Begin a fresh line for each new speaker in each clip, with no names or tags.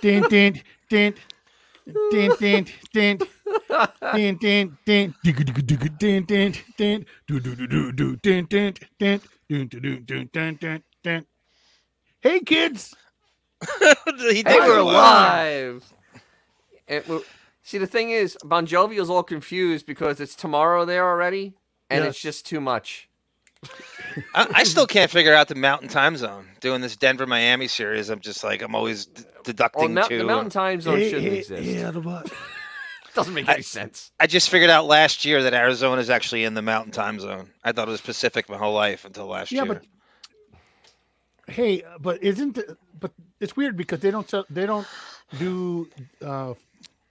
ding, ding, ding. Ding ding ding ding ding ding ding ding ding ding ding do do do do do ding ding ding do do do do ding ding ding. Hey kids,
he
Hey,
did
we're
it
alive. It w- See, the thing is, Bon Jovi is all confused because it's tomorrow there already, and it's just too much.
I, I still can't figure out the mountain time zone. Doing this Denver Miami series, I'm just like I'm always d-
Or
deducting uh,
mount-
two.
the mountain time zone
Hey,
shouldn't
hey,
exist.
hey, out of what?
It doesn't make
I-
any sense.
I just figured out last year that Arizona is actually in the mountain time zone. I thought it was Pacific my whole life until last
Yeah,
year.
but hey, but isn't the- but it's weird because they don't sell, they don't do uh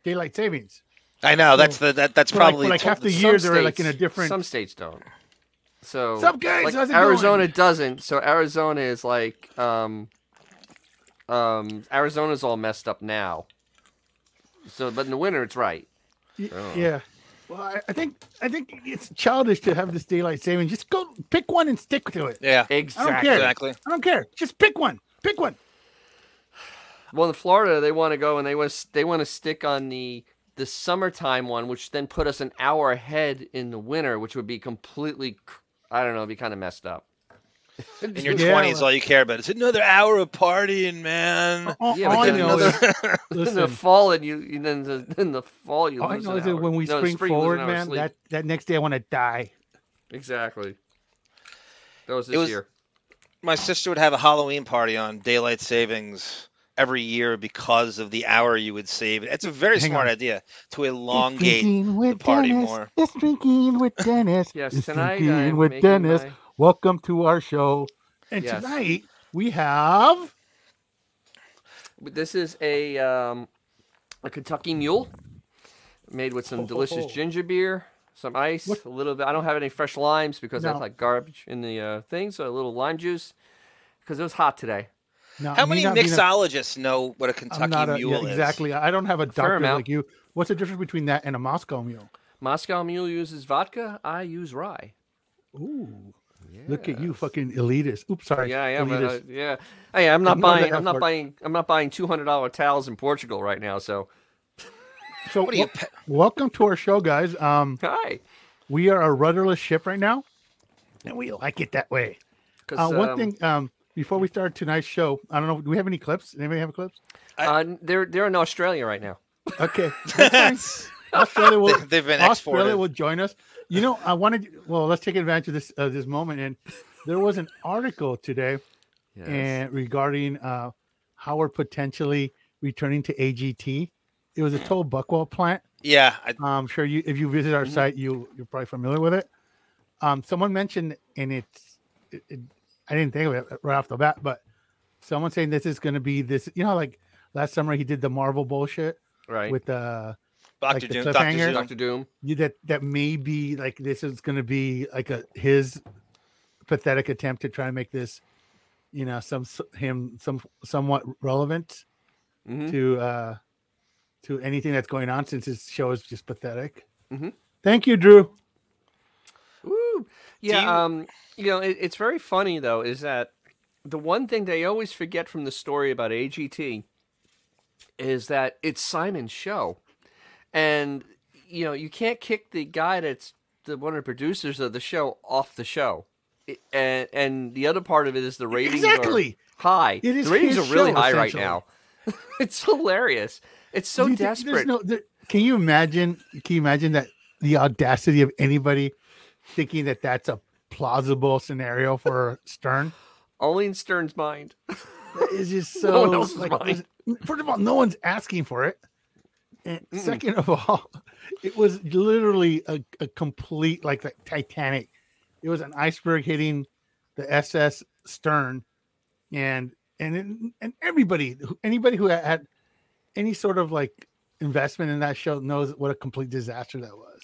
daylight savings.
I know that's the that that's
For like- for
probably
like
to-
half the
Some
year they're like in a
states-
different.
Some states don't. So
Sup, guys?
like,
How's it
Arizona
going?
doesn't. So Arizona is like um um Arizona's all messed up now. So but in the winter it's right.
Y-
Oh.
Uh-huh.
Yeah. Well, I, I think I think it's childish to have this daylight saving. Just go pick one and stick to it.
yeah
Exactly.
care.
exactly.
I don't care. Just pick one. Pick one.
Well, in Florida, they want to go and they want to, they want to stick on the the summertime one, which then put us an hour ahead in the winter, which would be completely, cr- I don't know, it'd be kind of messed up.
In your
Yeah,
twenties,
well-
all you care about is another hour of partying, man.
All,
Yeah,
all
but
I
then
know
another-
is,
in the
listen,
fall, and you you- then the, then the fall you
all I
lose
know
an
is that
hour.
when we
No, the
spring,
spring you lose
forward,
an hour's
man,
sleep.
that, that next day I want to die.
exactly. That was
It
this
was-
year.
My sister would have a Halloween party on daylight savings every year because of the hour you would save. It's a very
Hang
smart
on.
idea to elongate.
with
the party more.
It's drinking with Dennis.
Yes,
It's
tonight
drinking
I'm
with
making
Dennis.
my-
Welcome to our show. And
Yes.
tonight we have
But This is a um, a Kentucky Mule, made with some delicious
ho.
ginger beer, some ice,
What-
a little bit. I don't have any fresh limes because that's
No.
like garbage in the uh, thing. So a little lime juice because it was hot today.
now,
How
me
many
not being a-
mixologists know what a
I'm not
Kentucky
a,
mule
yeah,
is?
exactly. I don't have a
Fair
doctor
amount.
like you. What's the difference between that and a Moscow mule?
Moscow Mule uses vodka. I use rye.
Ooh, look at you, fucking elitist. Oops, sorry.
Yeah, yeah, but, uh,
elitist.
yeah. Hey, I'm
Ignore
not
the
buying.
F
I'm not
word.
buying. I'm not buying two hundred dollar towels in Portugal right now. So
so,
What are you?
wel- welcome to our show, guys. Um,
hi.
we are a rudderless ship right now, and we like it that way.
'Cause,
Uh, one
um,
thing, um, before we start tonight's show, I don't know. Do we have any clips? Anybody have clips?
uh, they're they're in Australia right now.
Okay,
That's-
Australia will.
they- They've been
Australia
exported.
will join us. You know, I wanted. Well, let's take advantage of this uh, this moment. And there was an article today and regarding uh, Howard potentially returning to AGT. It was a toll Buckwell plant. Uh,
Yeah, I,
I'm sure you, if you visit our
Mhm.
site, you you're probably familiar with it. Um, someone mentioned, and it's, it, it, I didn't think of it right off the bat, but someone saying this is going to be this. You know, like last summer he did the Marvel bullshit
right.
with uh,
Doctor
the
Doom.
cliffhanger.
Doctor
Doctor
Doom.
Doom.
you that that may be like this is going to be like a his pathetic attempt to try and make this you know some s- him some somewhat relevant
Mhm.
to uh to anything that's going on since his show is just pathetic
Mhm.
thank you drew
Woo. Yeah,
you-
um, you know, it, it's very funny though, is that the one thing they always forget from the story about AGT is that it's Simon's show, and you know, you can't kick the guy that's the one of the producers of the show off the show, I- and and the other part of it is the ratings are
exactly
high.
It is
the ratings
his
are really
show,
high right
essentially.
now. it's hilarious. It's so
You think- there's
desperate.
no- there- can you imagine can you imagine that the audacity of anybody thinking that that's a plausible scenario for stern
Only in Stern's mind.
It's just so
No one else's
like,
mind.
was- first of all, no one's asking for it. And
Mm-mm.
second of all, it was literally a, a complete like the Titanic. It was an iceberg hitting the SS stern, and and it, and everybody, who- anybody who had, had any sort of like investment in that show knows what a complete disaster that was.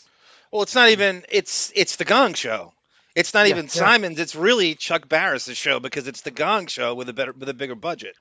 Well, it's not even. It's it's the Gong Show. It's not
Yeah,
even
yeah.
Simon's. It's really Chuck Barris's show because it's the Gong Show with a better with a bigger budget.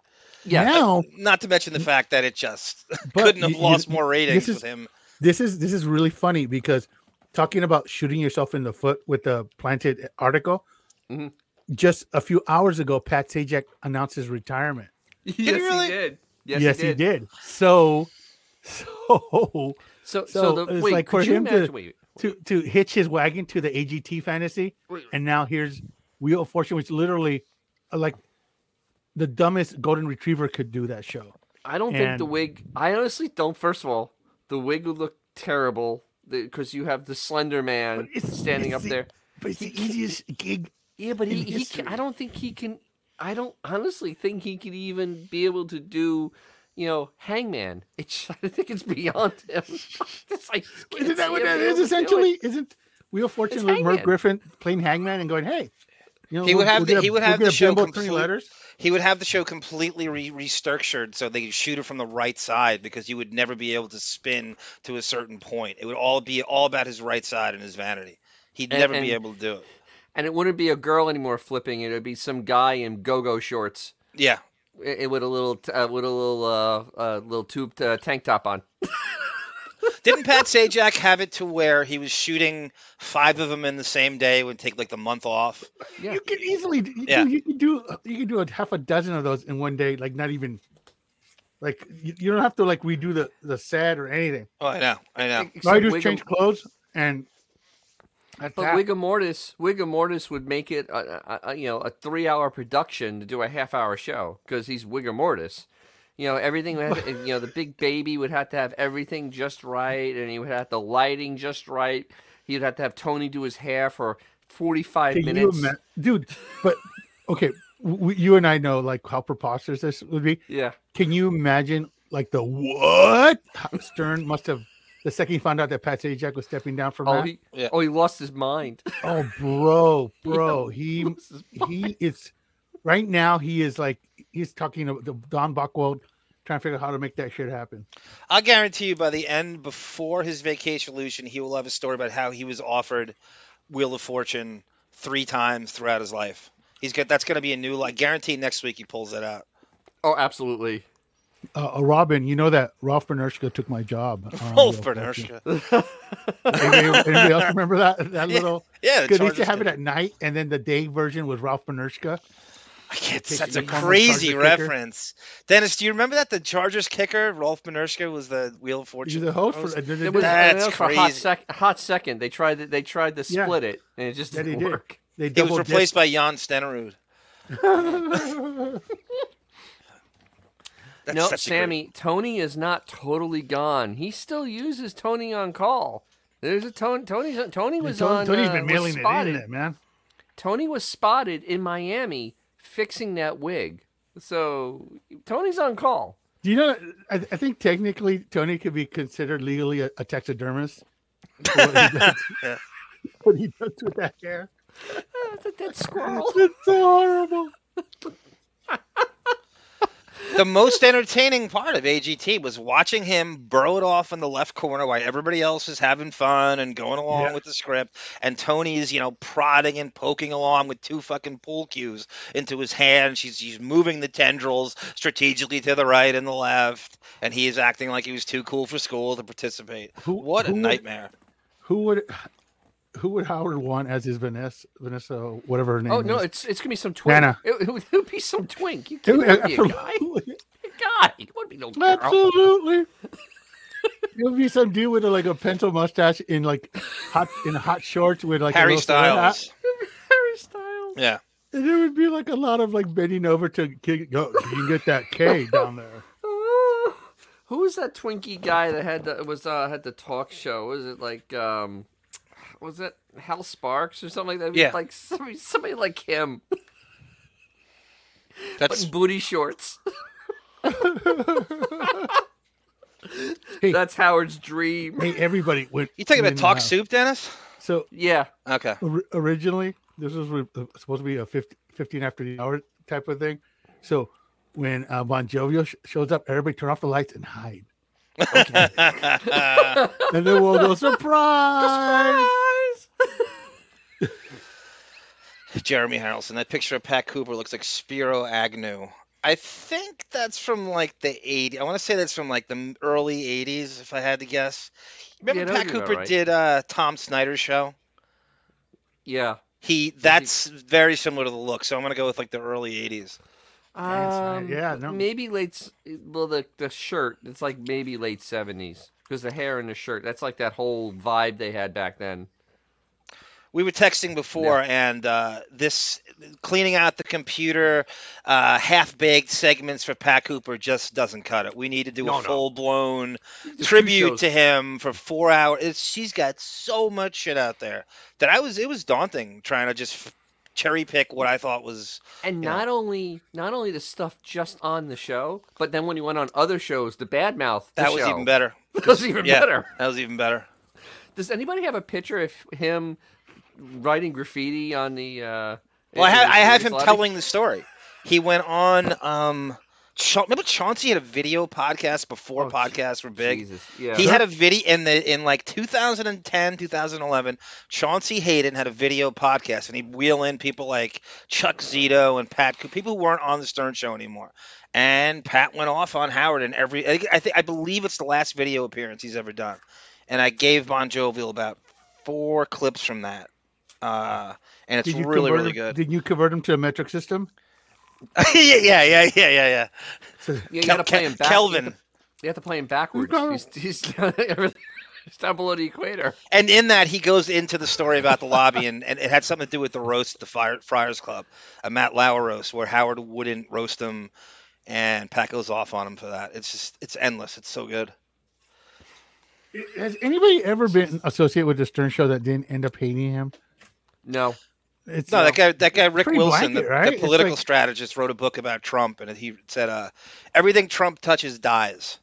Yeah.
Now,
Not to mention the fact that it just
Mm-hmm. but
couldn't have
you- you-
lost more ratings
is-
with him.
this is this is really funny because talking about shooting yourself in the foot with the planted article
Mhm.
just a few hours ago pat sajak announced his retirement
yes, he
really?
did. Yes,
yes,
he did.
So, so
So, so,
So
the
it's
wait,
like
could
for
you
him to-
imagine? wait,
to to hitch his wagon to the AGT fantasy,
Wait.
and now here's Wheel of Fortune, which literally, uh, like, the dumbest golden retriever could do that show.
I don't think the
and-
wig. I honestly don't. First of all, the wig would look terrible because you have the Slender Man
But it's-
standing
it's
up
the-
there.
But it's the easiest gig.
Yeah, but
in
he, he
history.
can, I don't think he can. I don't honestly think he could even be able to do, you know, Hangman. It's I think it's beyond him. it's like, I can't
Isn't
see
that what
him
that is?
being able to do it.
Essentially, isn't Wheel of Fortune
It's
with Merv
Hangman.
Griffin playing Hangman and going, "Hey, you know,
He would have the-
get a-
he would have
get
the
a
show
bimbo three
complete-
letters."
He would have the show completely re- restructured so they could shoot it from the right side because you would never be able to spin to a certain point. It would all be all about his right side and his vanity. He'd
And-
never
and-
be able to do it.
And it wouldn't be a girl anymore flipping. It would be some guy in go-go shorts.
Yeah,
It, it with a little, t- uh, with a little, uh, uh, little tube uh, tank top on.
didn't Pat Sajak have it to where he was shooting five of them in the same day? It would take like the month off.
Yeah.
You can easily, d- you,
Yeah.
do, you can do, you can do a half a dozen of those in one day. Like not even, like you, you don't have to like redo the the set or anything.
Oh, I know, I know.
All you
Except
do
Wiggum-
is change clothes and. That's
But
that.
Wigga Mortis, Wigga Mortis would make it, a, a, a, you know, a three-hour production to do a half-hour show because he's Wigga Mortis. You know, everything. Would have, you know, the big baby would have to have everything just right, and he would have the lighting just right. He'd have to have Tony do his hair for forty-five
Can you
minutes.
ima- dude? But okay, w- you and I know like how preposterous this would be.
yeah,
Can you imagine like the what Stern must have the second he found out that Pat Sajak was stepping down from
Oh,
that?
he,
Yeah.
oh, he lost his mind.
oh, bro, bro,
He
he
lost his mind.
he is right now. He is like he's talking to the Don Buckwald, trying to figure out how to make that shit happen.
I guarantee you by the end, before his vacation illusion, he will have a story about how he was offered Wheel of Fortune three times throughout his life. He's got that's going to be a new. Like, guarantee next week he pulls that out.
oh, absolutely.
Uh, uh, Robin, you know that Ralph Bernershka took my job. on
Oh,
Wheel of
for
Fortune.
Bernershka.
Anybody, anybody else remember that that
Yeah.
little?
Yeah,
Because
the
they used to
Chargers
have it
did.
at night, and then the day version was Ralph Bernershka.
I can't.
Kick-
That's a
the former
crazy
Charger kicker.
reference. Dennis, do you remember that the Chargers kicker Rolf Minerska was the Wheel of
He's
Fortune?
the host for
host?
and then they
It was,
did-
and
That's
that was for a hot,
crazy.
sec- hot second. They tried. To, they tried to
Yeah.
split it, and it just
Yeah, they
didn't
did.
work.
they
He was
double-dipped.
replaced by Jan Stenerud. That's
no,
such a great-
Sammy, Tony is not totally gone. He still uses Tony on call. There's a Tony. Tony's on- Tony was on.
Tony, Tony's
uh,
been
was
mailing it
spotted.
in, there, man.
Tony was spotted in Miami fixing that wig. So Tony's on call.
Do you know? I, I think technically Tony could be considered legally a, a taxidermist. for what he does-
Yeah.
what he does with that hair?
Ah, It's a dead squirrel.
It's so horrible.
the most entertaining part of AGT was watching him burrow it off in the left corner while everybody else is having fun and going along
Yeah.
with the script, and Tony's you know prodding and poking along with two fucking pool cues into his hand. She's she's moving the tendrils strategically to the right and the left, and he is acting like he was too cool for school to participate.
Who,
What a
who would-
nightmare!
Who would? Who would Howard want as his Vanessa? Vanessa, whatever her name
Oh no,
is.
it's it's gonna be some twink.
Nana.
It, it, would be some twink. You
It
can't
would-
be a guy. A guy. It wouldn't be no girl.
Absolutely. It'll be some dude with like a pencil mustache in like hot in hot shorts with like a
Harry
little cigarette out.
Styles.
Harry Styles.
Yeah.
And there would be like a lot of like bending over to get, go. You can get that K down there.
Uh, who was that Twinkie guy that had the was uh, had the talk show? Was it like um, was it Hal Sparks or something like that?
Yeah.
like somebody, somebody like him, but
That's
in booty shorts.
Hey.
That's Howard's dream.
Hey, everybody! When,
you talking about
when,
talk
uh,
soup, Dennis?
So
Yeah,
Okay.
or- originally, this was re- supposed to be a 50, 15 after the hour type of thing. So when uh, Bon Jovi sh- shows up, everybody turn off the lights and hide. And then we'll go surprise.
Surprise!
Jeremy Harrelson. That picture of Pat Cooper looks like Spiro Agnew. I think that's from like the 80s. I want to say that's from like the m- early 80s, if I had to guess.
Yeah, that
Remember
would
Pat
be about
Cooper
right.
did uh, Tom Snyder's show?
yeah,
He that's very similar to the look, so I'm gonna go with like the early '80s.
That's right.
Um,
Yeah, no.
Maybe late. s- Well, the the shirt. It's like maybe late seventies because the hair and the shirt. That's like that whole vibe they had back then.
We were texting before, and uh, this cleaning out the computer, uh, half baked segments for Pat Cooper just doesn't cut it. We need to do
No,
a
no.
full blown
two
tribute
shows.
to him for four hours. It's, she's got so much shit out there that I was it was daunting trying to just f- cherry pick what I thought was
And
Yeah.
not only not only the stuff just on the show, but then when he went on other shows, the bad mouth.
that was even better.
That was even
Yeah.
better.
That was e even better.
Does anybody have a picture of him writing graffiti on the? Uh,
Well, I
in
have,
the
I have
series
him
lobby?
telling the story. He went on. Um, Cha- remember Chauncey had a video podcast before
Oh, Je-
podcasts were big.
Jesus. Yeah.
He had a video in the in like 2010, 2011. Chauncey Hayden had a video podcast, and he'd wheel in people like Chuck Zito and Pat, Coo- people who weren't on the Stern Show anymore. And Pat went off on Howard in every. I think- I think I believe it's the last video appearance he's ever done. And I gave Bon Jovial about four clips from that, uh, and it's really
convert
really
him-
good.
Did you convert him to a metric system?
yeah, yeah, yeah, yeah, yeah, yeah.
Yeah, you
Kel-
gotta
Kel-
play him back.
Kelvin.
You have to, you have to play him backwards.
gotta-
He's, he's, he's down below the equator.
And in that, he goes into the story about the lobby, and, and it had something to do with the roast at the Fire, Friars Club, a Matt Lauer roast, where Howard wouldn't roast him, and Pat goes off on him for that. It's just, it's endless. It's so good.
Has anybody ever been associated with the Stern Show that didn't end up hating him?
No.
It's uh,
No, that guy, that guy Rick
pretty
Wilson, the,
blanket, right?
the
It's
political
like-
strategist, wrote a book about Trump, and he said, uh, "Everything Trump touches dies."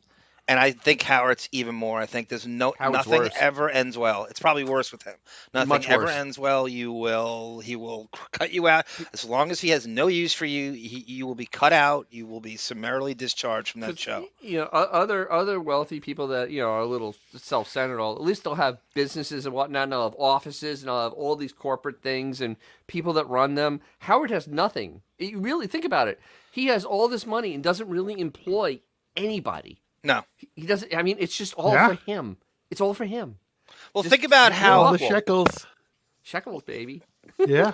And I think Howard's even more. I think there's no
Howard's
nothing
worse.
ever ends well. It's probably worse with him. Nothing
Much
ever
worse.
ends well. You will. He will c- cut you out. As long as he has no use for you, he, you will be cut out. You will be summarily discharged from that
'Cause,
show.
You know, o- other other wealthy people that you know are a little self-centered. all- At least they'll have businesses and whatnot, and they'll have offices, and they'll have all these corporate things and people that run them. Howard has nothing. You really think about it. He has all this money and doesn't really employ anybody.
No.
He- He doesn't. I mean, it's just all
Yeah.
for him. It's all for him.
Well,
Just
think about
no
how
all the
Rockwell.
shekels.
Shekels, baby.
Yeah,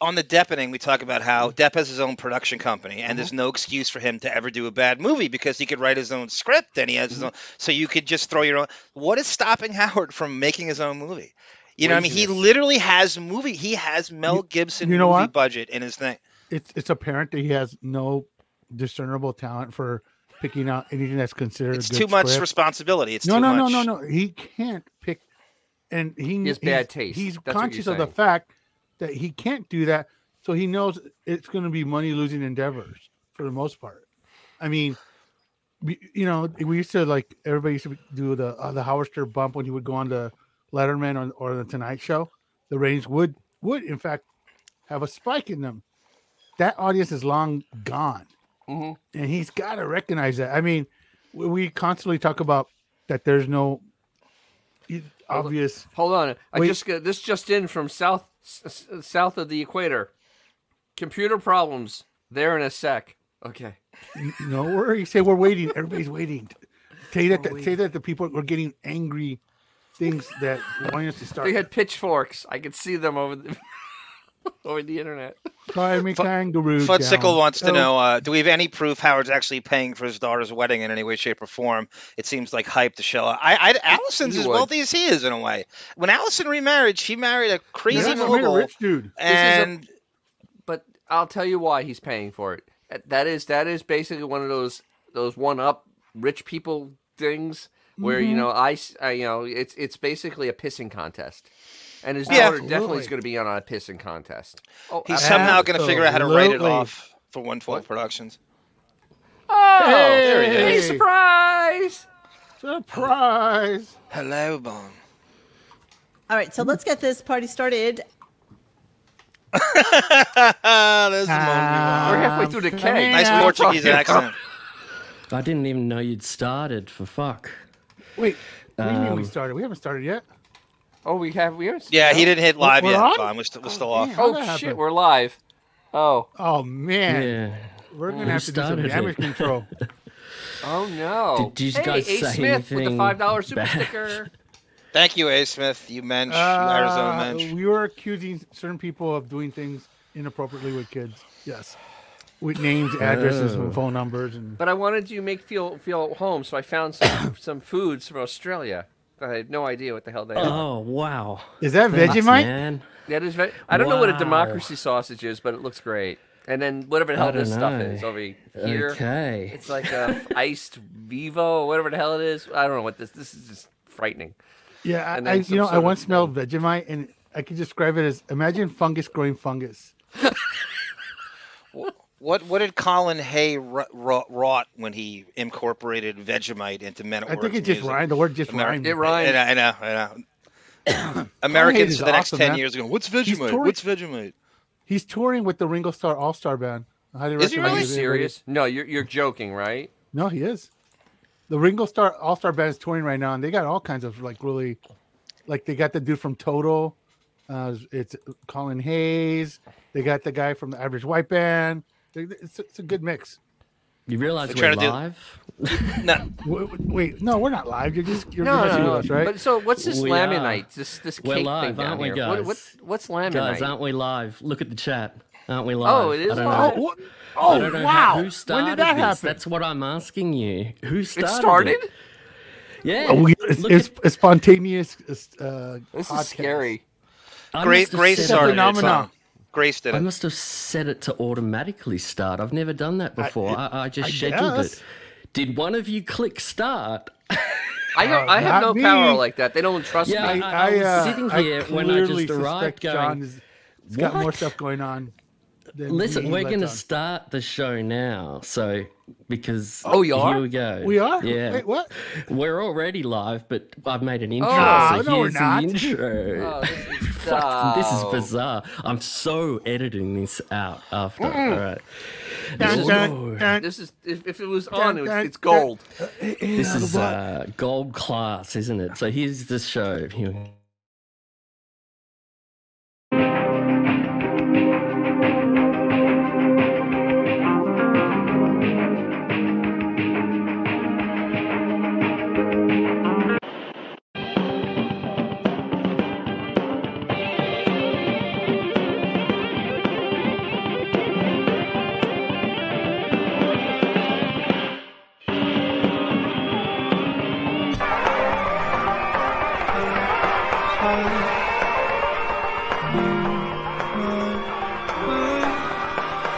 on the Deppening, we talk about
Mm-hmm.
how Depp has his own production company, and there's no excuse for him to ever do a bad movie because he could write his own script and he
Mm-hmm.
has his own. So you could just throw your own. What is stopping Howard from making his own movie? You know, what I mean, he
Laziness.
literally has movie. He has Mel Gibson
you know
movie
what?
budget in his thing.
it's it's apparent that he has no discernible talent for picking out anything that's considered. a
It's
good
too much
script.
responsibility. It's
no,
too
no,
much.
no, no, no. He can't pick, and he,
He has
he's-
bad taste.
He's
That's what you're
conscious of the
saying.
fact that he can't do that, so he knows it's going to be money losing endeavors for the most part. I mean, we, you know, we used to like everybody used to do the uh, the Howard Stern bump when he would go on the Letterman or, or the Tonight Show. The ratings would would in fact have a spike in them. That audience is long gone
Mhm.
and he's got to recognize that. I mean, we, we constantly talk about that. There's no e-
Hold on.
obvious.
Hold on. I
Wait.
just got this just in from south s- s- south of the equator. Computer problems. There in a sec. Okay.
n- No worries. Say we're waiting. Everybody's waiting. Say that.
We're
The, say that the people are getting angry. Things that wanting us to start.
They had pitchforks. I could see them over the over the internet.
Tie me
Fu-
kangaroo.
Fudsicle
down.
wants to
Oh,
know: uh, Do we have any proof Howard's actually paying for his daughter's wedding in any way, shape, or form? It seems like hype to show. I, I Allison's
He
as
would.
wealthy as he is in a way. When Allison remarried, she married a
yeah,
crazy
no,
mogul.
we're a rich dude.
is a-
and
But I'll tell you why he's paying for it. That- That is that is basically one of those those one up rich people things where
Mm-hmm.
you know I, s- I- you know it's it's basically a pissing contest. And his
Yeah.
daughter definitely is
Absolutely.
going to be on a pissing contest. Oh,
he's somehow
Absolutely.
going to figure out how to write it off for 112
What?
Productions.
Oh,
there he
hey,
is.
surprise!
Surprise.
Hello, Bon.
All right, so let's get this party started.
There's the
We're
moment you want.
halfway
Um,
through the K.
coming
Nice
Yeah.
Portuguese accent.
I didn't even know you'd started for fuck.
Wait. What do you mean we
Um,
started? We haven't started yet.
Oh, we have we are.
Yeah, he didn't hit live
we're
yet,
on?
Bon. We're, st- we're still
Oh,
off.
damn.
Oh
How'd that
shit,
happen?
we're live. Oh,
Oh man,
Yeah.
we're gonna
Who
have to do some
started it?
damage control.
oh no.
Did you
hey,
guys
Ace
say
Smith with the
anything
five dollar super
bad?
sticker.
Thank you, A. Smith. You mensch. you Arizona
Uh,
mensch.
we were accusing certain people of doing things inappropriately with kids. Yes. with names, addresses,
Oh.
and phone numbers, and
But I wanted you to make feel feel at home, so I found some some foods from Australia. I had no idea what the hell they are.
Oh wow,
is that
Thanks,
Vegemite?
man.
That is very. I don't know what a
Wow.
democracy sausage is, but it looks great. And then whatever the hell
don't
this stuff
know.
is over here,
Okay.
it's like a iced Vivo, whatever the hell it is. I don't know what this. This is just frightening.
Yeah,
And
I, I,
then some
you know,
sort
I
of-
once smelled Vegemite, and I could describe it as imagine fungus growing fungus.
Wh- What what did Colin Hay ru- ru- wrought when he incorporated Vegemite into Men at
I
Work's
think it just
music?
rhymed. The word just
Ameri-
rhymed.
It rhymes.
I, I know, I know. Americans
is
for the next
awesome,
ten
man.
years are going, "What's
He's
Vegemite?
touring-
What's Vegemite?"
He's touring with the Ringo Starr All Star Band. I highly
Is he
recommend it
Are you
if anybody-
serious? No, you're you're joking, right?
No, he is. The Ringo Starr All Star Band is touring right now, and they got all kinds of like really, like they got the dude from Total. Uh, it's Colin Hayes. They got the guy from the Average White Band. They- they- It's, it's a good mix.
You realize
We're
we're
trying to do-
live?
No,
Wait, wait, no, we're not live. You're just you're
No,
messing
no, no.
with us, right?
But so what's this
We are.
laminite? This this
We're
cake
live,
thing down
aren't we,
here. What,
guys?
what what's laminite?
Guys, aren't we live? Look at the chat. Aren't we live?
Oh, it is
I don't
live.
oh,
Know.
what?
I
oh
don't know
wow!
how- who
when
started
did that
this?
happen?
That's what I'm asking you. Who
it
started?
started?
Yeah.
Oh, we- it's,
Look
it's
at-
a spontaneous. Uh,
This
podcast.
is scary.
I
Grace
must have
Grace
set
Sarah
it-
started it.
phenomenon.
Tom. Grace did
I
it.
must have set it to automatically start. I've never done that before. I, I, just
I
scheduled
guess.
it. Did one of you click start?
I have, I
not
have no
me.
power like that. They don't trust
Yeah,
me.
I-
I,
was
uh,
sitting
I
here when I
clearly
just
suspect
arrived
John
going,
is, has got more
"What?"
stuff going on. than
Listen,
me,
we're
but,
going to
um,
start the show now. So, because
Oh, you are?
here we go.
We are.
Yeah.
Wait, what?
We're already live, but I've made an intro.
Oh,
so
no, we're
here's
not.
the intro.
Oh, this is-
Fuck, this is
Oh.
bizarre. I'm so editing this out after. All right.
Dun, dun, dun.
This is if, if it was on, it was,
dun,
it's gold.
This is uh, gold class, isn't it? So here's the show. Here we-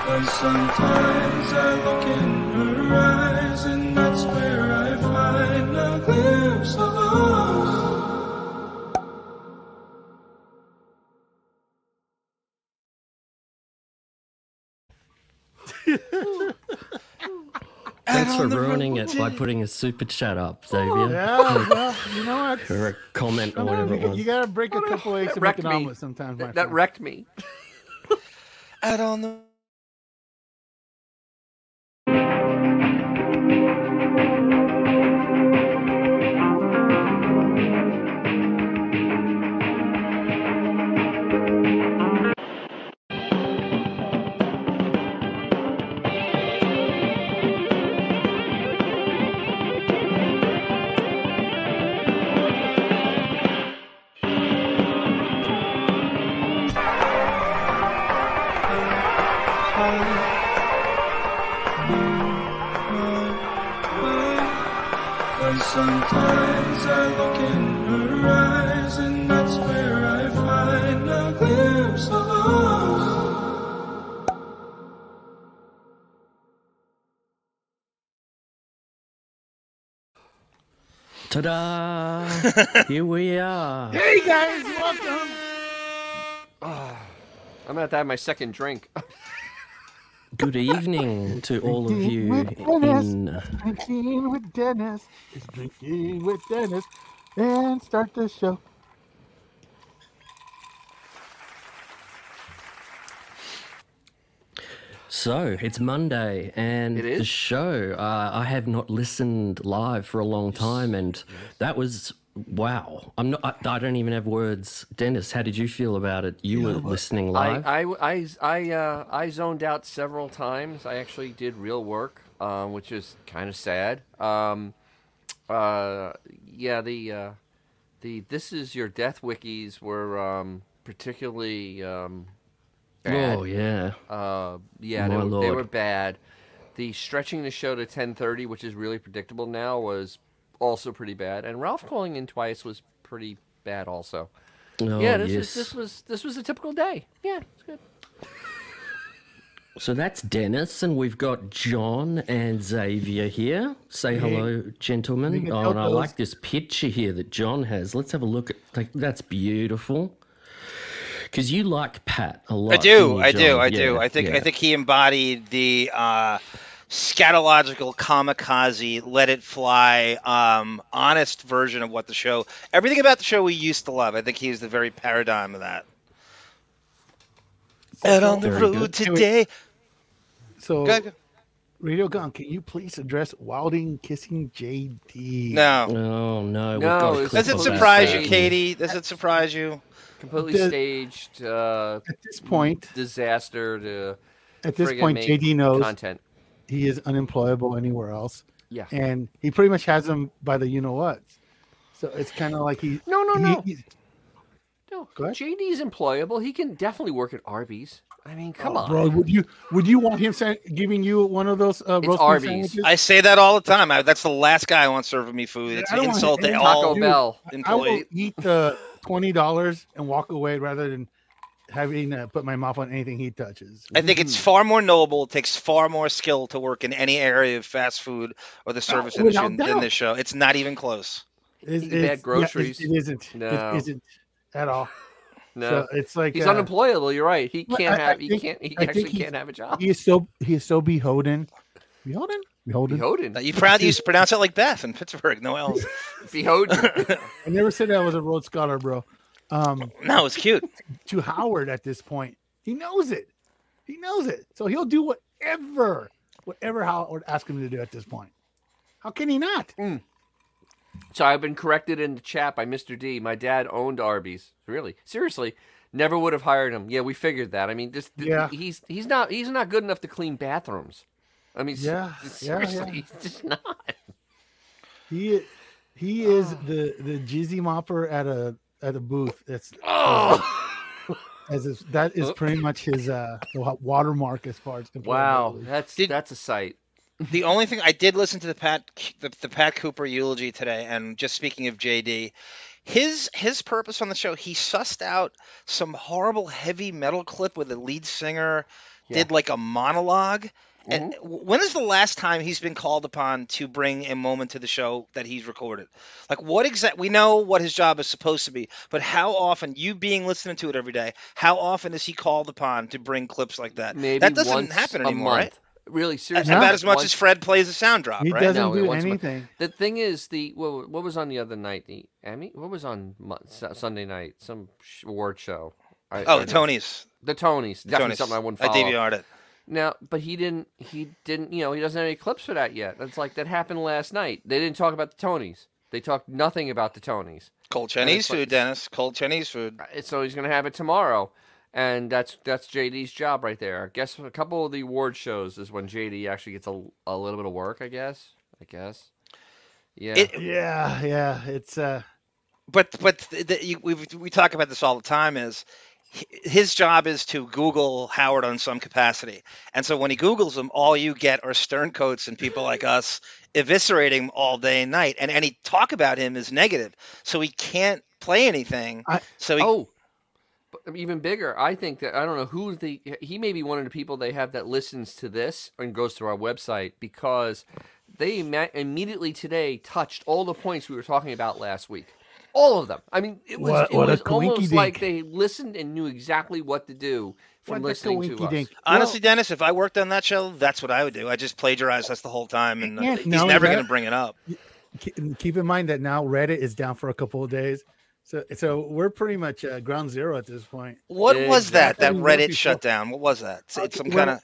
But sometimes I look in her eyes, and that's where I find a glimpse of us.
Thanks for ruining it by putting a super chat up, Xavier.
Yeah, well, Oh, you know
Or a
what?
comment or
Sometimes you,
whatever it
got-
was.
you gotta break a couple eggs to make
wrecked
an
me.
omelet sometimes. My
That, that
friend.
wrecked me.
I don't know.
But sometimes I look in her eyes, and that's where I find a glimpse of us.
Ta-da! Ah, Here we are.
Hey guys, welcome.
I'm about to have my second drink.
Good evening to all of you in
Drinking with Dennis, drinking with Dennis, and start the show.
So it's Monday, and
It is?
the show. Uh, I have not listened live for a long time, and that was wow. I'm not. I, I don't even have words. Dennis, how did you feel about it? You were listening live.
I I I I, uh, I zoned out several times. I actually did real work, um, which is kind of sad. Um, uh, yeah, the uh, the this is your death wikis were um, particularly um, bad.
Oh yeah.
Uh, yeah, they
My
were, they
lord.
were bad. The stretching the show to ten thirty, which is really predictable now, was also pretty bad. And Ralph calling in twice was pretty bad, also.
Oh,
yeah, this
yes.
was this was this was a typical day. Yeah, it's good.
So that's Dennis, and we've got John and Xavier here. Say hello,
You
gentlemen.
can
Oh, and I
help
like
us.
this picture here that John has. Let's have a look at. Like, that's beautiful. Because you like Pat a lot.
I
don't
do,
you,
I do,
John?
I do.
Yeah,
I think
yeah.
I think he embodied the uh, scatological kamikaze, let it fly, um, honest version of what the show. Everything about the show we used to love. I think he's the very paradigm of that. Out on the
Very
road
good.
today.
So,
Go ahead.
Radio Gone, can you please address Wilding Kissing JD?
No,
Oh no! We've
No,
got a clip
it's
does it
of
Well,
surprise you,
that.
that's-
Katie? Does it surprise you?
Completely
The-
staged uh,
At this point,
disaster to
at this
friggin'
point,
make
JD knows
content.
he is unemployable anywhere else,
Yeah.
and he pretty much has him by the you know what. So it's kind of like he.
No, no,
he-
no.
he-
No,
Go ahead.
JD's employable. He can definitely work at Arby's. I mean, come
Oh,
on.
bro. Would you would you want him sa- giving you one of those uh,
It's
roast beef
Arby's.
sandwiches?
I say that all the time. I, that's the last guy I want serving me food. It's
I
an
don't want
insult
any
to
Taco
all
Dude,
Bell.
I will
employees.
eat the twenty dollars and walk away rather than having to put my mouth on anything he touches.
I think
Mm-hmm.
it's far more noble. It takes far more skill to work in any area of fast food or the service
Uh, without
industry than
doubt.
this show. It's not even close.
It's-
Eat
it's- yeah,
bad
it-
groceries.
it isn't.
No.
It isn't at all.
No.
So it's like
He's
uh,
unemployable. You're right. He
Well,
can't
I- I
have. he
think-
can't. He
I think
actually
he's-
can't have a job.
he is so he is so beholden. Beholden? Beholden.
Beholden.
Now, You proud used to pronounce it like Beth in Pittsburgh, no else.
Beholden.
I never said I was a Rhodes Scholar, bro. Um,
No, it's cute.
to Howard at this point, he knows it. He knows it. So he'll do whatever, whatever Howard asks him to do at this point. How can he not?
Mm. so I've been corrected in the chat by Mr. D. My dad owned Arby's. Really, seriously, never would have hired him. Yeah, we figured that. I mean, just th-
Yeah.
he's he's not he's not good enough to clean bathrooms. I mean, s-
Yeah, yeah, yeah.
seriously, he's just not.
He i- he is the the jizzy mopper at a at a booth. That's
Oh,
as if, that is pretty much his uh wa- watermark as far as
wow,
employability.
that's
Did-
that's a sight.
The only thing I did listen to the Pat the, the Pat Cooper eulogy today, and just speaking of JD, his his purpose on the show, he sussed out some horrible heavy metal clip with the lead singer did like a monolog And
Mm-hmm.
w- when is the last time he's been called upon to bring a moment to the show that he's recorded? Like what exact? We know what his job is supposed to be, but how often you being listening to it every day? How often is he called upon to bring clips like that?
Maybe
that doesn't
once
happen
a
anymore, right?
month. Really, seriously,
About as much
once-
as Fred plays a sound drop,
He
right?
doesn't
No, it
do
wants my-
anything.
The thing is, the what, what was on the other night? The Emmy? What was on Mo- Su- Sunday night? Some sh- award show. I,
Oh,
I-
the Tonys.
The Tonys. Definitely
Tonys.
something I wouldn't
I
follow.
DVR'd it.
Now, but he didn't. He didn't. You know, he doesn't have any clips for that yet. That's like that happened last night. They didn't talk about the Tonys. They talked nothing about the Tonys.
Cold Chinese
like-
food, Dennis. Cold Chinese food.
Uh, So he's gonna have it tomorrow, and that's that's JD's job right there. I guess a couple of the award shows is when JD actually gets a, a little bit of work. I guess. I guess. Yeah.
It-
Yeah, yeah. It's uh
but but th- th- you, we we talk about this all the time is hi- his job is to google howard on some capacity and so when he googles him all you get are stern coats and people like us eviscerating him all day and night and any talk about him is negative so he can't play anything
I-
so he,
Oh, but even bigger. I think that I don't know who the he may be one of the people they have that listens to this and goes to our website because they ma- immediately today touched all the points we were talking about last week. All of them. I mean, it was
What-
it
what a
was almost like
coinkydink.
they listened and knew exactly what to do from
what the
listening to us.
coinkydink.
honestly dennis if i worked on that show that's what i would do i just plagiarize us the whole time and uh,
Yeah,
he's
no,
never
that-
going to bring it up
Ke- and keep in mind that now Reddit is down for a couple of days. So so we're pretty much uh, ground zero at this point.
what
Yeah,
was that that
exactly. What
reddit
before-
shutdown what was that it's, it's
Okay,
some
well,
kind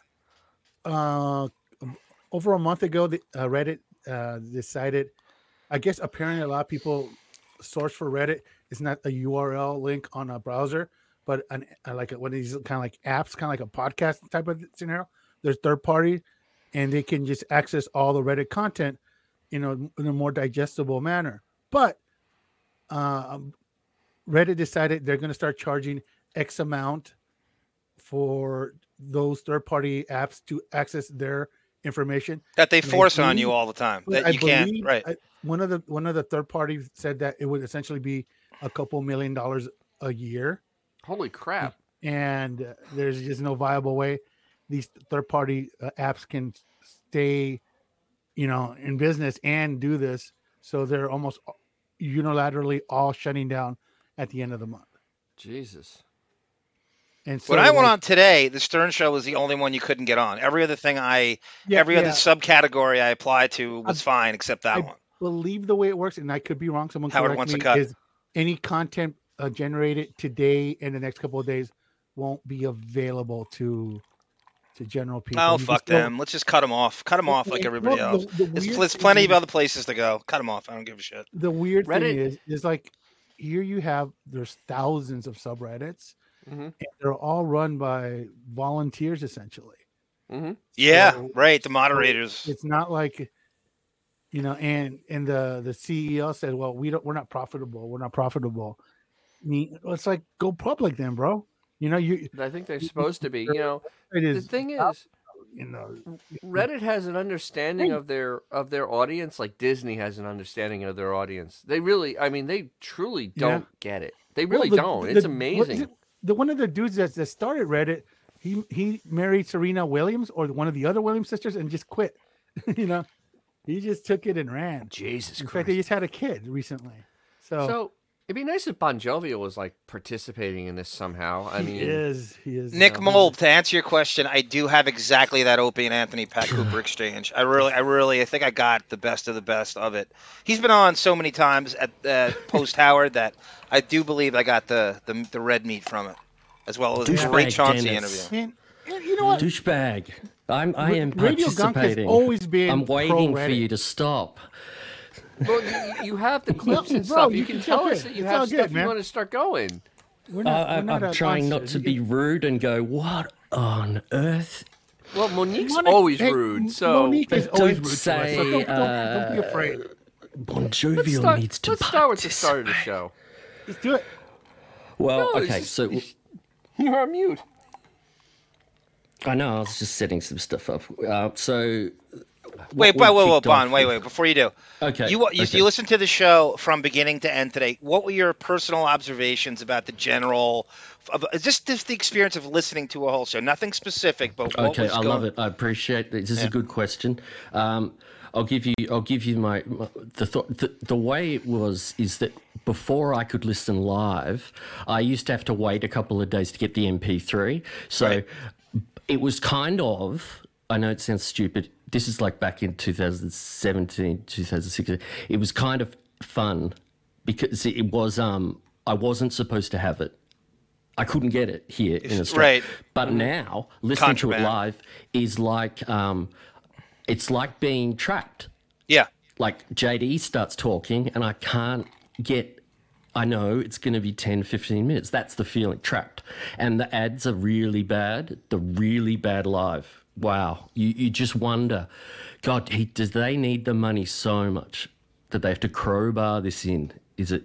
of
Uh, over a month ago, the, uh, Reddit uh, decided. I guess apparently a lot of people source for Reddit is not a URL link on a browser, but an uh, like one of these kind of like apps, kind of like a podcast type of scenario. They're third party, and they can just access all the Reddit content, you know, in a more digestible manner. But um, Reddit decided they're going to start charging X amount for those third-party apps to access their information.
that they
I
force on you
believe-
all the time
But
that you can't right
I- one of the one of the third parties said that it would essentially be a couple million dollars a year,
Holy crap!
and uh, there's just no viable way these third party uh, apps can stay, you know, in business and do this. So they're almost unilaterally all shutting down at the end of the month.
Jesus.
And so
when I went
like,
on today, the Stern Show was the only one you couldn't get on. Every other thing I,
yeah,
every other
yeah,
subcategory I applied to was fine except that
I-
one. Oh,
believe the way it works, and I could be wrong. Someone
Howard
correct
wants a
me,
cut.
Is any content uh, generated today and the next couple of days won't be available to to general people.
Oh,
You just
fuck
don't-
them. Let's just cut them off. Cut them off like
and-
everybody
well,
else.
the- the
There's,
weird
there's
thing
plenty of
is-
other places to go. Cut them off. I don't give a shit.
The weird
Reddit-
thing is, is like here you have there's thousands of subreddits, and
Mhm.
they're all run by volunteers essentially.
Yeah,
So-
right. The moderators.
It's not like you know, and and the the CEO said, "Well, we don't. We're not profitable. We're not profitable." I mean, it's like go public then, bro. You know, you
I think they're supposed to be. You know,
it
the
is
thing is,
you know
Reddit has an understanding of their of their audience, like Disney has an understanding of their audience. They really, I mean, they truly
Yeah.
don't get it. They
Well,
really
the-
don't.
the-
It's
what is
amazing.
it- The one of the dudes that, that started Reddit, he he married Serena Williams or one of the other Williams sisters and just quit. you know, he just took it and ran.
Jesus
In fact, they
Christ!
just had a kid recently. So,
So it'd be nice if Bon Jovi was like participating in this somehow. I
he
mean,
is he is
Nick
uh,
Mold, to answer your question, I do have exactly that Opie and Anthony Pat Cooper exchange. I really, I really, I think I got the best of the best of it. He's been on so many times at uh, post Howard that I do believe I got the, the the red meat from it, as well as a great
Douchebag
Chauncey
Dennis.
interview.
And, and you know what?
Douchebag. I'm, I am
Radio Gunk has
participating.
always been
I'm waiting for
pro-Reddit.
you to stop.
well, you- you, you have the clips and
bro,
stuff. You,
you
can
can
tell
jump
us
in.
that you
It's all
have
good,
stuff you
man. Uh,
want to start going.
We're
I,
not,
I,
we're not
I'm
a
trying not to
monster.
be rude and go, what on earth?
Well, Monique's
Monique-
always
hey,
rude,
M-
so
Monique is
But
always
don't
rude to us, so
say,
don't, don't- don't be afraid.
Bon
let's
Jovial
start.
needs to
let's start with the start of the show.
Let's do it.
Well,
No, it's
okay,
just-
so
You are mute.
I know I was just setting some stuff up. Uh, so
Wait,
what
wait, wait, wait,
kicked off
Bon, wait,
with-
wait. Before you do,
Okay,
you, you
okay.
you listened to the show from beginning to end today. What were your personal observations about the general, of, just just the experience of listening to a whole show? Nothing specific, but what
Okay,
was
I
going,
love it. I appreciate it. This is a good question. Um, I'll give you. I'll give you my, my the thought. The, the way it was is that before I could listen live, I used to have to wait a couple of days to get the MP3. So
Right.
it was kind of. I know it sounds stupid. This is like back in 2017, 2016. It was kind of fun because it was. Um, I wasn't supposed to have it. I couldn't get it here in Australia.
right. Mm-hmm.
But now listening to
Contraband.
it live is like um, it's like being trapped.
Yeah.
Like JD starts talking and I can't get I know it's going to be 10 15 minutes. That's the feeling trapped. And the ads are really bad. The really bad live. Wow. You you just wonder god he, does they need the money so much that they have to crowbar this in? Is it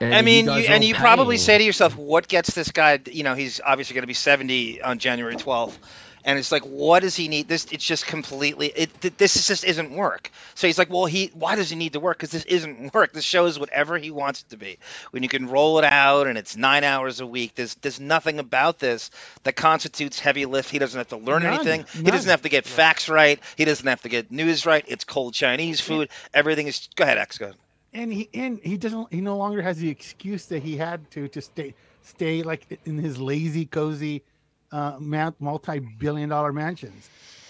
I mean, you
guys are
and
all
you probably
paying.
say to yourself, "What gets this guy? You know, he's obviously going to be seventy on January twelfth, and it's like, what does he need? This it's just completely. It th- this is just isn't work. So he's like, well, he why does he need to work? Because this isn't work. This show is whatever he wants it to be. When you can roll it out, and it's nine hours a week. There's there's nothing about this that constitutes heavy lift. He doesn't have to learn
None.
anything. He
None.
doesn't have to get facts right. He doesn't have to get news right. It's cold Chinese food. Everything is. Go ahead, X. Go ahead.
and he and he doesn't he no longer has the excuse that he had to to stay stay like in his lazy cozy uh ma- multi-billion dollar mansions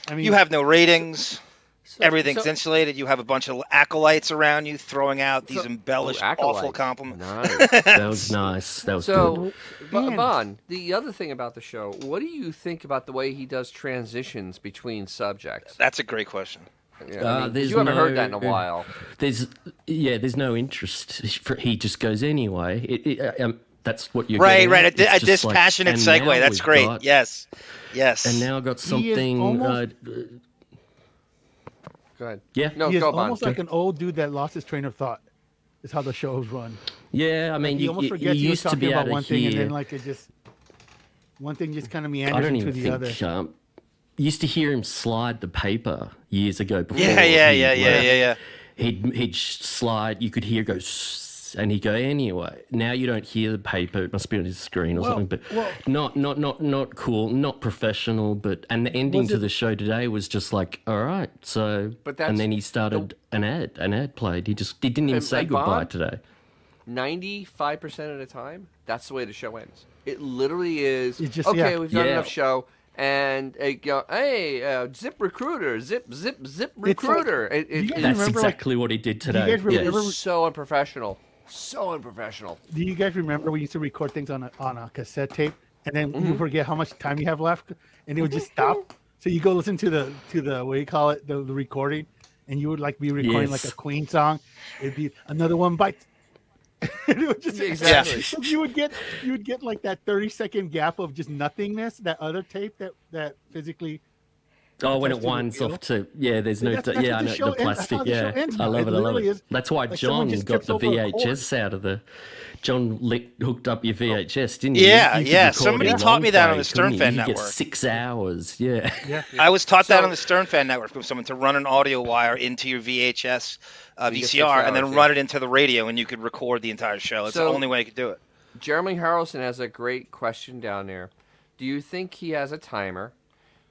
i mean
You have no ratings.
So-
Everything's
so-
insulated. You have a bunch of acolytes around you throwing out these
So-
embellished,
Ooh,
awful
acolytes.
compliments.
Nice.
That was nice. That was good.
So, Ba-
And-
Bon, the other thing about the show, what do you think about the way he does transitions between subjects?
That's a great question.
Yeah,
Uh,
I mean,
there's
you haven't heard that in a
uh,
no-
while.
There's yeah, there's no interest. For- He just goes anyway. It, it, um, that's what you're
Right,
getting
right. A,
at.
di-
It's
a
just like,
dispassionate
and now
segue. That's
we've
great.
got-
Yes. Yes.
And now I've got
He is
something.
almost-
uh, uh,
Go ahead.
yeah,
No,
he is
go Bon.
almost like an old dude that lost his train of thought is how the shows run
yeah. I mean,
he
you,
almost
you,
forgets
you
he was
used to
talking
be
about
able
one
to
thing and
hear.
then like it just One thing just kind of
I
meanders
don't
into
even
the other.
think. Um, used to hear him slide the paper years ago. Before
Yeah, yeah,
he
yeah, yeah,
left.
yeah, yeah.
He'd he'd sh- slide. You could hear go, "Sss," and he'd go anyway. Now you don't hear the paper. It must be on his screen or something. But not not not not cool. Not professional. But and the ending to the show today was just like, all right. So
But that's-
and then he started an ad. An ad played. He just he didn't even
And-
say
and
goodbye
Bob?
today.
Ninety-five percent of the time, that's the way the show ends. It literally is.
It's just-
okay,
yeah.
we've done
Yeah.
enough show, and uh, go, hey, uh, zip recruiter, zip, zip, zip
like-
recruiter. it, it,
you guys
it-
That's
remember, like-
exactly what he did
you
today.
guys
Yeah.
remember-
is so unprofessional. So unprofessional.
Do you guys remember we used to record things on a on a cassette tape, and then
Mm-hmm.
you forget how much time you have left, and it would just stop. So you go listen to the to the what do you call it the, the recording, and you would like be recording like
Yes.
a Queen song. It'd be another one bite. it would just
Exactly.
So you would get you would get like that thirty second gap of just nothingness. That other tape that that physically
Oh, when it
Just to
winds
reveal.
off to yeah, there's no
That's-
th-
that's
yeah,
what
I
the
know
show
the
ends- that's
plastic.
how the show
Yeah,
ends
I
now.
love
It
it. I love
literally
it.
is
That's why
like someone
John
just
got
trips
the
over a cord.
VHS out of the. John lit, hooked up
Oh.
your VHS, didn't you?
Yeah,
You could
yeah,
record
somebody
it
taught
long
me that on
play,
the
couldn't
Stern
you?
Fan
You could get
Network.
Six hours. Yeah.
I was taught that
So-
on the Stern Fan Network from someone to run an audio wire into your VHS uh,
You get six
VCR and then
hours,
run
yeah.
it into the radio, and you could record the entire show. It's
So-
the only way you could do it.
Jeremy Harrelson has a great question down there. Do you think he has a timer?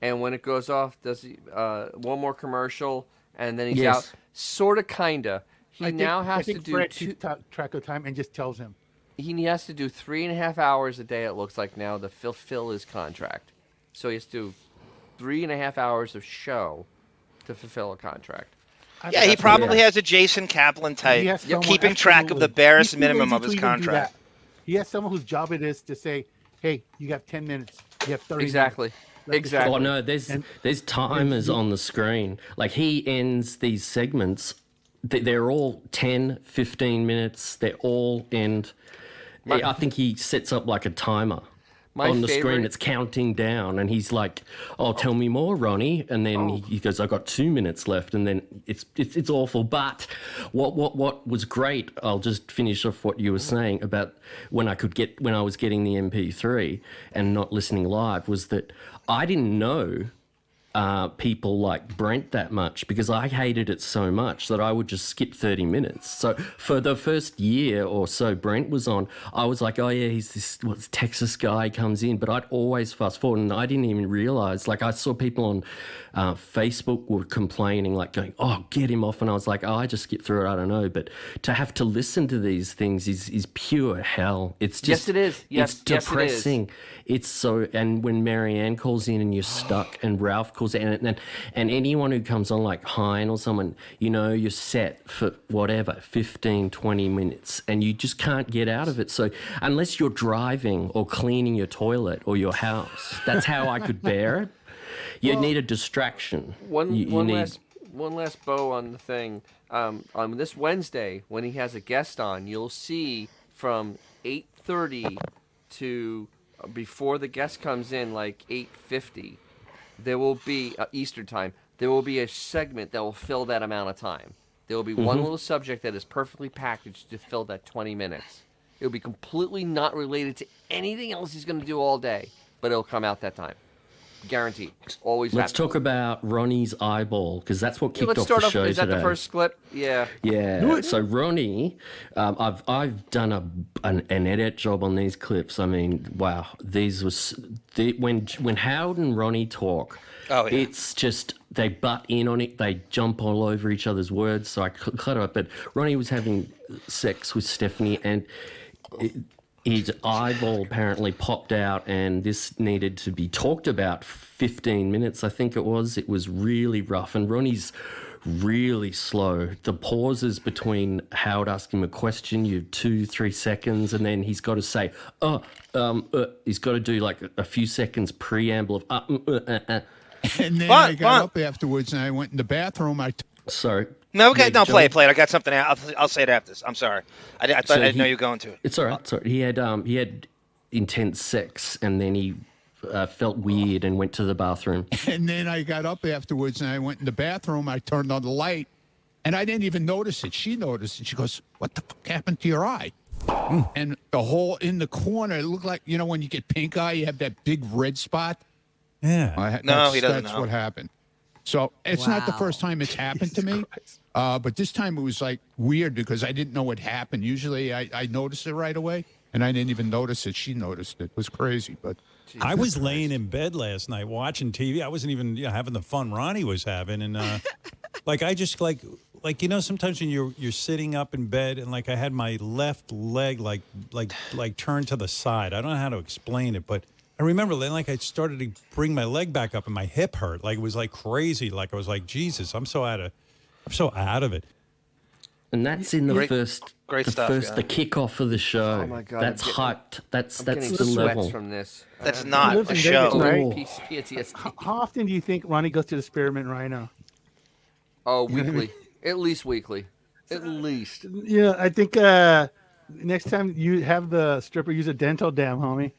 And when it goes off, does he uh, one more commercial and then he's
Yes.
out? Sort of, kinda. He
I think-
now
I
has to
think
do
Fred
two,
keeps ta- track of time and just tells him.
he has to do three and a half hours a day. It looks like now to fulfill his contract. So he has to do three and a half hours of show to fulfill a contract.
I
Yeah,
think
he
that's what it
probably
yeah.
has a Jason Kaplan type,
He has someone-
keeping track of the
absolutely.
barest
He- he
minimum of
basically even
his
do
contract.
that. He has someone whose job it is to say, "Hey, you have ten minutes. You have thirty
Exactly.
That's
Exactly.
Oh no, there's
And-
there's timers on the screen. Like he ends these segments. th- They're all 10, 15 minutes. They all end. I think he sets up like a timer
My
on the screen.
favorite-
It's counting down, and he's like, "Oh, tell me more, Ronnie." And then
Oh.
he, he goes, "I got two minutes left." And then it's, it's it's awful. But what what what was great? I'll just finish off what you were saying about when I could get when I was getting the MP3 and not listening live was that I didn't know uh, people like Brent that much because I hated it so much that I would just skip 30 minutes. So for the first year or so Brent was on, I was like, oh yeah, he's this what's Texas guy comes in, but I'd always fast forward and I didn't even realize. Like I saw people on uh, Facebook were complaining, like going, oh, get him off. And I was like, oh, I just skip through it. I don't know. But to have to listen to these things is, is pure hell. It's
Yes,
just,
it is. Yes,
it's
yes, it is.
depressing it's so and when marianne calls in and you're stuck and ralph calls in and, and and anyone who comes on like hein or someone you know you're set for whatever 15 20 minutes and you just can't get out of it so unless you're driving or cleaning your toilet or your house that's how i could bear it you need a distraction
One
you, you
one
need-
last one last bow on the thing. Um, on this Wednesday, when he has a guest on, you'll see from eight thirty to uh, before the guest comes in, like eight fifty, there will be uh, Eastern time. There will be a segment that will fill that amount of time. There will be one
Mm-hmm.
little subject that is perfectly packaged to fill that twenty minutes. It'll be completely not related to anything else he's going to do all day, but it'll come out that time, guaranteed. Always.
let's
happens.
talk about ronnie's eyeball because that's what
Yeah,
kicked
let's
off
start
the
off.
show
Is that
today.
the first clip? Yeah.
Yeah. So Ronnie, um, I've I've done a an, an edit job on these clips. I mean, wow, these was they, when when Howard and Ronnie talk.
Oh, yeah.
It's just they butt in on it. They jump all over each other's words. So I cl- clutter up. But Ronnie was having sex with Stephanie, and his eyeball apparently popped out and this needed to be talked about 15 minutes i think it was it was really rough and ronnie's really slow the pauses between howard asking him a question you have two three seconds and then he's got to say oh um uh, he's got to do like a, a few seconds preamble of uh, mm, uh, uh, uh.
And then
Fun,
I got
fun.
up afterwards and I went in the bathroom. I t-
sorry
No, okay,
Yeah,
no, play
John-
it, play it. I got something. I'll, I'll say it after this. I'm sorry. I, I thought I didn't know
he-
you were going to it.
It's all right. Sorry. He had um he had intense sex and then he uh, felt weird and went to the bathroom.
and then I got up afterwards and I went in the bathroom. I turned on the light, and I didn't even notice it. She noticed it. She goes, "What the fuck happened to your eye?" and the hole in the corner. It looked like you know when you get pink eye, you have that big red spot.
Yeah.
I, that's,
he doesn't
That's
know.
what happened. So it's not the
Wow.
first time it's happened to me, uh, but this time it was like weird because I didn't know what happened. Usually I, I noticed it right away, and I didn't even notice it. She noticed it. It was crazy, but
I was laying in bed last night watching TV. I wasn't even you know, having the fun Ronnie was having, and uh, like I just like like you know sometimes when you're you're sitting up in bed and like I had my left leg like like like turned to the side. I don't know how to explain it, but I remember then like I started to bring my leg back up and my hip hurt. Like it was like crazy. Like I was like Jesus, I'm so out of I'm so out of it.
And that's in the
Great-
first,
great
the
stuff,
first,
yeah.
the kickoff of the show. Oh
my God,
That's
I'm getting-
hyped. That's
I'm
that's
getting
the
sweats
level.
from this. Uh,
That's
I'm
not
lives
a
in Vegas,
show.
right?
Oh.
Piece- PTSD.
How often do you think Ronnie goes to the Spearmint Rhino?
Oh, weekly. At least weekly. At least.
Yeah, I think uh, next time you have the stripper use a dental dam, homie.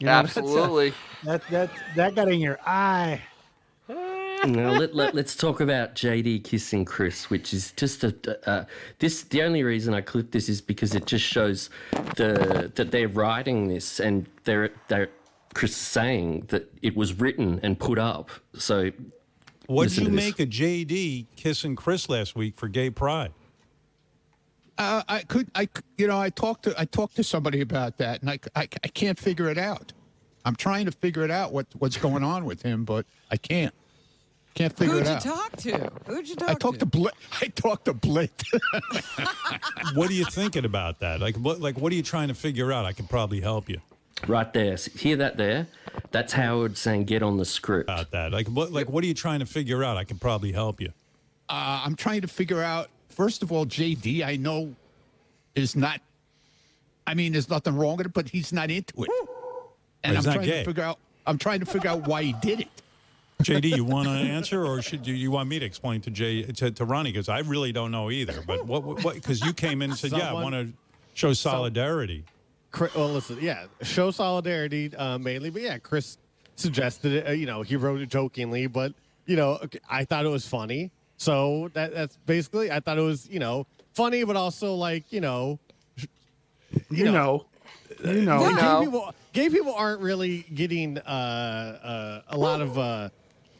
You know, that's, uh,
Absolutely.
That that that got in your eye.
now let, let, us talk about JD kissing Chris, which is just a uh, this. The only reason I clipped this is because it just shows the that they're writing this and they're they're Chris is saying that it was written and put up. So
What did
Listen
you
to this.
make of JD kissing Chris last week for Gay Pride?
uh, I could I c- you know I talked to I talked to somebody about that, and I, c- I c- I can't figure it out. I'm trying to figure it out what what's going on with him, but I can't. Can't figure
Who'd
it
you
out.
talk to? Who'd you talk
I talked to Blit. I talked to Blit.
what are you thinking about that? Like, what, like, what are you trying to figure out? I could probably help you
right there, s- hear that there? That's Howard saying get on the script.
about that. Like, what, like, what are you trying to figure out? I could probably help you.
Uh, I'm trying to figure out, first of all, JD, I know is not, I mean, there's nothing wrong with it, but he's not into it. And I'm
He's not
trying
gay.
to figure out, I'm trying to figure out why he did it.
JD, you want an answer, or should you, you want me to explain to Jay to, to Ronnie because I really don't know either. But what, what? Because you came in and said, yeah, I
Someone-
want to show solidarity.
Chri- well, listen, yeah, show solidarity uh, mainly, but yeah, Chris suggested it. Uh, you know, he wrote it jokingly, but you know, okay, I thought it was funny. So that that's basically, I thought it was you know funny, but also like you know,
You, know, you know.
Well,
No.
gay people gay people aren't really getting uh, uh, a lot of uh,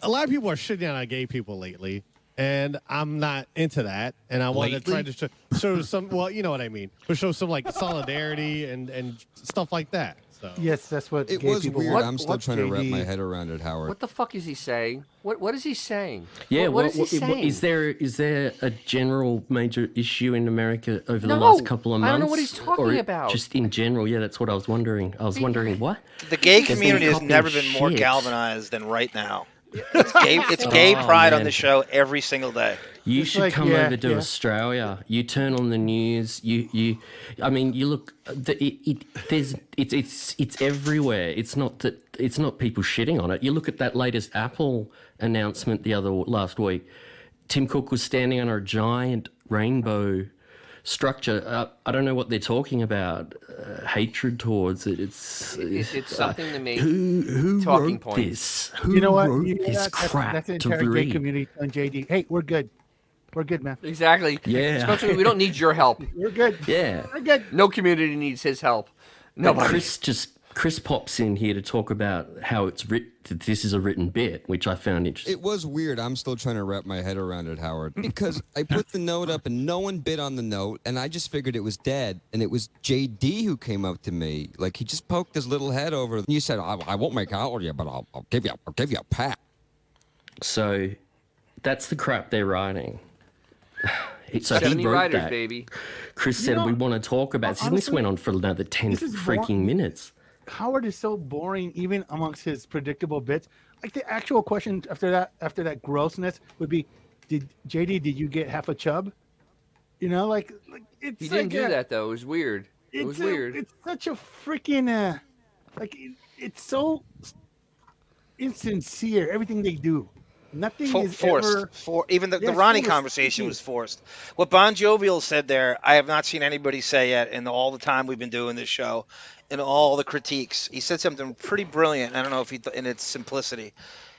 a lot of people are shitting on gay people lately, and I'm not into that. And I want to try to show, show some well, you know what I mean, but show some like solidarity and and stuff like that. So
Yes, that's what
It
gay
was
people
weird.
want.
I'm still
What
trying to wrap
JD
my head around it, Howard.
What the fuck is he saying? What What is he saying?
yeah,
What- what
well,
is he saying?
is there is there a general major issue in America over the
No,
last couple of
I
months?
don't know what he's talking
Or
about.
Just in general, yeah, that's what I was wondering. I was wondering what.
The gay
They've been
community has
copying
never been more
shit.
galvanized than right now. It's gay, it's gay
Oh,
pride on
man.
the show every single day.
You
It's
should
like,
come
yeah,
over to
yeah.
Australia. You turn on the news. You, you, I mean, you look. The, it, it, there's, it's, it's, it's everywhere. It's not that. It's not people shitting on it. You look at that latest Apple announcement the other last week. Tim Cook was standing under a giant rainbow structure. Uh, I don't know what they're talking about. Uh, hatred towards it. It's. uh,
It- it's something to me.
who who
Talking
wrote
points.
this? Who
You know what?
wrote
You know
this
what? That's-
crap
That's,
to
an entire gay
read?
community on JD. Hey, we're good. We're good, man.
Exactly.
Yeah.
Especially, we don't need your help.
We're good.
Yeah.
We're good.
No community needs his help.
But
Nobody.
Chris just Chris pops in here to talk about how it's writ- that this is a written bit, which I found interesting.
It was weird. I'm still trying to wrap my head around it, Howard, because I put the note up and no one bid on the note, and I just figured it was dead. And it was JD who came up to me, like he just poked his little head over. And you said, "I, I won't make out with you, but I'll, I'll give you, I'll give you a pat."
so that's the crap they're writing. It's so
Seventy
he wrote
riders,
that.
baby.
Chris said we want to talk about this, and this went on for another ten
this is
freaking
boring.
minutes.
Howard is so boring, even amongst his predictable bits. Like the actual question after that, after that grossness would be, "Did JD? Did you get half a chub?" You know, like, like it's
He didn't
like
do
a-
that though. It was weird. It was
it's a-
weird.
It's such a freaking uh, like it, it's so s- insincere. Everything they do, nothing
Fo-
is
forced.
ever.
For even the, the
Yes,
Ronnie
forced.
conversation was forced. What Bon Jovial said there, I have not seen anybody say yet in all the time we've been doing this show, in all the critiques. He said something pretty brilliant. I don't know if he th- in its simplicity.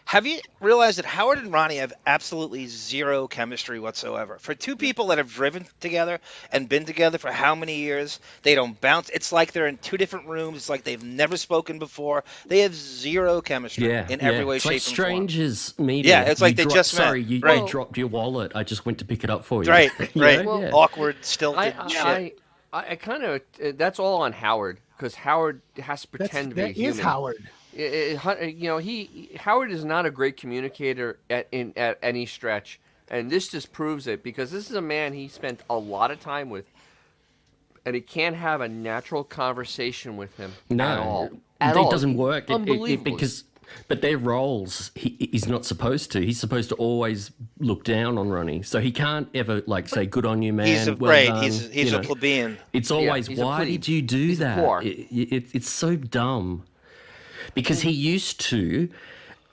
Have you realized that Howard and Ronnie have absolutely zero chemistry whatsoever? For two people that have driven together and been together for how many years, they don't bounce. It's like they're in two different rooms. It's like they've never spoken before. They have zero chemistry
Yeah,
in
yeah.
every way,
it's
shape,
like
and form.
strangers meeting.
Yeah, it's
You
like they
dro-
just met,
Sorry, you,
right.
you dropped your wallet. I just went to pick it up for you.
Right,
You
right.
know? Yeah.
Awkward, stilted
I,
shit.
I, I, I kind of that's all on Howard because Howard has to
That's,
pretend to
that
be human.
is Howard.
I- I- Hun- you know, he Howard is not a great communicator at in at any stretch, and this just proves it because this is a man he spent a lot of time with, and he can't have a natural conversation with him
No,
at all.
it
At all.
doesn't work. It- It, it,
Unbelievable.
because, but their roles, he, he's not supposed to. He's supposed to always look down on Ronnie, so he can't ever like say, "Good on you, man."
He's a
well
right.
done,"
He's
you
he's a
know.
plebeian.
It's always
he's a
why
plebe.
did you do
He's a
that?
poor.
It- it- it's so dumb because he used to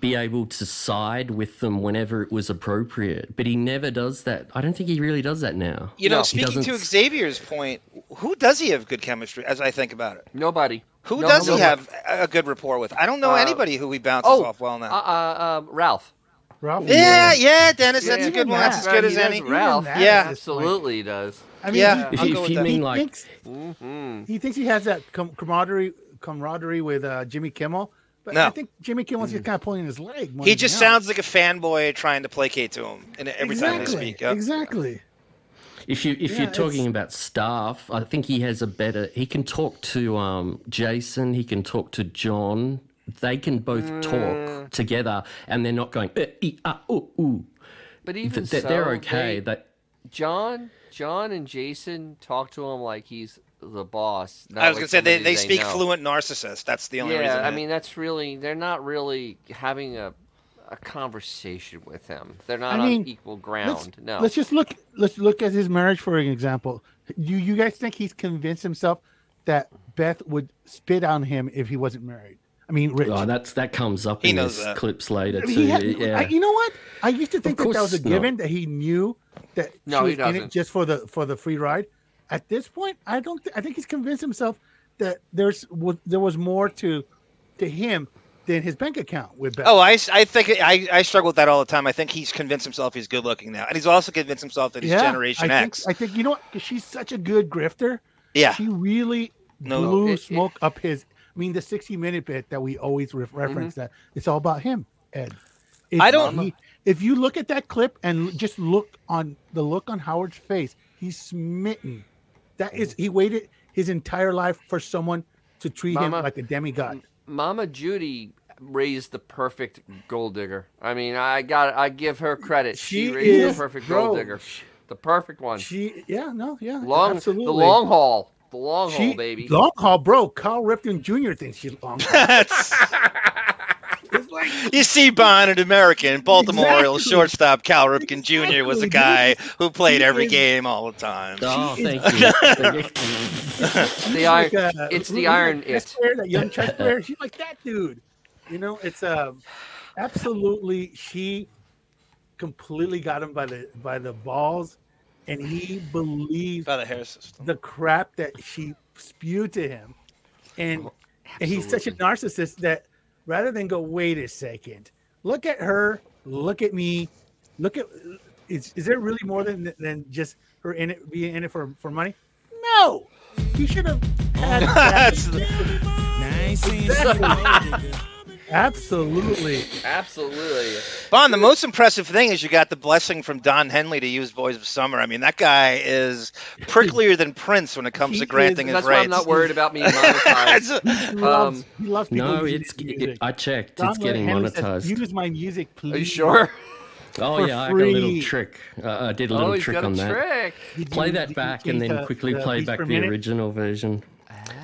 be able to side with them whenever it was appropriate, but he never does that. I don't think he really does that now.
You know,
No. He
speaking to
doesn't-
Xavier's point, who does he have good chemistry? As I think about it,
Nobody.
who
No-
does he
nobody.
have a a good rapport with? I don't know
Uh,
anybody who he bounces
Oh,
off well now.
uh, uh, uh, Ralph.
Ralph.
yeah, yeah, Dennis, that's a
Yeah,
good one. That's as
Ralph,
good as
he does
any.
Ralph.
Even that
Yeah.
at this point.
Absolutely, he does.
I mean,
Yeah.
he,
If,
I'll
if
go with
you
that.
mean
he
like
thinks
hmm
he thinks he has that com- camaraderie camaraderie with uh, Jimmy Kimmel, but
No.
I think Jimmy Kimmel's
Mm.
just kind of pulling his leg. more
He
than
just
else.
sounds like a fanboy trying to placate to him and every
exactly,
time they speak. Yeah.
Exactly.
If you if
Yeah,
you're
it's-
talking about staff, I think he has a better. He can talk to um, Jason. He can talk to John. They can both
Mm.
talk together, and they're not going. Uh, ee, ah, ooh, ooh.
But
Th-
even
th- they're
so,
okay.
they-
That
John, John, and Jason talk to him like he's the boss. not
I was
like
gonna say they,
somebody
they speak
know.
fluent narcissist. That's the only
yeah,
reason.
I
that-
mean that's really they're not really having a a conversation with him. They're not
I mean,
on equal ground.
Let's,
no.
let's just look. Let's look at his marriage for an example. Do you guys think he's convinced himself that Beth would spit on him if he wasn't married? I mean, Rich.
oh, that's that comes up
He
in
knows
his
that.
clips later too.
He had-
yeah.
I- you know what? I used to think that that was a
course not.
given that he knew that
No,
she
he
was in it
doesn't.
just for the for the free ride. At this point, I don't. Th- I think he's convinced himself that there's w- there was more to to him than his bank account with Beth.
Oh, I, s- I think I, I struggle with that all the time. I think he's convinced himself he's good looking now, and he's also convinced himself that he's Generation
I
X.
Think, I think you know what? 'Cause she's such a good grifter.
yeah,
She really
No.
blew
It- it-
smoke up his. I mean, the 60 minute bit that we always
Mm-hmm.
re- reference that it's all about him, Ed. It's
I don't-
he- if you look at that clip and l- just look on the look on Howard's face, he's smitten. That is,
Mm.
he waited his entire life for someone to treat
Mama. Mm.
him like a demigod.
Mama Judy raised the perfect gold digger. I mean, I got I give her credit. She,
She
raised
is-
the perfect
bro,
gold digger. The perfect one.
She, yeah, no, yeah,
long
absolutely.
the long haul. The long
she,
haul, baby.
Long haul, bro. Kyle Ripken Jr. thinks she's long haul.
you see, Bond, an American, Baltimore Orioles
Exactly.
shortstop Cal Ripken Jr. was a
Exactly,
guy who played
He
every
is-
game all the time.
Oh, thank you.
the iron,
like, uh,
it's
who's
the iron
that chess
it.
player, that young chess player. She's like that dude. You know, it's um, absolutely. She completely got him by the by the balls, and he believed
By the hair system.
the crap that she spewed to him, and
Oh,
and he's such a narcissist that rather than go, wait a second, look at her, look at me, look at is is there really more than than just her in it being in it for for money? No, he should have had that.
That's
absolutely.
Absolutely.
Bon, the most impressive thing is you got the blessing from Don Henley to use Boys of Summer. I mean, that guy is pricklier than Prince when it comes
He
to granting
is-
his
That's why
rights.
I'm not worried about me monetized.
He loves, he
um,
loves people
no,
using
it's
his music.
I checked.
Don
it's getting
Henley says,
monetized.
Use my music, please.
Are you sure?
oh
for
yeah, I got a
free.
little trick. Uh, I did a little
oh, he's
trick
got a
on that.
trick.
Did
Play
you- uh,
that
did
back
you
and
change
then
the-
quickly
the
play
beats
back
per
the
minute?
original version.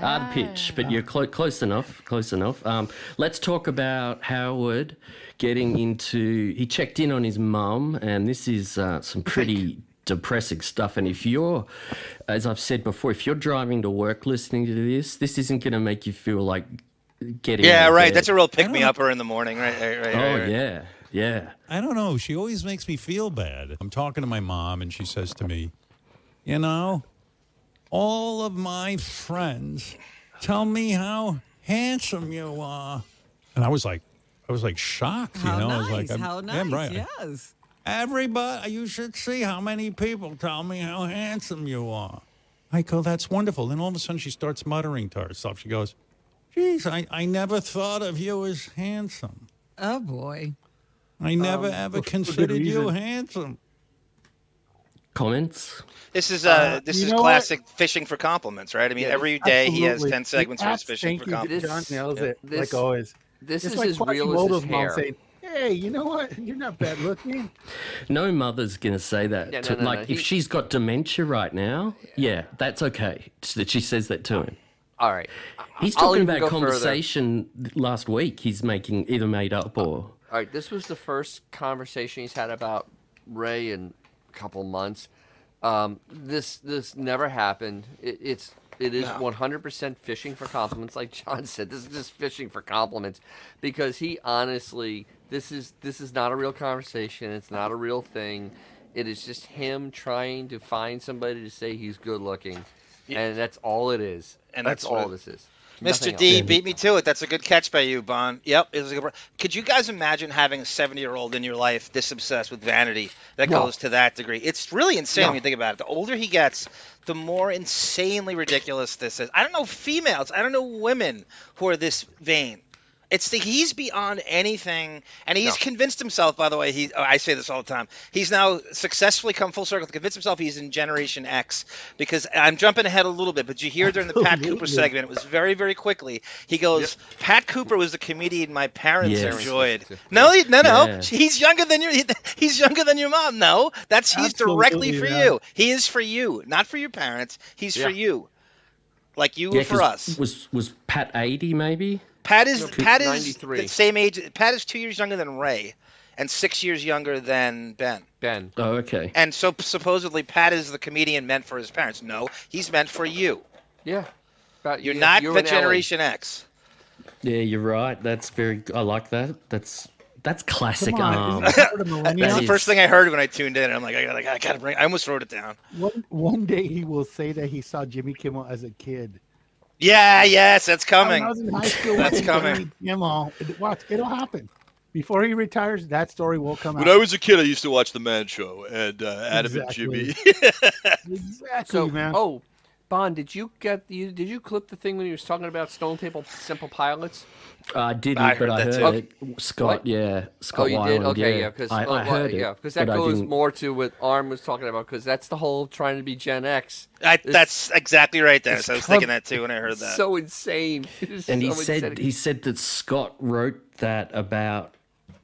Ah.
Odd pitch, but you're clo- close enough. Close enough. Um, let's talk about Howard getting into. He checked in on his mum, and this is uh, some pretty depressing stuff. And if you're, as I've said before, if you're driving to work listening to this, this isn't going to make you feel like getting.
yeah,
out of
right.
bed.
That's a real pick me upper in the morning. Right, right, right. right,
Oh
right.
yeah, yeah.
I don't know. She always makes me feel bad. I'm talking to my mom, and she says to me, You know, all of my friends tell me how handsome you are. And I was like, I was like shocked.
How
you know,
nice.
I was like,
how
I'm-
nice.
yeah, right.
Yes.
Everybody, you should see how many people tell me how handsome you are. I go, that's wonderful. Then all of a sudden she starts muttering to herself. She goes, geez, I, I never thought of you as handsome.
Oh boy.
I never
Um,
ever
for good
considered you
reason.
handsome.
Comments?
This is uh,
Uh,
this
you
is
know what?
classic fishing for compliments, right? I mean,
Yes,
every day he has
absolutely.
ten segments for his fishing
Thank
for
you,
compliments.
John nails
Yeah.
it like always.
this
It's
is
like
as real as
Quasimodo's
his
mom
hair.
saying, "Hey, you know what? You're not bad looking."
No mother's going to say that.
Yeah, no,
to-
no, no.
like, if
He-
she's got dementia right now, yeah, that's okay. It's That she says that to him.
All right.
He's
I'll
talking
even
about
go
a
further.
conversation last week he's making either made up or.
All right, this was the first conversation he's had about Ray in a couple months. Um, this this never happened. It, it's it is
No.
one hundred percent fishing for compliments, like John said. This is just fishing for compliments because he honestly, this is this is not a real conversation. It's not a real thing. It is just him trying to find somebody to say he's good looking, and that's all it is.
And
that's,
that's what
all
it-
this is. Nothing
Mr.
else.
D beat me to it. That's a good catch by you, Bon. Yep, it was a good. Could you guys imagine having a 70-year-old in your life this obsessed with vanity that
No.
goes to that degree? It's really insane
No.
when you think about it. The older he gets, the more insanely ridiculous this is. I don't know females. I don't know women who are this vain. It's the, he's beyond anything, and he's
No.
convinced himself. By the way, he oh, I say this all the time. He's now successfully come full circle to convince himself he's in Generation X because I'm jumping ahead a little bit, but you hear during the Pat Cooper
Absolutely.
segment, it was very very quickly. He goes, Pat Cooper was the comedian my parents
Yes.
enjoyed. No, he- no, no,
Yeah.
he's younger than your he- he's younger than your mom. No, that's he's directly
Absolutely
for
not.
you. He is for you, not for your parents. He's for
Yeah.
you, like you
Yeah,
were for
'cause
us.
Was, was Pat 80 maybe?
Pat is
No,
Pat is
93.
the same age. Pat is two years younger than Ray, and six years younger than Ben.
Ben.
Oh, okay.
And so supposedly Pat is the comedian meant for his parents. No, he's meant for you.
Yeah. About-
You're
yeah,
not
you're
the
an Ellie.
Generation X.
Yeah, you're right. That's very. I like that. That's that's classic.
Come
um,
on, isn't that what a millennial- That's the first thing I heard when I tuned in. and I'm like, I gotta, I gotta bring. I almost wrote it down.
One one day he will say that he saw Jimmy Kimmel as a kid.
Yeah, yes, that's
When
coming.
I was in high school.
that's
with
coming.
Jimmy Kimmel. It- Watch, it'll happen. Before he retires, that story will come
When
out.
I was a kid, I used to watch The Man Show and uh, Adam and Jimmy.
exactly,
so,
man.
Oh, Bon, did you get you did you clip the thing when he was talking about Stone Table Simple Pilots?
I didn't,
I
but
heard
I
that
heard
too.
it. Scott,
What?
yeah, Scott
oh, you
Weiland,
did. Okay, yeah,
yeah,
because
I, I heard it,
that
but I
goes
didn't-
more to what Arm was talking about because that's the whole trying to be Gen X.
I,
This-
that's exactly right, Dennis.
this
I was
com-
thinking that too when I heard that.
So insane. It is
and he
so
said
insane.
he said that Scott wrote that about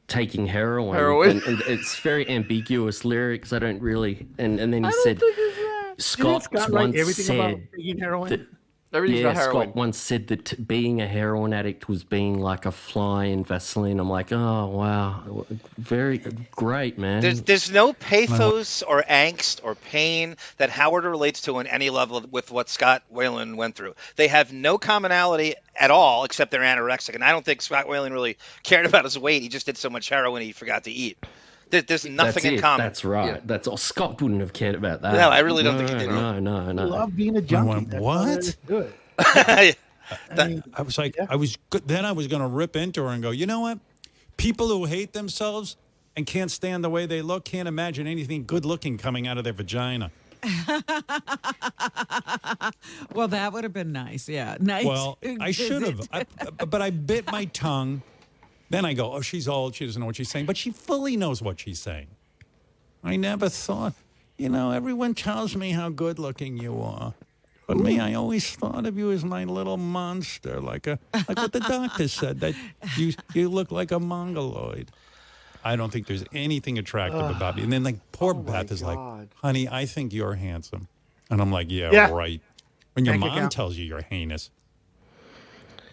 taking heroin.
Heroin.
And, and it's very ambiguous lyrics. I don't really. And and then he said Scott,
Scott write
once
everything about
said
taking heroin?
that-
Everything's
yeah,
about heroin.
Scott once said that t- being a heroin addict was being like a fly in Vaseline. I'm like, oh wow, very great, man.
There's, there's no pathos or angst or pain that Howard relates to on any level with what Scott Whalen went through. They have no commonality at all except they're anorexic. And I don't think Scott Whalen really cared about his weight. He just did so much heroin he forgot to eat. There, there's nothing
That's
in
it.
common.
That's right. That's all. Scott wouldn't have cared about that.
No, I really don't think he
No,
did.
No, no, no.
Love being a junkie.
went,
That's all there is to it.
I,
I was like, I was good. Then I was going to rip into her and go, you know what? People who hate themselves and can't stand the way they look can't imagine anything good looking coming out of their vagina.
Well, that would have been nice. Yeah. Nice.
Well, I should have, I- but I bit my tongue. Then I go, oh, she's old. She doesn't know what she's saying, but she fully knows what she's saying. I never thought, you know, everyone tells me how good looking you are. But me, I always thought of you as my little monster, like a like what the doctor said that you you look like a mongoloid. I don't think there's anything attractive
Ugh.
about you. And then like poor Beth is like, honey, I think you're handsome. And I'm like, yeah,
Yeah.
right. When your
Bank
mom
account.
tells you you're heinous.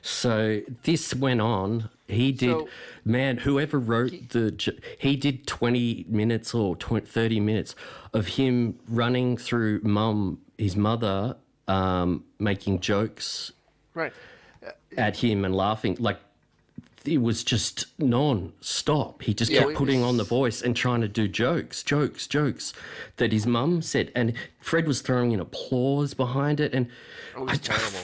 So this went on. He did,
So-
man. Whoever wrote the, j- he did twenty minutes or 20, thirty minutes of him running through mum, his mother, um, making jokes
right. Uh,
at him and laughing. Like it was just non-stop. He just
Yeah,
kept
it
putting
was-
on the voice and trying to do jokes, jokes, jokes that his mum said. And Fred was throwing in applause behind it. And
It was terrible.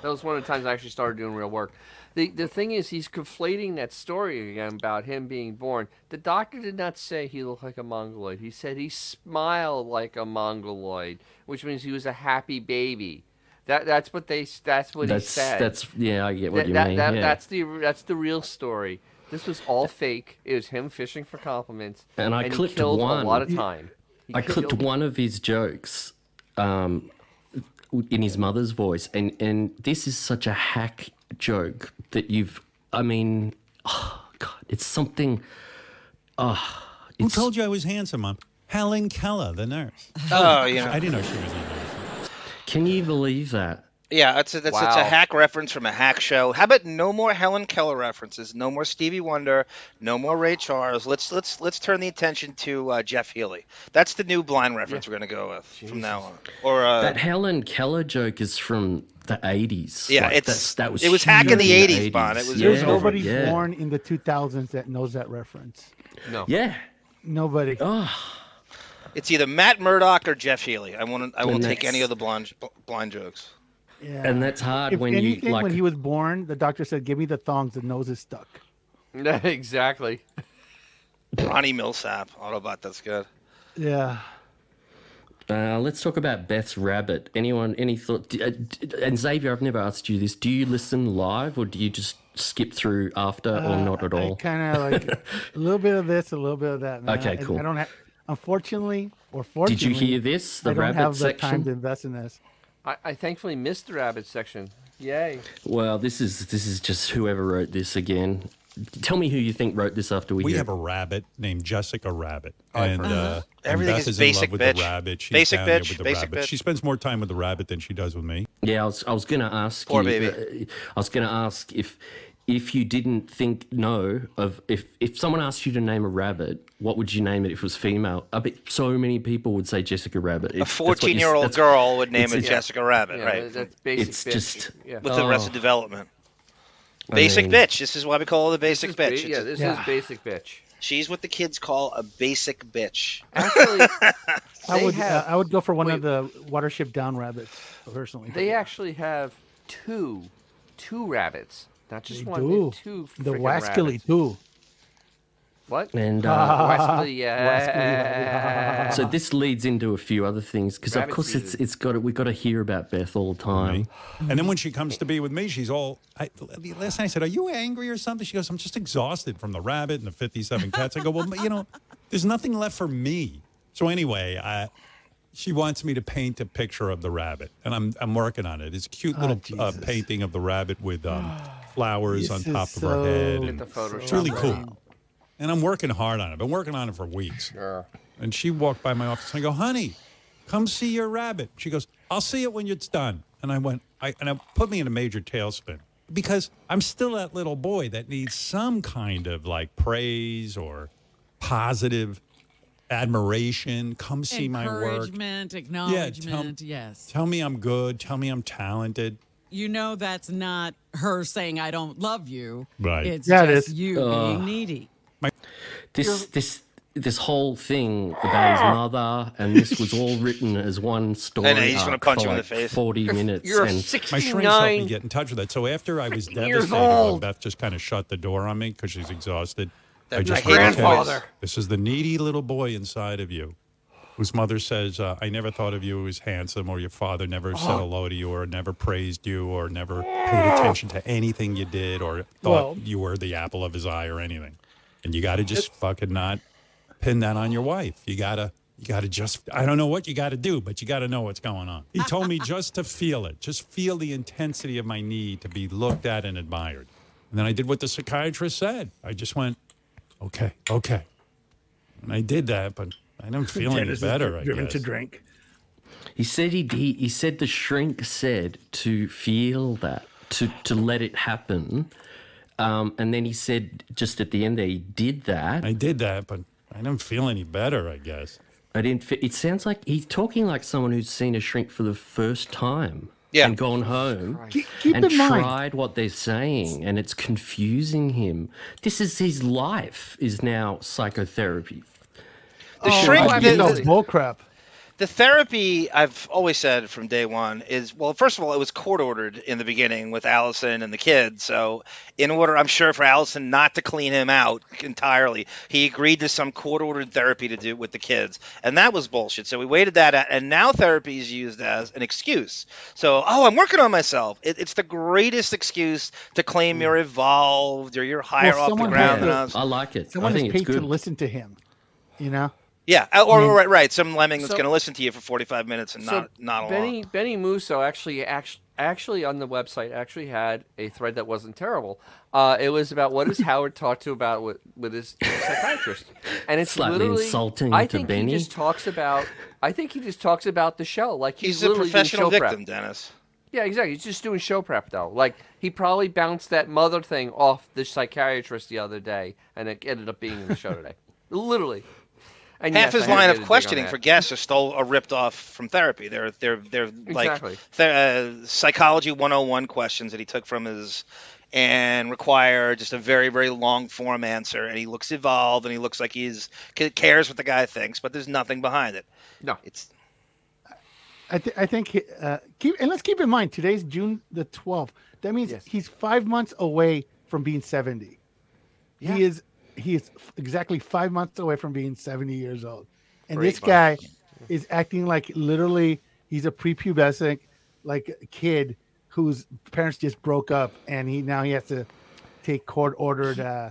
That was one of the times I actually started doing real work. The the thing is, he's conflating that story again about him being born. The doctor did not say he looked like a mongoloid. He said he smiled like a mongoloid, which means he was a happy baby. That that's what they that's what
that's
he said.
that's yeah. I get what
That-
you
that-
mean.
that-
yeah.
That's the that's the real story. This was all fake. It was him fishing for compliments,
and I
he
clipped
killed
one.
a lot of time. He
I clipped
killed-
one of his jokes um, in his mother's voice, and and this is such a hack joke that you've. I mean, oh god, it's something. Oh,
Who told you I was handsome, Mom? Helen Keller, the nurse.
Oh, yeah.
I didn't know she was a nurse.
Can you believe that?
Yeah, that's a, that's, that's a
Wow.
hack reference from a hack show. How about no more Helen Keller references? No more Stevie Wonder. No more Ray Charles. Let's let's let's turn the attention to uh, Jeff Healy. That's the new blind reference we're gonna go with from now on. Or uh,
that Helen Keller joke is from the eighties.
Yeah, it's-
that's, that was
it was hack in
huge
the 80s,
80s,
Bon. It was-
yeah,
There's nobody
yeah.
born in the 2000s that knows that reference.
No.
Yeah.
Nobody.
it's either Matt Murdock or Jeff Healy. I want I
And
won't take
that's-
any of the blind bl- blind jokes.
Yeah.
And that's hard
If
when
anything,
you like.
when he was born, the doctor said, "Give me the thongs. The nose is stuck."
exactly.
Ronnie Millsap, Autobot. That's good.
Yeah.
Uh, let's talk about Beth's rabbit. Anyone, any thought? d- uh, d- And Xavier, I've never asked you this. Do you listen live, or do you just skip through after, or
Uh,
not at
I
all?
kind of like a little bit of this, a little bit of that. man.
Okay,
I-
cool.
I don't have, unfortunately, or
Did
fortunately,
you hear this? The
I don't
rabbit
have the
section.
time to invest in this.
I, I thankfully missed the rabbit section. Yay!
Well, this is this is just whoever wrote this again. Tell me who you think wrote this after we.
We
hear
have
it.
a rabbit named Jessica Rabbit,
Oh, I've
and
heard of
uh,
this.
and
Everything
Beth
is
is,
basic,
in love with
bitch.
the rabbit. She's
Basic
down there
bitch,
with the
basic
rabbit.
bitch.
She spends more time with the rabbit than she does with me.
Yeah, I was, I was gonna ask
Poor
you.
baby.
uh, I was gonna ask if if you didn't think no of if if someone asked you to name a rabbet, what would you name it if it was female? I bet so many people would say Jessica Rabbit. It's-
A
that's what you s-
fourteen-year-old
that's-
girl would name
it's
it
a-
Jessica Rabbit,
Yeah,
right?
that's basic
It's
bitch.
just-
yeah.
With the rest of
Oh.
development.
I
Basic
mean-
bitch. This is why we call her the basic
ba-
bitch. It's-
yeah, this is basic bitch.
She's what the kids call a basic bitch.
Actually,
I
They
would,
have-
uh, I would go for one of the Watership Down rabbits personally.
They actually have two, two rabbits, not just
They
one. they
do.
have two
the
freaking
Wascally
rabbits.
too.
What?
And, uh,
Wascally,
Wascally,
yeah.
so this leads into a few other things because of
Rabbit
course it's it's got to, we got to hear about Beth all the time.
And then when she comes to be with me, she's all. I, last night I said, "Are you angry or something?" She goes, "I'm just exhausted from the rabbit and the 57 cats." I go, "Well, you know, there's nothing left for me." So anyway, I, she wants me to paint a picture of the rabbit, and I'm I'm working on it. It's a cute
Oh,
little uh, painting of the rabbit with um, flowers
This
on
is
top of her head.
so-
and
Get the
it's really
Photoshop
cool.
ready.
And I'm working hard on it. I've been working on it for weeks. And she walked by my office and I go, honey, come see your rabbit. She goes, I'll see it when it's done. And I went, I, and it put me in a major tailspin because I'm still that little boy that needs some kind of like praise or positive admiration. Come see um, my work.
Encouragement,
Yeah,
acknowledgement.
tell,
yes.
tell me I'm good. Tell me I'm talented.
You know that's not her saying I don't love you.
Right.
It's
Yeah, it
just
is. Uh.
you
Ugh.
being needy.
This this this whole thing about his mother, and this was all written as one story.
know, he's
arc
gonna punch
for
him in the
like
face.
Forty minutes. and
My shrinks helped me get in touch with that. So after I was
years
devastated, when
old.
Beth just kind of shut the door on me because she's exhausted.
That was
just
my
went,
grandfather.
"Okay, This is the needy little boy inside of you, whose mother says, uh, "I never thought of you as handsome, or your father never said
Oh.
hello to you, or never praised you, or never paid attention to anything you did, or thought
Well-
you were the apple of his eye, or anything." And you got to just fucking not pin that on your wife. You gotta. You got to just, I don't know what you got to do, but you got to know what's going on. He told me just to feel it, just feel the intensity of my need to be looked at and admired. And then I did what the psychiatrist said. I just went, okay, okay. And I did that, but I didn't feel any
Dennis is
better,
dri-
I
driven
guess.
to drink.
He said he, he he said the shrink said to feel that to to let it happen, um, and then he said just at the end there he did that.
I did that, but I didn't feel any better. I guess
I didn't. Fe- it sounds like he's talking like someone who's seen a shrink for the first time.
Yeah.
and gone home
keep
and
in mind-
tried what they're saying, and it's confusing him. This is his life is now psychotherapy.
The shrink
I
did-
mean,
bull crap.
the therapy I've always said from day one is well, first of all, it was court ordered in the beginning with Allison and the kid. So, in order, I'm sure, for Allison not to clean him out entirely, he agreed to some court ordered therapy to do with the kids. And that was bullshit. So, we waited that out. And now therapy is used as an excuse. So, oh, I'm working on myself. It, it's the greatest excuse to
Hmm.
claim you're evolved or you're higher
Well,
off the
someone has
ground than
to-
us.
I like it.
Someone
I
is
think it's
paid to
good.
listen to him. You know,
Yeah, or,
I mean-
right, right. Some lemming that's
So-
going to listen to you for 45 minutes and not not a lot.
Benny Benny Musso actually actually actually on the website actually had a thread that wasn't terrible. Uh, it was about what is Howard talked to about with, with his psychiatrist, and it's
Slightly
literally
insulting
I
to
think
Benny.
he just talks about. I think he just talks about the show like he's,
He's a
literally doing
professional
show prep.
victim, Dennis.
Yeah, exactly. He's just doing show prep though. Like he probably bounced that mother thing off the psychiatrist the other day, and it ended up being in the show today. literally. And
Half
yes,
his
I had
line
to
of
get a dig on
questioning
that.
for guests are stole are ripped off from therapy. They're they're they're
Exactly.
like th- uh, psychology 101 questions that he took from his and require just a very very long form answer. And he looks evolved and he looks like he's c- cares what the guy thinks, but there's nothing behind it.
No,
it's
I, th- I think uh, keep and let's keep in mind today's June the twelfth. That means he's five months away from being seventy. He is he is f- exactly five months away from being seventy years old, and
Great
this
month.
guy is acting like literally he's a prepubescent like kid whose parents just broke up, and he now he has to take court ordered uh,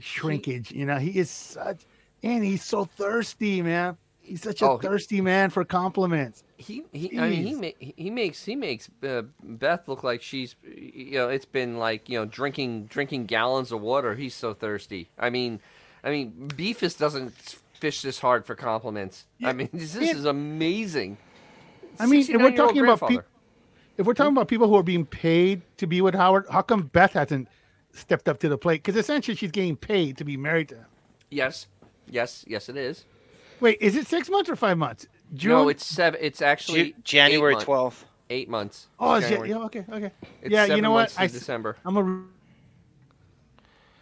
shrinkage. you know, he is such and he's so thirsty, man. He's such a
Oh, he-
thirsty man for compliments.
He, he, I mean, he, ma- he- he makes he makes uh, Beth look like she's you know it's been like you know drinking drinking gallons of water. He's so thirsty. I mean, I mean Beefus doesn't fish this hard for compliments. I mean this, this
yeah.
is amazing.
I mean, if we're
69-year-old
talking about people,
grandfather.
if we're talking about people who are being paid to be with Howard, how come Beth hasn't stepped up to the plate? Because essentially, she's getting paid to be married to him.
yes, yes, yes, it is.
Wait, is it six months or five months? June.
No, it's seven. It's actually eight
January
month-
12th.
Eight months.
oh, is it-
January.
yeah, okay, okay.
It's
yeah, you
seven
know what?
months in
s-
December.
I'm a.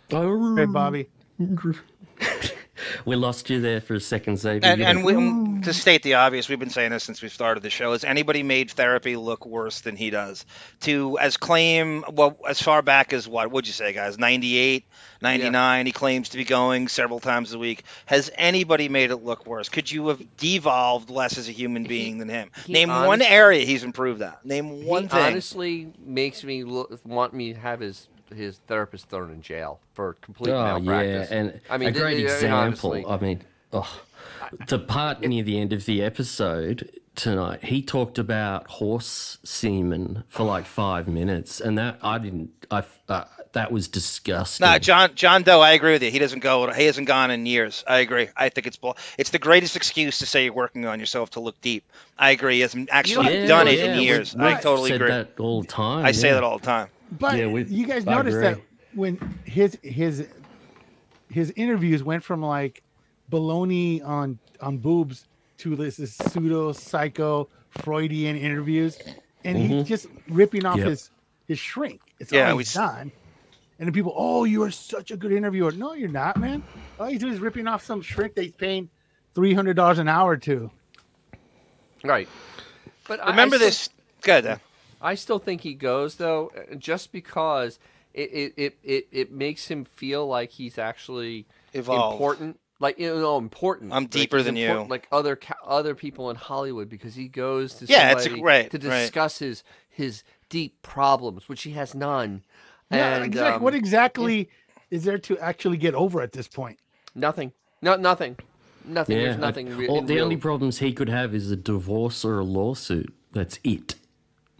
Hey, Bobby.
We lost you there for a second, Xavier.
And,
You
and
didn't-
we, um, to state the obvious, we've been saying this since we started the show: is anybody made therapy look worse than he does? To as claim, well, as far back as what would you say, guys? 98, 99. He claims to be going several times a week. Has anybody made it look worse? Could you have devolved less as a human being than him?
he
Name one
honest-
area he's improved at. Name one
he
thing.
honestly makes me look, want me to have his his therapist thrown in jail for complete
oh yeah,
malpractice.
and
I mean,
a
th-
great
th- th-
example.
honestly.
I mean, oh, the part near the end of the episode tonight, he talked about horse semen for like five minutes, and that I didn't. I uh, that was disgusting.
No, John John Doe, I agree with you. He doesn't go. He hasn't gone in years. I agree. I think it's bull. It's the greatest excuse to say you're working on yourself to look deep. I agree. He hasn't actually
Yeah,
done it
yeah,
in
we-
years.
we've
I totally
said
agree.
that all the time.
I say
yeah.
that all the time.
But you guys
I
noticed
agree.
that when his his his interviews went from like baloney on on boobs to this, this pseudo psycho Freudian interviews, and
Mhm.
he's just ripping off
Yep.
his his shrink. It's
Yeah,
all
we
he's
s-
done. And then people, oh, you are such a good interviewer. No, you're not, man. All he's doing is ripping off some shrink that he's paying three hundred dollars an hour to.
Right. But I-
Remember
I still-
this. Good. uh,
I still think he goes though, uh, just because it it, it, it, it makes him feel like he's actually
Evolved.
important. Like you know, important.
I'm
Like,
deeper
he's
than you.
important, Like other ca- other people in Hollywood, because he goes to
Yeah, it's a-
somebody
right,
to
right.
discuss his his deep problems, which he has none.
Yeah,
and
exactly.
um,
what exactly is there to actually get over at this point?
Nothing. No, nothing. Nothing.
Yeah,
There's
I-
nothing. Re-
all,
in
the
real-
only problems he could have is a divorce or a lawsuit. That's it.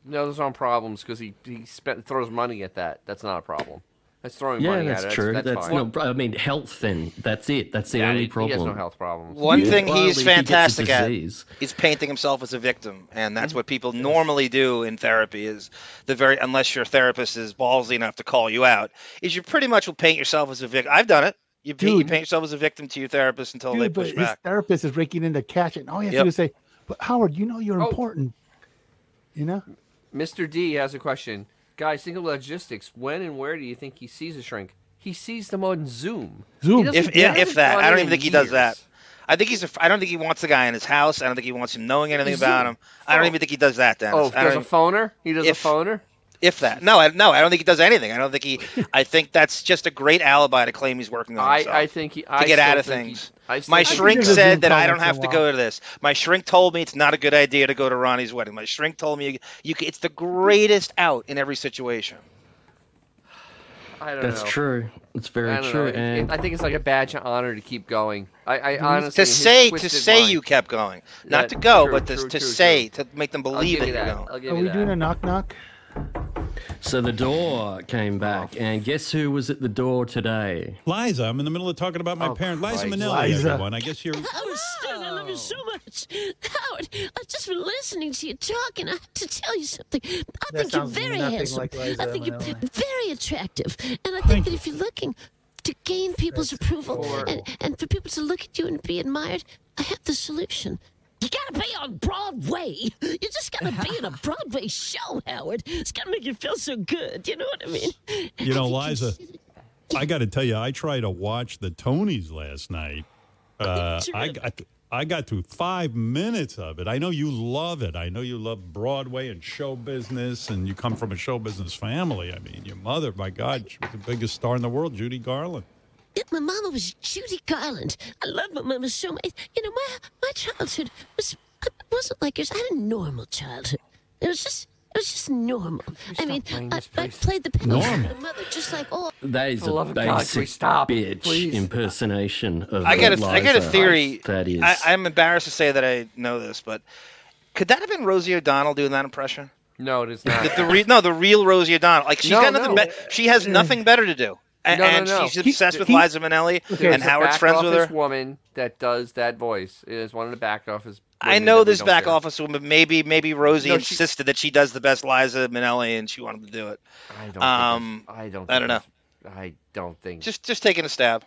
No, there's no problems because he he spent, throws money at that. That's not a problem. That's throwing
yeah,
money
that's
at it.
true.
That's,
That's,
fine.
no. pro- I mean, health. Then that's it. That's the
Yeah,
only
he- he has
problem.
no health problems.
One
Yeah.
thing
Well,
he's
if he gets a
fantastic at
disease. Mm.
is painting himself as a victim, and that's what people normally do in therapy. Is the very unless your therapist is ballsy enough to call you out, is you pretty much will paint yourself as a victim. I've done it. You paint, you
Dude.
paint yourself as a victim to your therapist until they
Dude, but
push
his
back.
therapist is raking in the cash, and all you have
Yep.
to do is say, "But Howard, you know
Oh.
you're important." You know,
Mr. D has a question. Guys, think of logistics. When and where do you think he sees a shrink? He sees them on Zoom. He
Zoom.
doesn't-
If,
he
if,
hasn't
if that,
gone
I
in
don't even think he does
years.
that. I think he's. A, I don't think he wants the guy in his house. I don't think he wants him knowing anything
Is
about
he-
him. I don't even think he does that. Dennis.
Oh,
I don't
there's a
even-
phoner. He does
If-
a phoner.
if that. No, I, no, I don't think he does anything. I don't think he. I think that's just a great alibi to claim he's working on
I-
himself.
I think he-
to
I
get
still
out of
think he-
things.
I still
My
think he
shrink
does.
said that
Zoom
I don't
comments
have
a
to
lot.
go to this. My shrink told me it's not a good idea to go to Ronnie's wedding. My shrink told me you. c- It's the greatest out in every situation.
I don't
That's
know.
true. It's very
I don't
true.
know. It- it-
and
I think it's like a badge of honor to keep going. I, I
Mhm.
honestly
to
his
say to
twisted
say
mind-
you kept going, not
Yeah,
to go,
true,
but to,
true,
to
true,
say to make them
I'll give
believe that
you
you're
that.
going.
I'll give
Are
you
we
that.
doing a knock knock?
so the door came back,
Oh.
and guess who was at the door today?
Liza, I'm in the middle of talking about
Oh,
my parents. Liza
Oh, Christ.
Minnelli,
Liza.
everyone. I guess you're.
Howard Stern, Oh, I love you so much. Howard, I've just been listening to you talking. I have to tell you something. I
That
think you're
sounds
very
nothing
handsome.
like Liza
I think you're
Minnelli.
very attractive. And I think that if you're looking to gain people's approval and, and for people to look at you and be admired, I have the solution. You gotta be on Broadway. You just gotta be in a Broadway show, Howard. It's gotta make you feel so good. You know what I mean?
You know, Liza, I got to tell you, I tried to watch the Tonys last night. Uh,
Did you
I
really?
got I got through five minutes of it. I know you love it. I know you love Broadway and show business, and you come from a show business family. I mean, your mother, my God, she was the biggest star in the world, Judy Garland.
Yeah, my mama was Judy Garland. I love my mama so much. You know, my my childhood was it wasn't like yours. I had a normal childhood. It was just it was just normal. I mean, I, I played the piano. with My mother just like all.
That is
For the
a
love of God,
basic
please stop,
bitch
please.
impersonation of
I got a,
Liza.
I got a theory.
That is.
I, I'm embarrassed to say that I know this, but could that have been Rosie O'Donnell doing that impression?
No, it is not.
The re- no, the real Rosie O'Donnell. Like she's
No,
got nothing.
no.
be- she has nothing better to do, A-
No, no,
and
no.
she's
He-
obsessed with
he-
Liza Minnelli,
There's
and
a
Howard's
back
friends with
office
her.
woman that does that voice. It is one of the back office.
I
women
know
that we
this
don't
back
care.
office woman. but Maybe maybe Rosie
No, she-
insisted that she does the best Liza Minnelli, and she wanted to do it.
I don't.
Um,
think it's- I don't.
I don't know.
think it's- I don't think.
Just just taking a stab.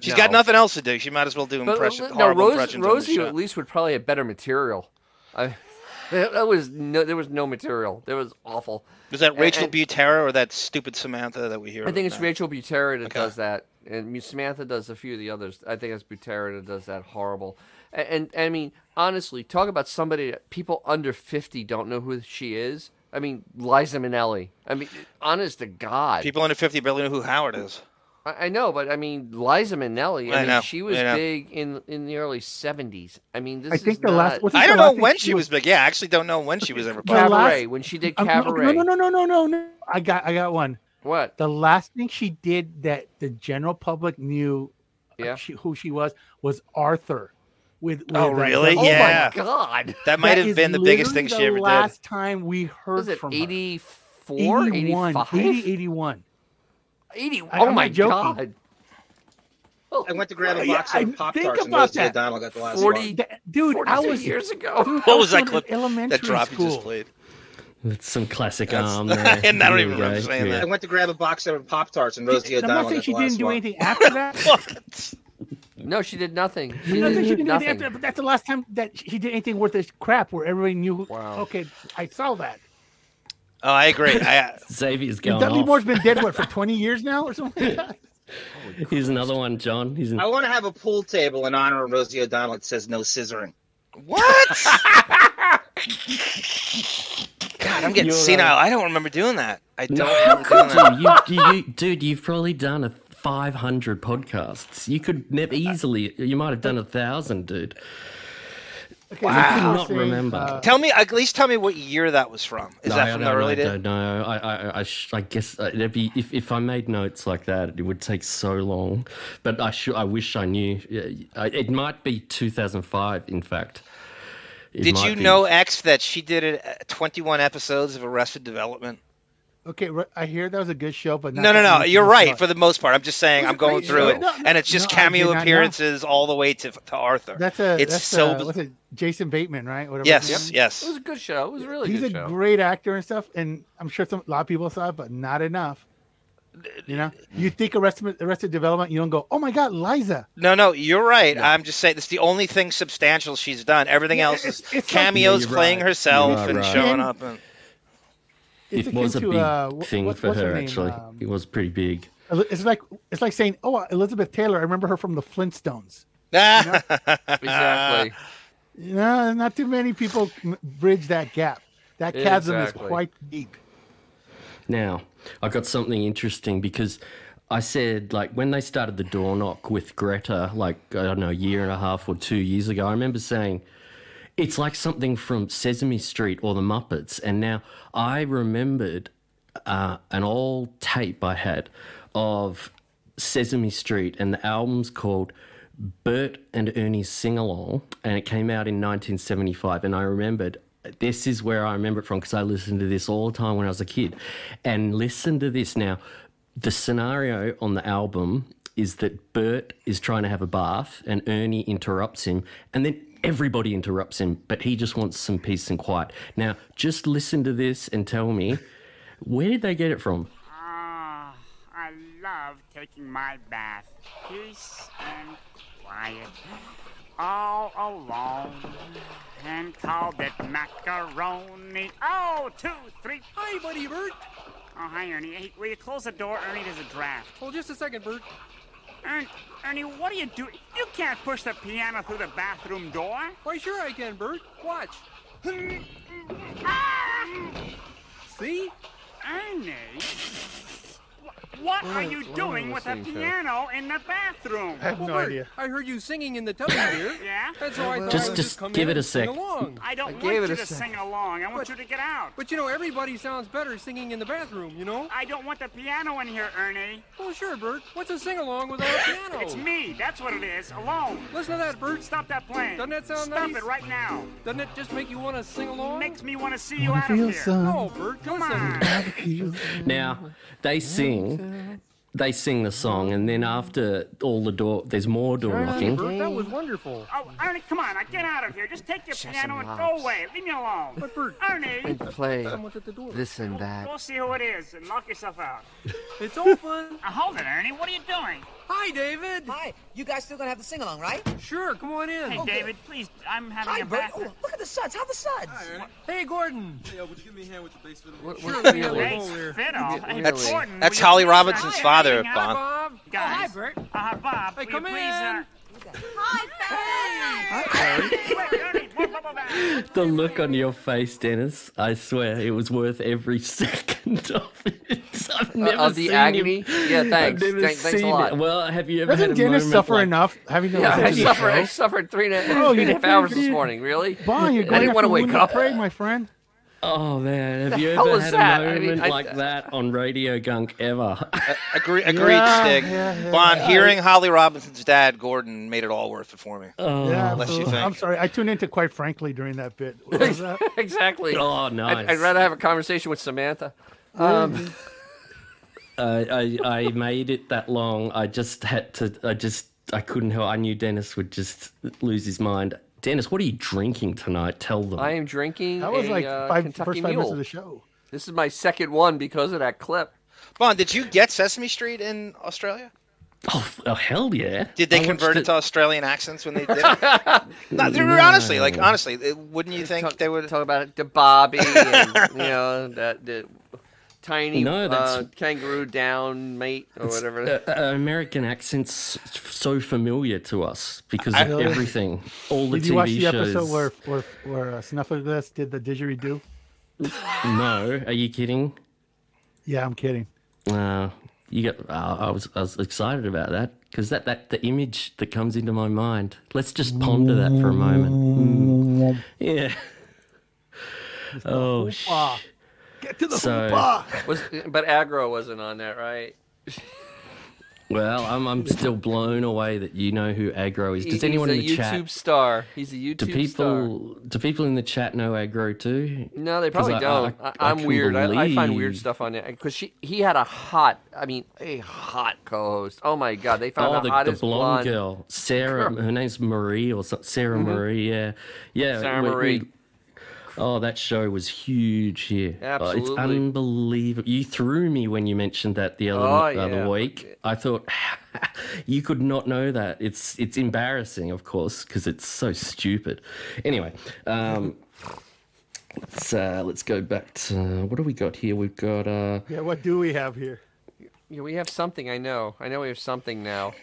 She's
no.
got nothing else to do. She might as well do
But, uh,
impression.
no,
horrible
Rose,
impressions on this
Rosie
show.
at least would probably have better material. I, that was no. There was no material. There was awful.
Was that
And-
Rachel
and-
Butera or that stupid Samantha that we hear?
I think it's
about?
Rachel Butera that does that, and Miss Samantha does a few of the others. I think it's Butera that does that horrible. A- And, and I mean, honestly, talk about somebody that people under fifty don't know who she is. I mean, Liza Minnelli. I mean, honest to God,
People under fifty barely know who Howard is.
I, I know, but I mean, Liza Minnelli. I,
I
mean,
know,
she was
I know.
big in in the early seventies. I mean, this
I think
is
the last-
not-
wasn't
I
the
don't
last
know
thing
when
she
she was big. Yeah, I actually don't know when she was ever.
The last-
popular.
Cabaret when she did
Um, no,
Cabaret.
No, no, no, no, no, no. I got I got one.
What?
The last thing she did that the general public knew uh,
Yeah.
she, who she was was Arthur. With, with
Oh,
uh,
really?
the-
yeah.
God.
That might have
is
been the biggest thing
literally
she
the
ever
last time we heard
Was it
from her.
84,
81,
85?
80, 81.
80
I-
oh
I'm
my
not joking.
God.
I went to grab
a box of Pop-Tarts and Rosie O'Donnell
got the
last 40 one.
That- dude, I
43
was
years ago.
dude,
What was
was
that
still in
clip?
Elementary
That drop you
school.
just played.
That's some classic
That's-
Oh,
arm there.
and I don't
There
even
we
remember
go.
saying
Yeah.
that. went to grab a box of Pop Tarts and
Rosie I'm not saying she didn't do anything after that.
No, she did nothing. She
I'm not
did
saying she didn't do
nothing.
anything after that, but that's the last time that she did anything worth this crap where everybody knew.
Wow.
Okay, I saw that.
Oh, I agree. I,
Xavier's
And
going
Dudley
off.
Moore's been dead what for 20 years now or something.
Here's another one, John. He's an...
I want to have a pool table in honor of Rosie O'Donnell that says no scissoring.
What? God, I'm getting
You're, uh,
senile. I don't remember doing that. I don't
No,
remember
how
doing that.
could you? You- you- dude, you've probably done a 500 podcasts. You could
Uh,
nev- easily, you might have done a thousand, dude.
Okay,
I
Wow.
could not remember.
Tell me, at least tell me what year that was from. Is
uh, No,
that
I
from
don't,
the
know,
early
I
days?
don't know. I, I, I, sh- I guess uh, it'd be if, if I made notes like that, it would take so long. But I should. I wish I knew. Yeah, I- It might be 2005. In fact, It
Did
might
you
be.
know X that she did it, uh, 21 episodes of Arrested Development?
okay, right, I hear that was a good show, but not
No,
that
no, no.
many
You're
people
right
saw it.
for the most part. I'm just saying
It was
I'm
a
going
great
through
show.
it,
No,
and it's
no, I
just
did
cameo
not know.
appearances all the way to, to Arthur.
That's a.
it's
that's
so
a- what's it? Jason Bateman, right? Whatever. his
Yes,
name is.
yes.
It was a good show. It was a really
He's a
good show.
great actor and stuff, and I'm sure some a lot of people saw it, but not enough. You know, you think Arrested, Arrested Development, you don't go, oh my God, Liza.
No, no, you're right. I'm just saying it's the only thing substantial she's done. Everything
Yeah,
else is
it's- it's like-
cameos,
Yeah, you're
playing
right.
herself,
You are
and
right.
showing
And-
up. And
It's
it was a
akin
big
to, uh, wh-
thing
what-
for
what's her
her.
name?
Actually,
Um,
it was pretty big.
It's like it's like saying, oh, Elizabeth Taylor. I remember her from the Flintstones.
exactly.
No, not too many people m- bridge that gap. That chasm
Exactly.
is quite deep.
Now, I got something interesting because I said, like, when they started the door knock with Greta, like, I don't know, a year and a half or two years ago, I remember saying, it's like something from Sesame Street or the Muppets. And now I remembered uh, an old tape I had of Sesame Street, and the album's called Bert and Ernie's Sing Along, and it came out in 1975. And I remembered this is where I remember it from because I listened to this all the time when I was a kid. And listen to this now. The scenario on the album is that Bert is trying to have a bath and Ernie interrupts him, and then everybody interrupts him, but he just wants some peace and quiet. Now, just listen to this and tell me where did they get it from?
Ah, I love taking my bath. Peace and quiet. All alone. And called it macaroni. Oh, two, three. Hi, buddy Bert. Oh, hi, Ernie. Hey, will you close the door? Ernie, there's a draft. Hold just a second, Bert. Ernie, Ernie, what are you doing? You can't push the piano through the bathroom door. Why, sure I can, Bert. Watch. See? Ernie? Wh- What are
What-
you
what am I
doing with a
listening to?
piano in the bathroom?
I have Well, no Bert, idea. I heard you singing in the tub here.
yeah?
That's why I thought
Just-
I
just
would just come
give it
in
a
and sing
sec.
along.
I don't
I
want
gave
you
it
to
a sec.
sing along. I want
But-
you to get out.
But you know, everybody sounds better singing in the bathroom, you know?
I don't want the piano in here, Ernie.
Well, sure, Bert. What's a sing along without a piano?
It's me. That's what it is. Alone.
Listen to that, Bert.
Stop that playing.
Doesn't that sound
Stop
nice?
it right now.
Doesn't it just make you want to sing along?
Makes me want to see you
Wanna
out of
feel
here.
some? No, Bert,
Come on.
Now, they sing. They sing the song, and then after all the door, there's more door
Turn on,
knocking.
Bert, that was wonderful.
Oh, Ernie, come on. Now Get out of here. Just take your piano and go away. Leave me alone. But Bert, Ernie,
play
Someone's at the door.
this
Oh,
and that.
Uh,
go see who it is and knock yourself out.
It's open.
Now, hold it, Ernie. What are you doing?
Hi, David. Hi. You guys still gonna have the sing along, right? Sure. Come on in.
Hey, David, please. I'm having
Hi,
a
Bert.
bath.
Oh, look at the suds. How the suds?
Hey, Gordon.
Hey, would you give me a hand with the bass fiddle?
Hey,
That's
Gordon, will
that's
you
Holly
please, uh,
Robinson's
hey,
father,
hang on,
Bon.
Bob. Guys. hi, Bert. Uh, Bob. Hey,
come
you please, uh,
The look on your face, Dennis, I swear it was worth every second of it. I've never
of the
seen
agony?
Him.
Yeah,
I've
thanks.
never
Thank- thanks a
seen
lot.
It. Well, have you ever had
Doesn't
a
Dennis
moment
suffer
like-
enough having to
Yeah,
listen
I
to the
suffer- I
show?
suffered three and a-
Oh,
three and a
you're
half hours
definitely-
this morning, really.
Bon, you're
I
going
didn't wanna
to
wake up.
Pray, my friend.
Oh man, have you
The hell
ever
is
had
that?
a
I
moment
mean, I-
like that on Radio Gunk ever?
Agree, agreed, Stig. Bon, hearing Holly Robinson's dad, Gordon, made it all worth it for me.
Oh.
Yeah,
Unless you
absolutely.
think.
I'm sorry. I tuned into quite frankly during that bit. What was that?
exactly.
Oh,
I'd, I'd
nice.
rather have a conversation with Samantha. Um,
Uh, I I made it that long. I just had to. I just I couldn't help. I knew Dennis would just lose his mind. Dennis, what are you drinking tonight? Tell them.
I am drinking.
That was
a,
like
uh,
five,
Kentucky
first five
Mule.
minutes of the show.
This is my second one because of that clip.
Bon, did you get Sesame Street in Australia?
Oh hell yeah!
Did they
I
convert
watched
it. to Australian accents when they did? it? no, they were honestly, like honestly, it- wouldn't you think they would
talk about it to Bobby? and, you know that the tiny
No, that's-
uh, kangaroo down mate or
It's-
whatever.
uh, uh, American accents f- so familiar to us because
I-
of
Really?
everything. All the
Did
TV
you watch the
shows.
episode where where, where uh, Snuffleupagus did the didgeridoo?
No, are you kidding?
Yeah, I'm kidding.
Uh, you got. Uh, I was. I was excited about that because that that the image that comes into my mind. Let's just ponder that for a moment. Mm. Yeah. Oh. sh-
Get
to the So- hoopah!
Was, but aggro wasn't on that, right?
Well, I'm I'm still blown away that you know who aggro is.
He-
Does anyone in
he's
the
a YouTube
chat?
star? He's a YouTube
Do
star.
people do people in the chat know aggro too?
No, they
'Cause
probably
I- I-
don't. I,
I
I, am
couldn't
weird. I, I find weird
believe-
stuff on it because she he had a hot. I mean, a hot co-host. Oh my god, they found
Oh,
the,
the, the
hottest
blonde girl, Sarah.
Girl.
Her name's Marie or something. Sarah
Mhm.
Marie. Yeah, yeah.
Sarah Marie.
oh, that show was huge here. Oh,
Absolutely.
it's unbelievable. You threw me when you mentioned that the other,
Oh,
the other
yeah.
week. I thought you could not know that. It's it's embarrassing, of course, because it's so stupid. Anyway. Um, Let's, uh, let's go back to what do we got here? We've got uh,
Yeah, what do we have here?
Yeah, we have something. I know. I know we have something now.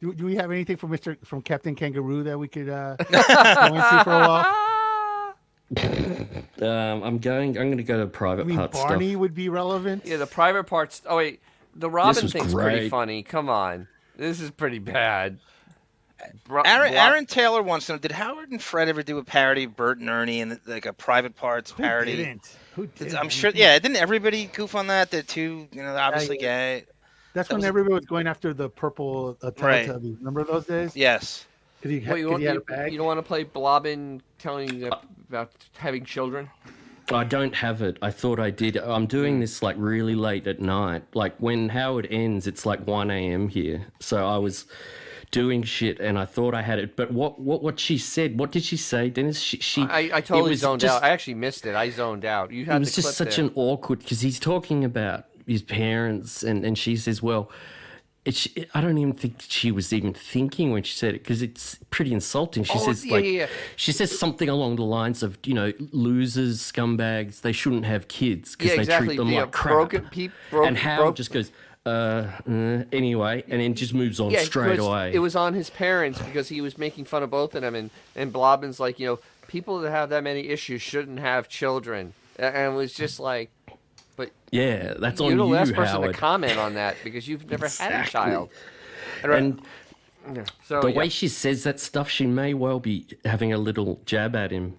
Do, do we have anything from Mister from Captain Kangaroo that we could uh, go into for a while?
Um, I'm going. I'm going to go to private
I mean,
part stuff.
Barney would be relevant.
Yeah, the private parts. Oh wait, the Robin
was
thing's pretty
great.
funny. Come on, this is pretty bad. Bro-
Aaron,
Bro-
Aaron Taylor wants to know: Did Howard and Fred ever do a parody of Bert and Ernie and like a private parts parody?
didn't? Who did?
I'm sure. Yeah, didn't everybody goof on that? They're too, you know, they're obviously gay.
That's
That
when
was a-
everybody was going after the purple uh,
Right.
Teletubbies. Remember those days?
Yes.
Because he, had-
What, you,
'cause
want,
he had
you,
a bag.
you don't want to play Blobbin telling you about having children?
I don't have it. I thought I did. I'm
Mm.
doing this like really late at night. Like when Howard ends, it's like 1 a.m. here. So I was doing shit and I thought I had it. But what what what she said? What did she say, Dennis? She, she
I, I
it
totally
was
zoned
just-
out. I actually missed it. I zoned out. You had
it was
the
just
clip
such
there.
an awkward because he's talking about his parents and, and she says well it's i don't even think she was even thinking when she said it because it's pretty insulting she
Oh,
says
yeah,
like
yeah, yeah.
she says something along the lines of you know losers scumbags they shouldn't have kids because
Yeah,
they
exactly.
treat them
Yeah,
like crap
broken peop- broke-
and how
broke-
just goes uh, uh anyway and then just moves on
yeah,
straight
because
away
It was on his parents because he was making fun of both of them, and and Blobbin's like, you know, people that have that many issues shouldn't have children, A- and it was just like, but
yeah that's
you're
on
the
you
last person
Howard.
to comment on that because you've never had a
Exactly.
child.
and
Yeah, so
the
yeah.
way she says that stuff, she may well be having a little jab at him.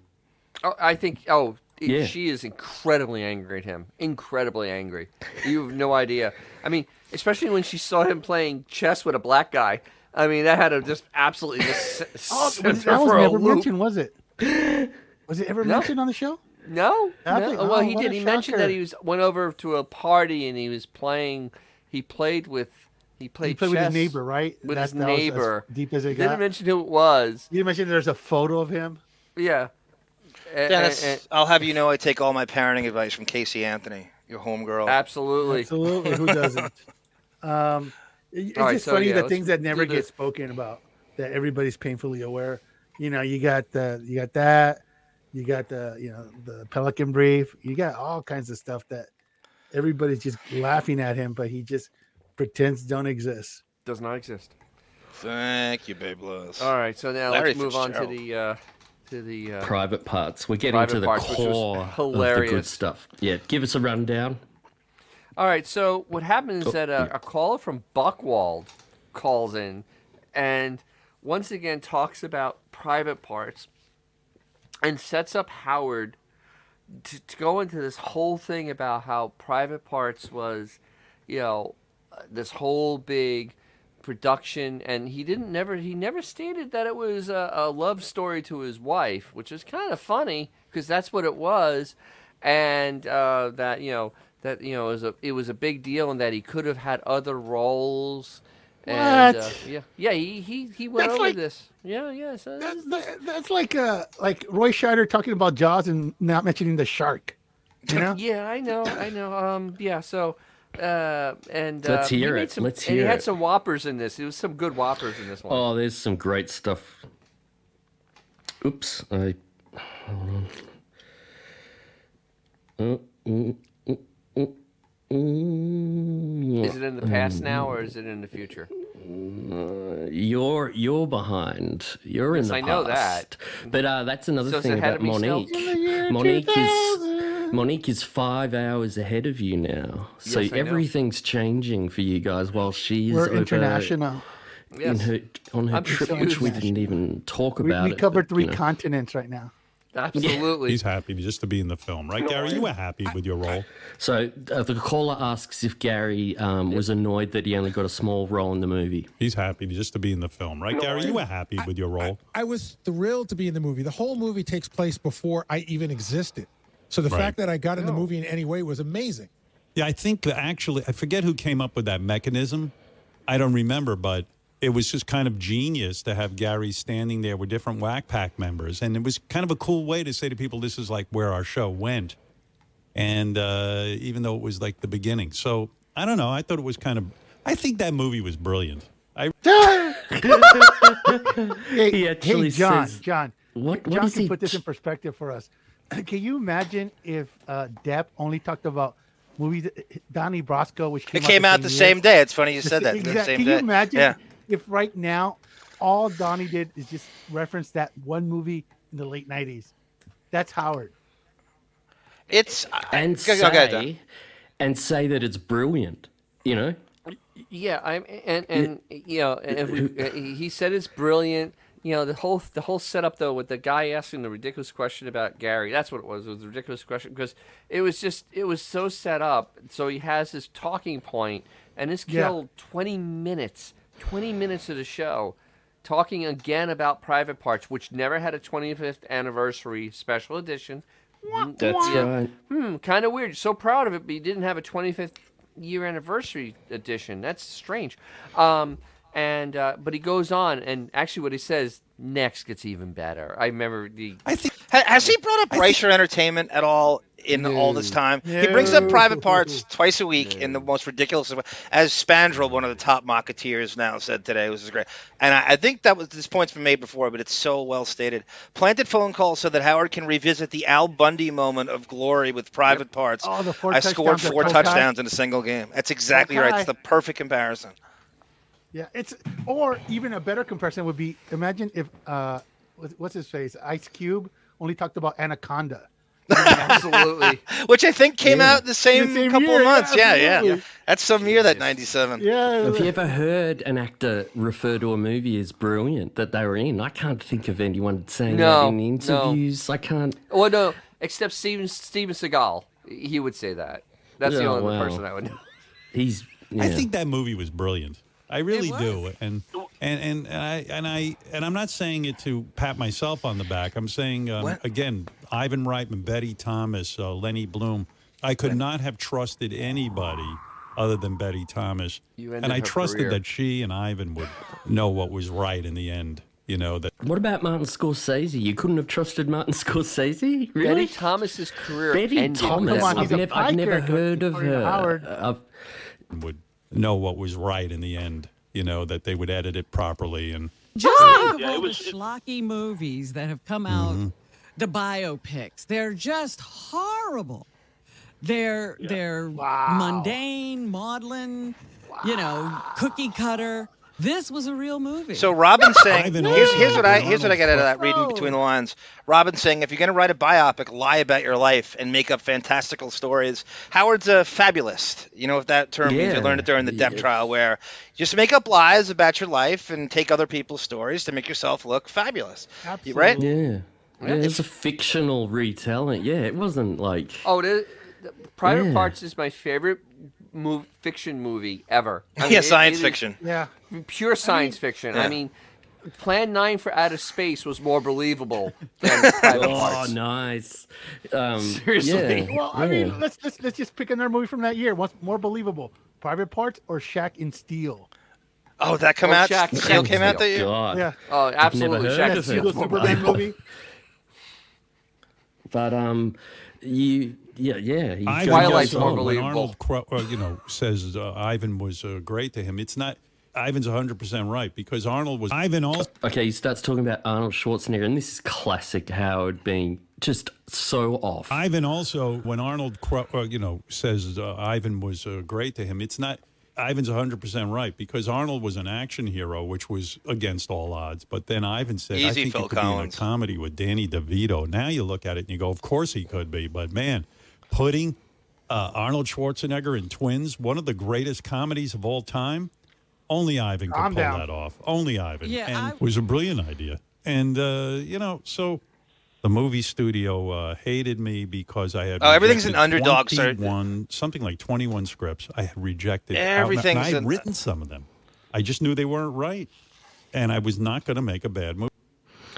Oh, I think. Oh, it-
Yeah.
she is incredibly angry at him. Incredibly angry. You have no idea. I mean, especially when she saw him playing chess with a black guy. I mean, that had to just absolutely just se-
Oh,
sent
was,
her
that was
for a
never
loop.
mentioned, was it? Was it ever
No.
mentioned on the show?
No,
I
no.
think-
well,
oh,
he
what
did.
a
He mentioned that
shocker.
he was went over to a party and he was playing. He played with. He played,
played with his
chess
neighbor, right?
With
That's-
his
that was as
neighbor.
deep as it
He Didn't
got.
mention who it was.
You mentioned there's a photo of him.
Yeah. A-
Dennis,
a- a-
I'll have you know I take all my parenting advice from Casey Anthony, your homegirl.
Absolutely.
Absolutely. Who doesn't? Um, it- it's
All right,
just
so,
funny
yeah,
the
let's
things that never
do
get
this.
spoken about that everybody's painfully aware. You know, you got the you got that, you got the you know the Pelican brief, you got all kinds of stuff that everybody's just laughing at him, but he just pretends don't exist.
does not exist.
Thank you, Babe Bliss.
All right, so now
Larry
let's move on to
Fitzgerald.
the uh, to the uh,
Private parts. We're getting
private
to the
parts, which was
core of the good
hilarious.
stuff. Yeah, give us a rundown.
All right, so what happened
Oh,
is that a, a caller from Buckwald calls in and once again talks about private parts and sets up Howard to, to go into this whole thing about how private parts was, you know, uh, this whole big production and he didn't never he never stated that it was a, a love story to his wife which is kind of funny because that's what it was and uh, that you know that you know it was a it was a big deal and that he could have had other roles and uh,
What?
yeah yeah he he, he went
That's
over
like-
this yeah yeah so this is-
That's like uh like Roy Scheider talking about Jaws and not mentioning the shark. You know?
Yeah, I know, I know. Um, yeah, so uh, and
Let's
uh, he
hear
made
it,
Some,
let's
and he
hear
had
it.
some whoppers in this. It was some good whoppers in this one.
Oh, there's some great stuff. Oops, I. Hold on. Uh, mm, mm, mm, mm.
Is it in the
Mm-hmm.
past now or is it in the future?
Uh, you're you're behind. You're
Yes,
in the
I
past.
know that.
But uh, that's another
So, so
thing
it had
about
to be stealth?
Monique. Monique is Monique is five hours ahead of you now. So
Yes, I know.
everything's changing for you guys while she's
We're
over
international.
in
Yes.
her on her
I'm
trip,
confused.
which we didn't even talk
We,
about.
we
it,
covered
but,
three
you know.
continents right now.
Absolutely.
He's happy just to be in the film, right, Gary? You were happy with your role.
So uh, the caller asks if Gary um, was annoyed that he only got a small role in the movie.
He's happy just to be in the film, right, Gary? You were happy with your role.
I was thrilled to be in the movie. The whole movie takes place before I even existed. So the
Right.
fact that I got in the movie in any way was amazing.
Yeah, I think that actually, I forget who came up with that mechanism. I don't remember, but it was just kind of genius to have Gary standing there with different Whack Pack members. And it was kind of a cool way to say to people, this is like where our show went. And uh, even though it was like the beginning. So I don't know. I thought it was kind of, I think that movie was brilliant. I.
hey,
He actually
hey, John,
says-
John,
What- what
John
is
can
he-
put this in perspective for us. Can you imagine if uh, Depp only talked about movies? Donnie Brasco, which came
It came out the
year?
same day. It's funny you
The
said
sa-
that. The
exact-
same
Can
day.
you imagine
Yeah.
if right now all Donnie did is just reference that one movie in the late '90s, that's Howard.
It's
and
go- go- go ahead, Don.
say and say that it's brilliant. You know,
Yeah, I'm and and you know, and if we, uh, he said it's brilliant. You know, the whole the whole setup though with the guy asking the ridiculous question about Gary. That's what it was. It was a ridiculous question because it was just it was so set up. So he has this talking point, and this
Yeah.
killed twenty minutes, twenty minutes of the show, talking again about Private Parts, which never had a twenty fifth anniversary special edition.
That's right.
Hmm, kind of weird. So proud of it, but you didn't have a 25th year anniversary edition. That's strange. Um, and uh, but he goes on, and actually, what he says next gets even better. I remember the. I think
Ha- Has he brought up Reicher Entertainment at all in all this time? He brings up
No.
private parts twice a week in the most ridiculous way. As Spandrel, one of the top marketeers now, said today, which is great. And I, I think that was this point's been made before, but it's so well stated. Planted phone calls so that Howard can revisit the Al Bundy moment of glory with private parts.
Oh, the four
I scored
touchdowns at
four
Coach
touchdowns
High.
in a single game. That's exactly right. It's the
High.
perfect comparison.
Yeah, it's or even a better comparison would be imagine if uh, what- what's his face Ice Cube only talked about Anaconda.
Absolutely.
Which I think came
Yeah.
out the same,
The same
couple
year,
of months. Yeah, yeah,
absolutely.
That's some year that '97.
Yeah.
Have
Oh.
you ever heard an actor refer to a movie as brilliant that they were in? I can't think of anyone saying
No,
that in
no.
interviews. I can't.
Well, no, except Steven Steven Seagal, he would say that. That's the
Oh,
only
wow.
person I would know.
He's.
I
yeah.
think that movie was brilliant. I really do, and and and and I and I and I'm not saying it to pat myself on the back. I'm saying um,
What?
again, Ivan Reitman, Betty Thomas, uh, Lenny Bloom. I could not have trusted anybody other than Betty Thomas,
You ended
and I
her
trusted
career.
that she and Ivan would know what was right in the end. You know that.
What about Martin Scorsese? You couldn't have trusted Martin Scorsese, really?
Betty Thomas's career.
Betty
ended
Thomas.
with-
I've, never, I've never heard of
according to
her.
Howard.
I've,
would know what was right in the end. You know that they would edit it properly and.
Just think of all the schlocky movies that have come out,
Mm-hmm.
the biopics. They're just horrible. They're they're mundane, maudlin, you know, cookie cutter. This was a real movie.
So Robin's saying,
Ivan
here's,
Ooze
here's what I
and
here's what I
Arnold
get out of that reading between the lines. Robin's saying, if you're going to write a biopic, lie about your life and make up fantastical stories. Howard's a fabulist. You know if that term means you
Yeah.
learned it during the Depp trial, where just make up lies about your life and take other people's stories to make yourself look fabulous. You- Right?
Yeah. Yeah,
Yeah.
it's a fictional retelling. Yeah, it wasn't like.
Oh, it is, the Private
Yeah.
Parts is my favorite move, fiction movie ever.
Yeah,
it-
science
it is
fiction.
Yeah.
Pure science fiction.
Yeah.
I mean, Plan 9 for Outer Space was more believable than Private
Oh,
Parts.
nice. Um,
Seriously.
yeah,
Well, I
yeah.
mean, let's, let's let's just pick another movie from that year. What's more believable, Private Parts or Shaq in Steel?
Oh, that come
Oh,
out.
Shaq-
Steel
Shaq
came out that
Steel.
year.
God.
Yeah.
Oh,
I've never
absolutely.
heard
Shaq
of
is
it.
Steel's more
Superman
believable.
movie.
But um, you yeah yeah. you
I
go
Twilight's
on.
more uh, when Arnold, Cro- uh, you know, says uh, Ivan was uh, great to him. It's not Ivan's 100 percent right because Arnold was Ivan also
Okay, he starts talking about Arnold Schwarzenegger, and this is classic Howard being just so off.
Ivan also when Arnold Cro- uh, you know says uh, Ivan was uh, great to him. It's not Ivan's 100 percent right because Arnold was an action hero, which was against all odds. But then Ivan said, "I
Easy,
think
Phil
it could be in a
Collins.
comedy with Danny DeVito." Now you look at it and you go, "Of course he could be," but man, putting uh, Arnold Schwarzenegger in Twins, one of the greatest comedies of all time. Only Ivan could
Calm
pull
down.
that off. Only Ivan.
Yeah,
and
I-
it was a brilliant idea. And uh, you know, so the movie studio uh, hated me because I had
Oh, everything's an
rejected
underdog, sir.
21 something like twenty-one scripts. I had rejected out-
Everything's
And I had
an-
written some of them. I just knew they weren't right, and I was not going to make a bad movie.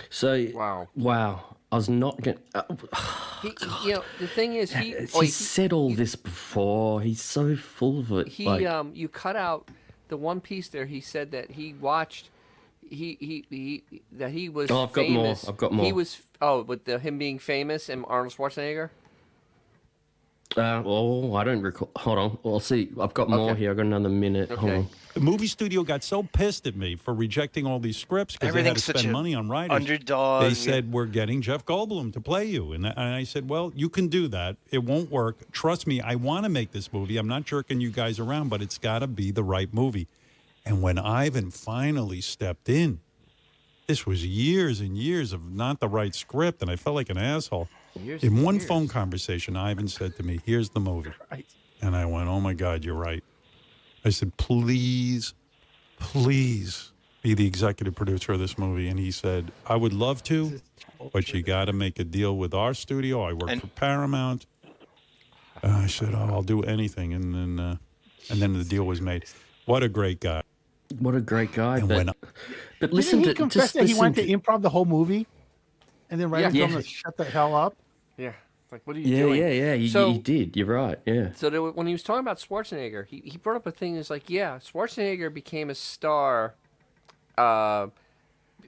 So wow, wow. I was not uh, going. to Oh,
He, you know, the thing is, he,
He's
oh, he,
said all this before. He's so full of it.
he
like,
um, you cut out the one piece there. He said that he watched, he he, he that he was.
Oh, I've got more,
famous.
I've got
He
more.
was oh, with the, him being famous and Arnold Schwarzenegger.
uh, oh, I don't recall. Hold on. I'll see. I've got more
Okay.
here. I've got another minute. Hold
Okay.
on.
The movie studio got so pissed at me for rejecting all these scripts because they had to
Everything's such
spend
a
money on writers.
underdog.
They said we're getting Jeff Goldblum to play you, and, I- and I said, well, you can do that. It won't work. Trust me. I want to make this movie. I'm not jerking you guys around, but it's got to be the right movie. And when Ivan finally stepped in, this was years and years of not the right script, and I felt like an asshole.
Years
in
and
one
years.
phone conversation, Ivan said to me, Here's the movie. And I went, Oh my God, you're right. I said, Please, please be the executive producer of this movie. And he said, I would love to, but you got to make a deal with our studio. I work for Paramount. Uh, I said, Oh, I'll do anything. And then, uh, and then the deal was made. What a great guy.
What a great guy.
And
But,
when I-
but
Listen
listen
Didn't he
to
confess
just
that he
listen
wanted
to-
to improv the whole movie, and then right
Yeah.
after him
Yeah.
to shut the hell up.
Yeah. Like, what are you
Yeah,
doing?
yeah, yeah. He,
So-
he did. You're right. Yeah.
So there, when he was talking about Schwarzenegger, he, he brought up a thing. Is like, yeah, Schwarzenegger became a star, uh,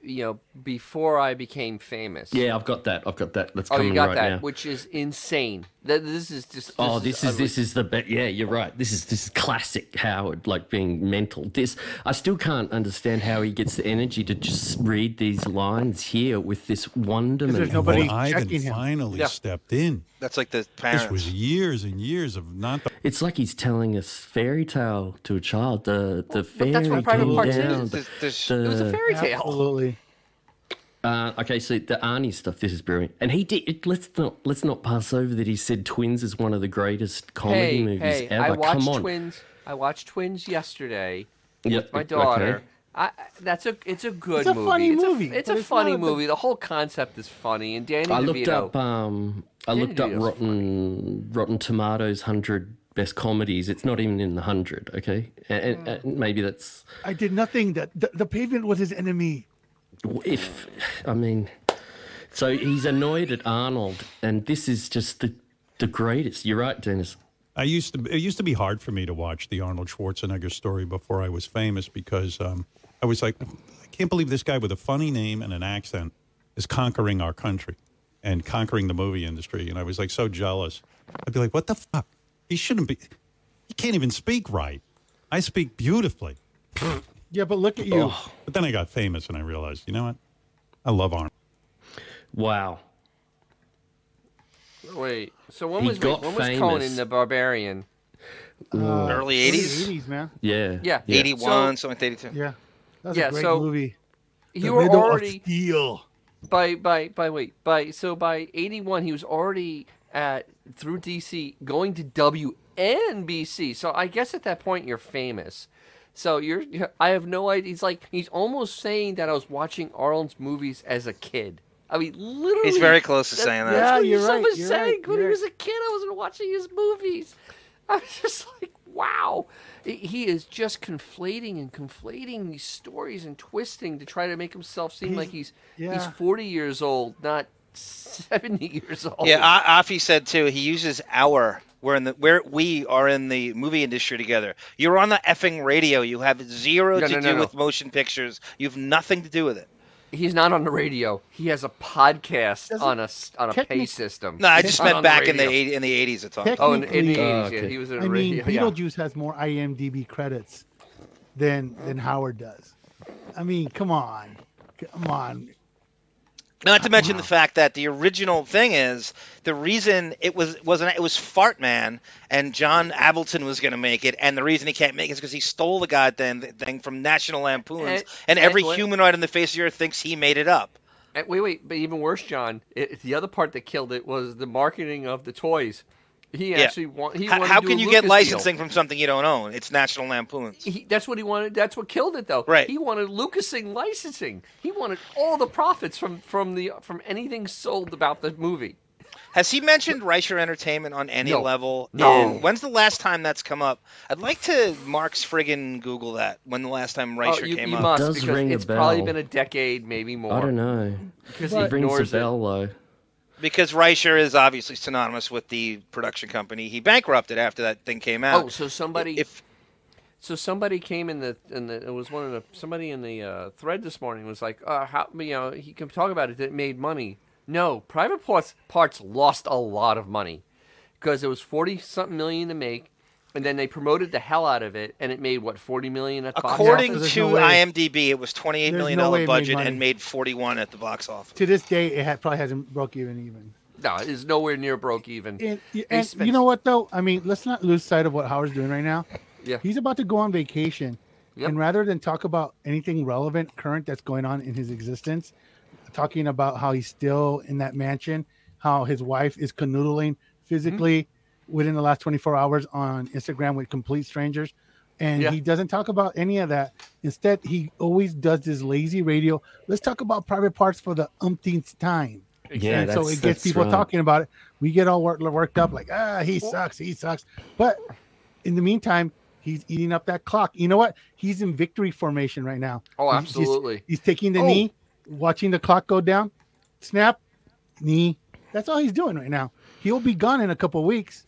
you know, before I became famous.
Yeah, I've got that. I've got that. That's
oh,
coming
you got
right
that,
now.
which is insane. That this is just. This
oh, this is,
unre-
this is the best. Yeah, you're right. This is this is classic Howard, like being mental. This I still can't understand how he gets the energy to just read these lines here with this wonderment.
And when oh, Ivan finally stepped in.
That's like the
This was e- years and years of not the.
It's like he's telling a fairy tale to a child. The the fairy
that's what Private
came
Parts
down,
is.
the-
There's- there's- It was a
the-
fairy tale.
Absolutely.
Uh, okay, so the Arnie stuff. This is brilliant, and he did. It, let's not let's not pass over that he said Twins is one of the greatest comedy
hey,
movies
hey,
ever.
I watched
Come on,
Twins. I watched Twins yesterday
Yep,
with my
okay.
daughter. I, that's a it's a good
It's a
movie.
funny
it's
movie,
A, it's
but
a
it's
funny
not a big-
movie. The whole concept is funny, and Danny
I looked
DeVito.
up. Um, I
Danny
looked up
DeVito's
Rotten Rotten Tomatoes hundred best comedies. It's not even in the hundred. Okay, and, and, and maybe that's
I did nothing. That the, the pavement was his enemy.
if I mean. So he's annoyed at Arnold, and this is just the the greatest. You're right, Dennis.
I used to. It used to be hard for me to watch the Arnold Schwarzenegger story before I was famous because um, I was like, I can't believe this guy with a funny name and an accent is conquering our country and conquering the movie industry. And I was like so jealous. I'd be like, what the fuck? He shouldn't be. He can't even speak right. I speak beautifully.
Yeah, but look at you.
But then I got famous and I realized, you know what? I love Arnold.
Wow.
Wait, so when
He
was
got
when was
famous.
Conan the Barbarian?
Uh,
Early 80s?
Eighties, man.
Yeah.
Yeah.
Yeah.
81, something like 82.
Yeah. That's
Yeah,
a great
so
movie.
You
The
were
Riddle of
already
Steel.
by by by wait by so by eighty one he was already at through DC going to WNBC. So I guess at that point you're famous. So you're you're- I have no idea. He's like he's almost saying that I was watching Arnold's movies as a kid. I mean, literally.
very close to saying that.
That's
Yeah,
what
Oh, you're
he
right,
was
you're
saying
right,
when
you're
he was a kid. I wasn't watching his movies. I was just like, wow. He- He is just conflating and conflating these stories and twisting to try to make himself seem like he's he's
yeah.
40 years old, not 70 years old.
Yeah, A- Afi said too. He uses our. We're in the where we are in the movie industry together. You're on the effing radio. You have zero
No,
to
no, no,
do
no.
with motion pictures. You've nothing to do with it.
he's not on the radio. He has a podcast
Doesn't-
on a s- on a pay
technic-
system.
No, I
He's
just
not
meant
on the
back in the
radio.
80, in the 80s. It's on.
Oh, in, in the
Technically-
80s, yeah, he was in
I
the radio.
mean,
yeah.
Beetlejuice has more IMDb credits than than Howard does. I mean, come on, come on.
Not
Oh,
to mention the fact that the original thing is the reason it was wasn't it was Fart Man and John Avildsen was going to make it, and the reason he can't make it is because he stole the goddamn th- thing from National Lampoon's,
And-
and, every
and what-
humanoid on the face of the earth thinks he made it up.
And wait, wait, but even worse, John. It, the other part that killed it was the marketing of the toys. He
Yeah.
actually want. He
How,
wanted
how
to do
can
a
you
Lucas
get licensing
Deal.
from something you don't own? It's National Lampoon's.
He, that's what he wanted. That's what killed it, though.
Right.
He wanted Lucasing licensing. He wanted all the profits from from the from anything sold about the movie.
Has he mentioned Reicher Entertainment on any
No.
level?
No.
And when's the last time that's come up? I'd like to Mark's friggin' Google that. When the last time Reicher
oh, you,
came
you
up?
must
Does
because
ring a
it's probably
bell.
been a decade, maybe more.
I don't know.
Because he
it rings
ignores
a
it.
bell though.
Because Reicher is obviously synonymous with the production company. He bankrupted after that thing came out.
Oh, so somebody
if
so somebody came in the in the it was one of the somebody in the uh, thread this morning was like, uh, how you know he can talk about it that it made money. No, private parts parts lost a lot of money because it was forty something million to make, and then they promoted the hell out of it, and it made what forty million at the box
according
office?
to IMDb, it was twenty-eight
There's
million
no way
dollar
it made
budget
money.
and made forty-one at the box office.
To this day, it ha- probably hasn't broke even. Even
No, it is nowhere near broke even.
and,
They
and
spent-
you know what though? I mean, let's not lose sight of what Howard's doing right now.
Yeah.
he's about to go on vacation, And rather than talk about anything relevant, current that's going on in his existence, talking about how he's still in that mansion, how his wife is canoodling physically within the last 24 hours on Instagram with complete strangers. And he doesn't talk about any of that. Instead, he always does this lazy radio. Let's talk about private parts for the umpteenth time.
Yeah,
and so
that's-
it
that's
gets people
right.
talking about it. We get all worked, worked up, like, ah, he sucks, he sucks. But in the meantime, he's eating up that clock. You know what? He's in victory formation right now.
Oh,
He's- he's-
absolutely.
He's, taking the
Oh.
knee, watching the clock go down, snap, knee. That's all he's doing right now. He'll be gone in a couple weeks.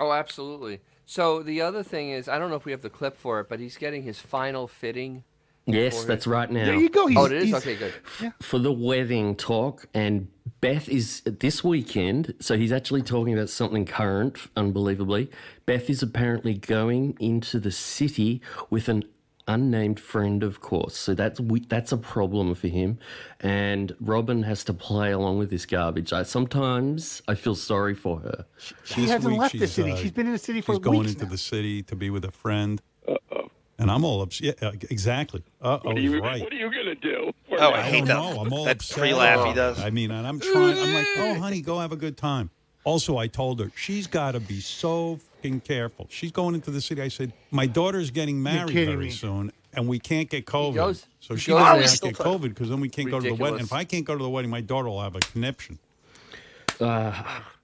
Oh, absolutely. So the other thing is, I don't know if we have the clip for it, but he's getting his final fitting.
Yes,
for his-
that's right now.
oh, it is. Okay, good.
f- for the wedding talk, and Beth is this weekend, so he's actually talking about something current, unbelievably. Beth is apparently going into the city with an unnamed friend, of course. So that's we- that's a problem for him, and Robin has to play along with this garbage. I sometimes I feel sorry for her.
She hasn't left the city.
uh,
she's been in the city for
She's going
weeks.
into the city to be with a friend. Uh-oh. And I'm all upset. Yeah, uh, exactly. Uh-oh,
What are
he's
you,
right.
what are you gonna do?
Oh, I hate that. I'm all upset. Uh, I mean, and I'm trying. I'm like, oh, honey, go have a good time. Also, I told her she's got to be so fucking careful. She's going into the city. I said, my daughter's getting married
kidding
very
me.
soon, and we can't get COVID.
goes-
so
he
she
goes
can't
there.
get COVID because then we can't go to the wedding.
Ridiculous.
If I can't go to the wedding, my daughter will have a conniption.
Uh,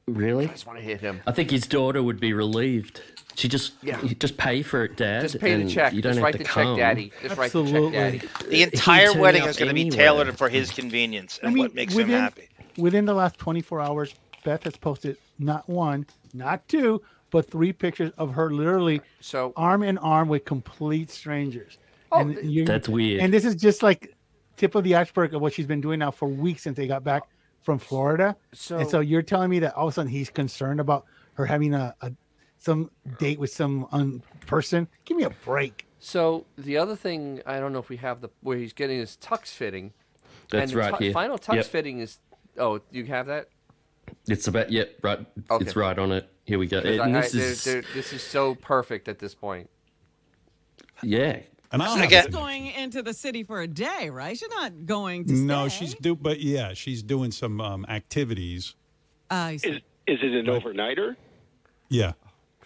really? I just
want to hit him.
I think his daughter would be relieved. She just
Yeah.
you just pay for it, Dad.
Just pay the
and
check.
You don't
Just
have
write
to
the check,
come.
Daddy. Just write the check, Daddy.
The
He'd
entire
turn
wedding
up
is going to be
anyway.
tailored for his convenience and what makes
within,
him happy.
Within the last 24 hours, Beth has posted not one, not two, but three pictures of her literally
so
arm in arm with complete strangers.
Oh,
And you-
That's weird.
And this is just like tip of the iceberg of what she's been doing now for weeks since they got back from Florida.
So-
and so you're telling me that all of a sudden he's concerned about her having a, a some date with some un- person? Give me a break.
So the other thing, I don't know if we have the where he's getting his tux fitting.
That's
and the
right
tu-
here.
Final tux
Yep.
fitting is. Oh, you have that?
It's about yep, right.
Okay.
It's right on it. Here we go.
'Cause
And
I- I-
this
they're-
is
they're- this is so perfect at this point.
yeah.
And
She's
I'll have a
going into the city for a day, right? She's not going to.
No, she's do, but yeah, she's doing some um, activities.
Uh, you see.
Is it an overnighter?
Yeah.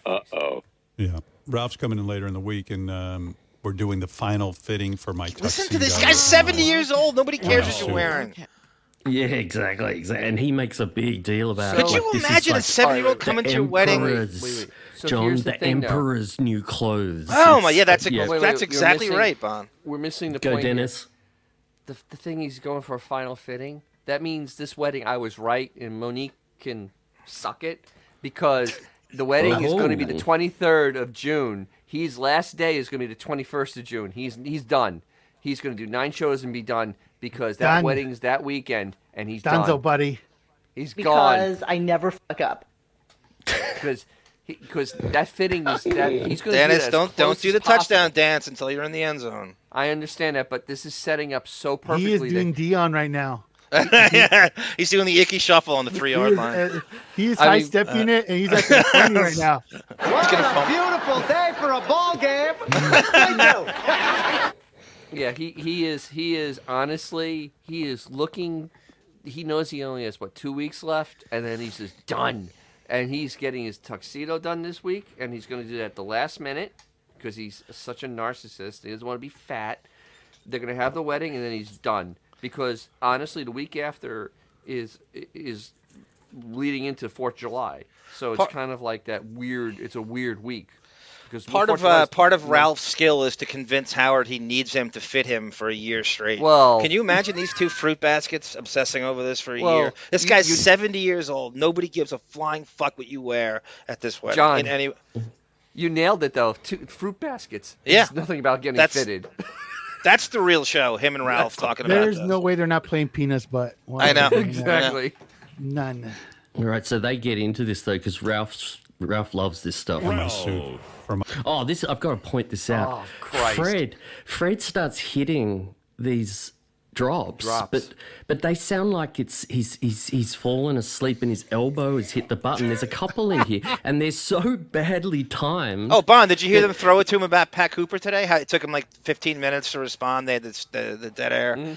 Uh oh.
Yeah. Ralph's coming in later in the week, and um, we're doing the final fitting for my tuxedo.
Listen to this guy's 70 years old. Nobody cares what
Wow.
you're wearing.
Yeah, exactly, exactly. And he makes a big deal about it.
Could you
like, this is
imagine a
like
70-year-old
the
coming to your wedding? Wait, wait,
emperor's-
wait. So
John,
here's
the,
the thing, though.
emperor's new clothes.
Oh, my-
It's-
yeah, that's ex-
yeah.
Wait, wait, That's
You're
exactly
missing-
right, Bon.
We're missing the
Go,
point. here.
Dennis.
The, the thing he's going for a final fitting. That means this wedding, I was right, and Monique can suck it because the wedding is going to be the
Oh.
23rd of June. His last day is going to be the 21st of June. He's he's done. He's going to do nine shows and be done because that
Done.
wedding's that weekend, and he's
Donzo,
done.
buddy.
He's gone
because I never fuck up.
because because that fitting is that he's going to do
Dennis,
that as
don't don't
close
do
as
the
possible.
touchdown dance until you're in the end zone.
I understand that, but this is setting up so perfectly.
He is
that-
doing Dion right now.
he's doing the icky shuffle on the three yard
He is,
line.
uh, he is
I mean- uh,
high stepping it, and he's at the 20 right now.
Beautiful day for a ball game.
Yeah, he, he is he is honestly he is looking. He knows he only has what two weeks left, and then he's just done. And he's getting his tuxedo done this week, and he's going to do that at the last minute because he's such a narcissist. He doesn't want to be fat. They're going to have the wedding, and then he's done. Because honestly, the week after is is leading into Fourth July, so it's
Part-
kind of like that weird. It's a weird week. Because
Part
Fourth
of
July
uh,
is-
part of
Yeah.
Ralph's skill is to convince Howard he needs him to fit him for a year straight.
Well-
can you imagine these two fruit baskets obsessing over this for a
Well,
year? This
you-
guy's
you-
70 years old. Nobody gives a flying fuck what you wear at this wedding.
John,
in any
You nailed it though. Two, fruit baskets.
Yeah.
It's nothing about getting
That's-
fitted.
that's the real show. Him and Ralph talking about.
There's no way they're not playing penis butt. Why
I know.
are they doing that?
Exactly.
None.
All right, so they get into this though because Ralph's Ralph loves this stuff.
For my suit.
Oh, this I've got to point this out.
Oh, Christ.
Fred, Fred starts hitting these drops,
Drops.
but but they sound like it's he's he's he's fallen asleep and his elbow has hit the button. There's a couple in here, and they're so badly timed.
Oh, Bond, did you hear
that-
them throw it to him about Pat Cooper today? How it took him like 15 minutes to respond. They had this, the, the dead air.
Mm-hmm.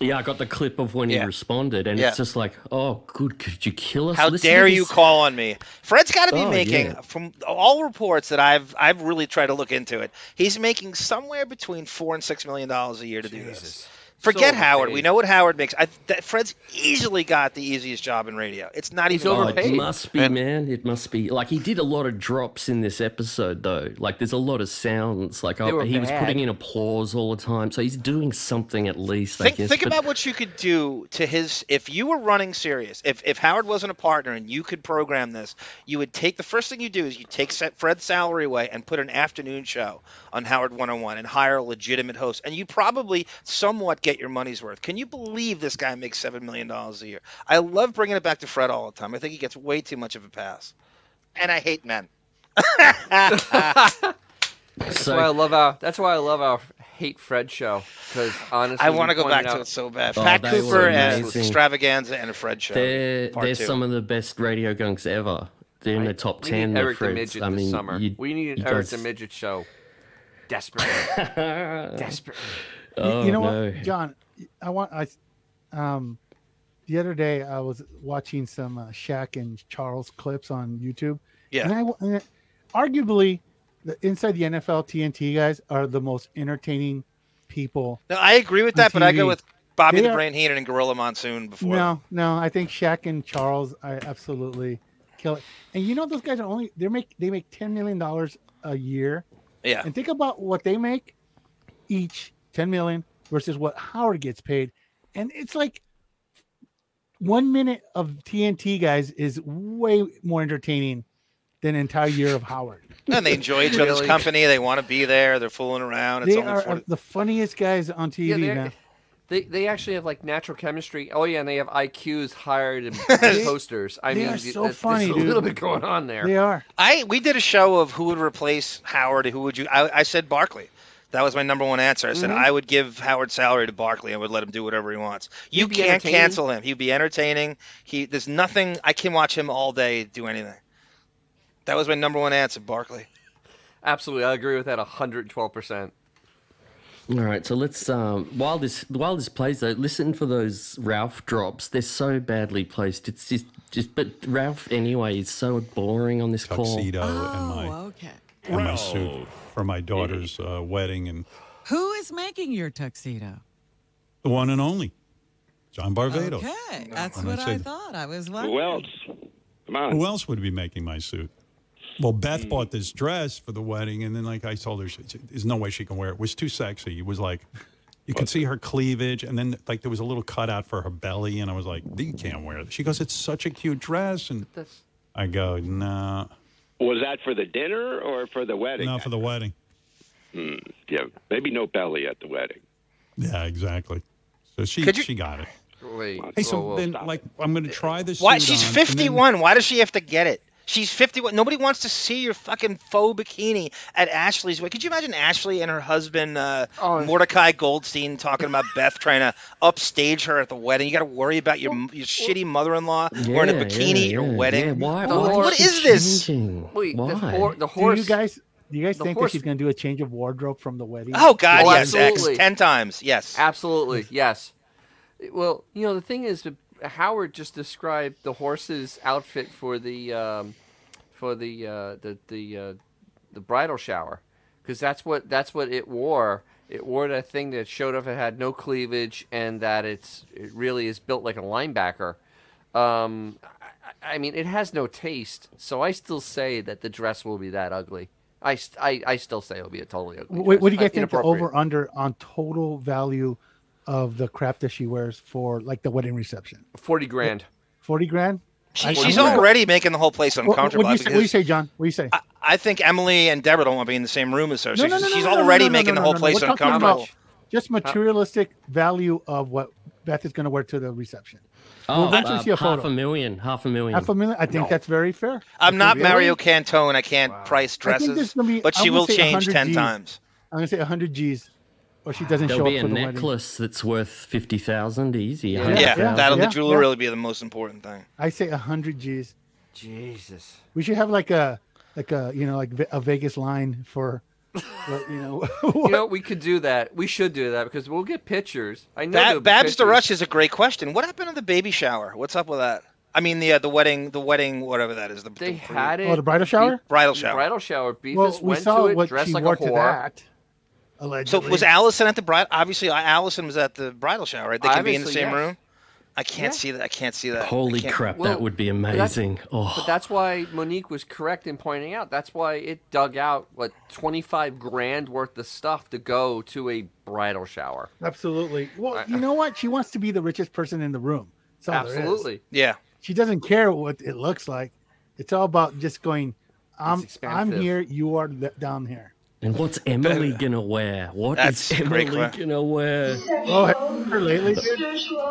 Yeah, I got the clip of when he responded, and
Yeah.
it's just like, oh, good, could you kill us?
How
Listen to
dare you
this-
call on me? Fred's got to be
Oh,
making,
yeah.
from all reports that I've I've really tried to look into it, he's making somewhere between four and six million dollars a year to do this. Forget
So
Howard. We
overpaid.
know what Howard makes. I, that Fred's easily got the easiest job in radio. It's not
He's
even close.
It must be, man. It must be. Like he did a lot of drops in this episode, though. Like there's a lot of sounds. Like
They
oh,
were
he was
bad.
putting in applause all the time, so he's doing something at least. I
Think,
guess.
think
but-
about what you could do to his. If you were running serious, if, if Howard wasn't a partner and you could program this, you would take the first thing you do is you take Sa- Fred's salary away and put an afternoon show on Howard 101 and hire a legitimate host. And you probably somewhat get your money's worth. Can you believe this guy makes $7 million a year? I love bringing it back to Fred all the time. I think he gets way too much of a pass. And I hate men.
That's
So-
why I love our. That's why I love our hate Fred show because honestly,
I want to
you
go
pointed
back to
out-
it so bad.
Oh,
Pat
they were
Cooper and
amazing.
Extravaganza and a Fred show.
They're
part
they're
two.
some of the best radio gunks ever. They're in the top
We need
ten.
Eric
the
the
Freds.
Midget
I mean,
this summer.
you-
we need an
you
Eric
guys-
the Midget show. Desperately, Uh, desperately.
You- you know what, John? I want I um the other day I was watching some uh, Shaq and Charles clips on YouTube.
Yeah.
and I wa- and I- arguably the inside the NFL TNT guys are the most entertaining people.
No, I agree with
on
that, but I go
TV.
with Bobby
They
the
are-
Brain Heenan and Gorilla Monsoon before.
No, no, I think Shaq and Charles I absolutely kill it. And you know those guys are only they make they make ten million dollars a year.
Yeah.
And think about what they make each 10 million versus what Howard gets paid. And it's like one minute of TNT guys is way more entertaining than an entire year of Howard.
And they enjoy each other's
Really?
company. They want to be there. They're fooling around. It's
they
only
are
for
the funniest guys on
Yeah,
TV
they,
now.
they they actually have like natural chemistry. Oh yeah, and they have IQs higher than posters. I
they
mean,
are
th-
so
that's-
funny,
there's
dude.
a little bit going on there.
They are.
I we did a show of who would replace Howard. Who would you? I, I said Barkley. That was my number one answer. I said
Mhm.
I would give Howard's salary to Barkley and would let him do whatever he wants. You
be
can't
entertaining.
cancel him. He'd be entertaining. He there's nothing. I can watch him all day do anything. That was my number one answer, Barkley.
Absolutely, I agree with that 112. percent
All right, so let's um, while this while this plays though, listen for those Ralph drops. They're so badly placed. It's just just but Ralph anyway is so boring on this
tuxedo
call.
and my
Oh, Okay.
and my suit for my daughter's uh, wedding and
Who is making your tuxedo?
the one and only John Barbados.
Okay, that's
And
what
I'd say-
I thought. I was wondering.
Come on. Who else would be making my suit? Well, Beth bought this dress for the wedding, and then like I told her, she, she- there's no way she can wear it. It was too sexy. It was like you could see her cleavage, and then like there was a little cutout for her belly, and I was like, you can't wear it. She goes, it's such a cute dress, and I go, no,
Was that for the dinner or for the wedding?
no for the wedding.
Hmm, yeah, maybe no belly at the wedding.
Yeah, exactly. So she
Could you-
she got it.
Wait.
Hey, so then like I'm gonna try this.
Why?
suit
She's
on, and then-
51. Why does she have to get it? She's 51. Nobody wants to see your fucking faux bikini at Ashley's wedding. Could you imagine Ashley and her husband uh,
Oh,
Mordecai Goldstein talking about Beth trying to upstage her at the wedding? You got to worry about your your shitty mother-in-law wearing a
Yeah,
bikini
yeah,
at your
yeah,
wedding.
yeah. Why-
What-
why
what
is she
is this?
changing?
Wait, the
Why?
hor- the
Do you
horse-
guys do you guys
the
think
horse-
that she's gonna do a change of wardrobe from the wedding?
Oh God,
Oh,
yes, X,
absolutely.
ten times, yes.
Absolutely, yes. Well, you know the thing is, that Howard just described the horse's outfit for the um, for the uh, the the uh, the bridal shower, because that's what that's what it wore. It wore that thing that showed off it had no cleavage and that it's it really is built like a linebacker. Um, I- I, I mean, it has no taste, so I still say that the dress will be that ugly. I, st- I, I still say it'll be a totally ugly.
Wait, what do you
dress. Uh,
guys think the
Inappropriate.
over under on total value of the crap that she wears for like the wedding reception?
Forty grand.
Forty grand? I-
She, she's
I'm gonna go-
already making the whole place
What- What,
uncomfortable.
do you say, what do you
because
say, John? What do you say?
I think Emily and Deborah don't want to be in the same room as her.
No,
so
no, no,
she's she's
no, no, no,
already
no, no,
making
no,
the whole
no, no.
place
We're talking about
uncomfortable.
Just materialistic value of what Beth is going to wear to the reception.
Oh,
We'll eventually
uh,
see a
half
photo.
a million, half a million.
Half a million. I think that's very fair.
I'm
I
not
think-
Mario Cantone. I can't price
I think there's
dresses,
gonna be-
but
I'm
she
gonna
will
say
change
100
ten
Gs.
times.
I'm going to say 100 G's or she doesn't
There'll
show
be
up for
a
the wedding.
necklace that's worth fifty thousand easy.
Yeah,
Yeah,
100,000.
that'll
yeah,
literally
yeah.
really be the most important thing.
I say a hundred G's.
Jesus.
We should have like a like a you know like Ve- a Vegas line for what, you know.
You know, we could do that. We should do that because we'll get pictures. I know.
Ba-
there'll be
Babs the
pictures.
Rush is a great question. What happened to the baby shower? What's up with that? I mean the uh, the wedding the wedding whatever that is the
They
the-
had it.
Oh, the bridal shower?
bridal shower
Bridal shower. Beefus
Well, we
went
saw
to it
what
dressed
she
like
wore
a
to
whore.
that. Allegedly.
So was Allison at the bride? Obviously, I- Allison was at the bridal shower. Right? They can be in the
Obviously,
same
yes.
room. I can't see that. I can't see that. I
Holy
can't-
crap,
Well,
that would be
but that's-
amazing.
But
Oh,
that's why Monique was correct in pointing out. That's why it dug out what twenty five grand worth of stuff to go to a bridal shower.
Absolutely. Well,
I-
you know what? She wants to be the richest person in the room. That's all there is.
Absolutely.
Yeah.
She doesn't care what it looks like. It's all about just going. I'm I'm
expansive.
here. You are th- down here.
and what's Emily gonna wear? What is
That's a great
Emily
que-
gonna wear?
Oh, have her lately, dude.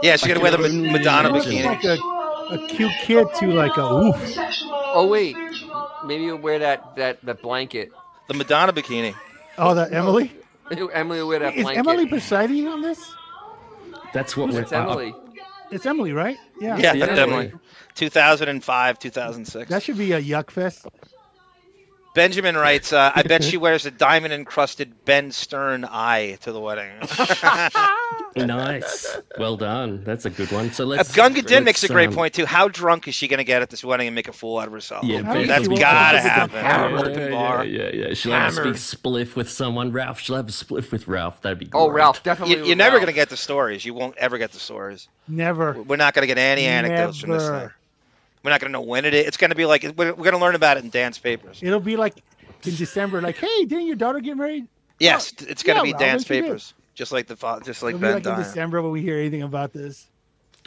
Yeah, she's
I can
gonna wear the Ma-
only
Madonna
imagine.
bikini.
Like a, a cute kid to like a oof.
Oh wait, maybe you'll wear that that that blanket.
The Madonna bikini.
Oh, that Emily.
Emily will wear that
Is
blanket.
Emily presiding on this?
That's
Who's
we're-
it? It's Emily, right?
Yeah,
Yeah.
that's Emily. 2005, 2006.
That should be a yuck fest.
Benjamin writes, uh, "I bet she wears a diamond encrusted Ben Stern eye to the wedding."
Nice. Well done. That's a good one. So let's.
Uh, Gunga Din makes a
let's,
great
um,
point too. How drunk is she going to get at this wedding and make a fool out of herself?
Yeah,
that's
basically.
gotta happen.
Yeah,
Open
yeah,
bar.
Yeah, yeah, yeah. She'll have a big
Hammered.
spliff with someone. Ralph, she'll have a spliff with Ralph. That'd be great.
Oh, Ralph,
definitely
You,
with
you're never
Ralph.
going to get the stories. You won't ever get the stories.
Never.
We're not going to get any anecdotes from this
Never.
thing. We're not going to know when it is. It's going to be like we're, we're going to learn about it in dance papers.
It'll be like in December, like, hey, didn't your daughter get married?
Yes, t- it's going to
yeah,
be
Robin,
dance
she did.
papers, just like the fa- just like
It'll
Ben
be like in
Dyer.
December when we hear anything about this.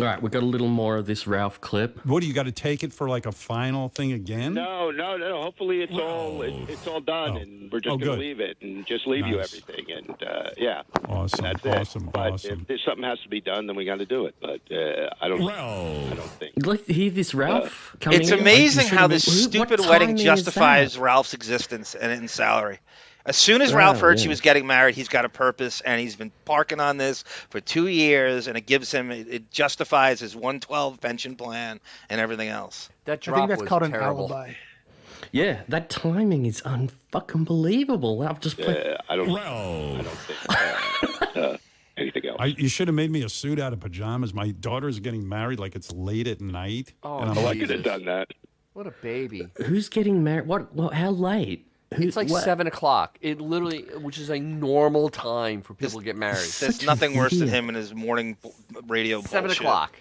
All right, we got a little more of this Ralph clip.
What do you got to take it for like a final thing again?
No, uh, no, no. Hopefully, it's all it's, it's all done, and we're just
Oh,
going
good.
to leave it and just leave you
Nice.
everything. And uh, yeah,
Awesome,
that's
awesome,
it. But
awesome.
if there's something has to be done, then we got to do it. But uh, I don't. I don't think.
Let's hear this
Uh,
Ralph coming
It's
in. Like, you
amazing
should
how
have-
this
who- what
stupid wedding
timing is
justifies Ralph's existence and, and salary. As soon as Ralph
Wow,
heard she
yeah.
was getting married, he's got a purpose, and he's been parking on this for two years, and it gives him it, it justifies his 112 pension plan and everything else.
That
I think that's called an
terrible.
alibi.
that? Yeah, that timing is unfucking believable. I've just played.
Uh, I don't.
I
don't think. Uh, uh, anything else?
I, you should have made me a suit out of pajamas. My daughter's getting married like it's late at night.
Oh,
and I'm
Oh, I
like,
could have done that.
What a baby.
Who's getting married? What? what how late? Who,
It's like
what?
seven o'clock. It literally, which is a normal time for people to get married.
There's nothing worse than him and his morning b- radio.
Seven
bullshit.
o'clock.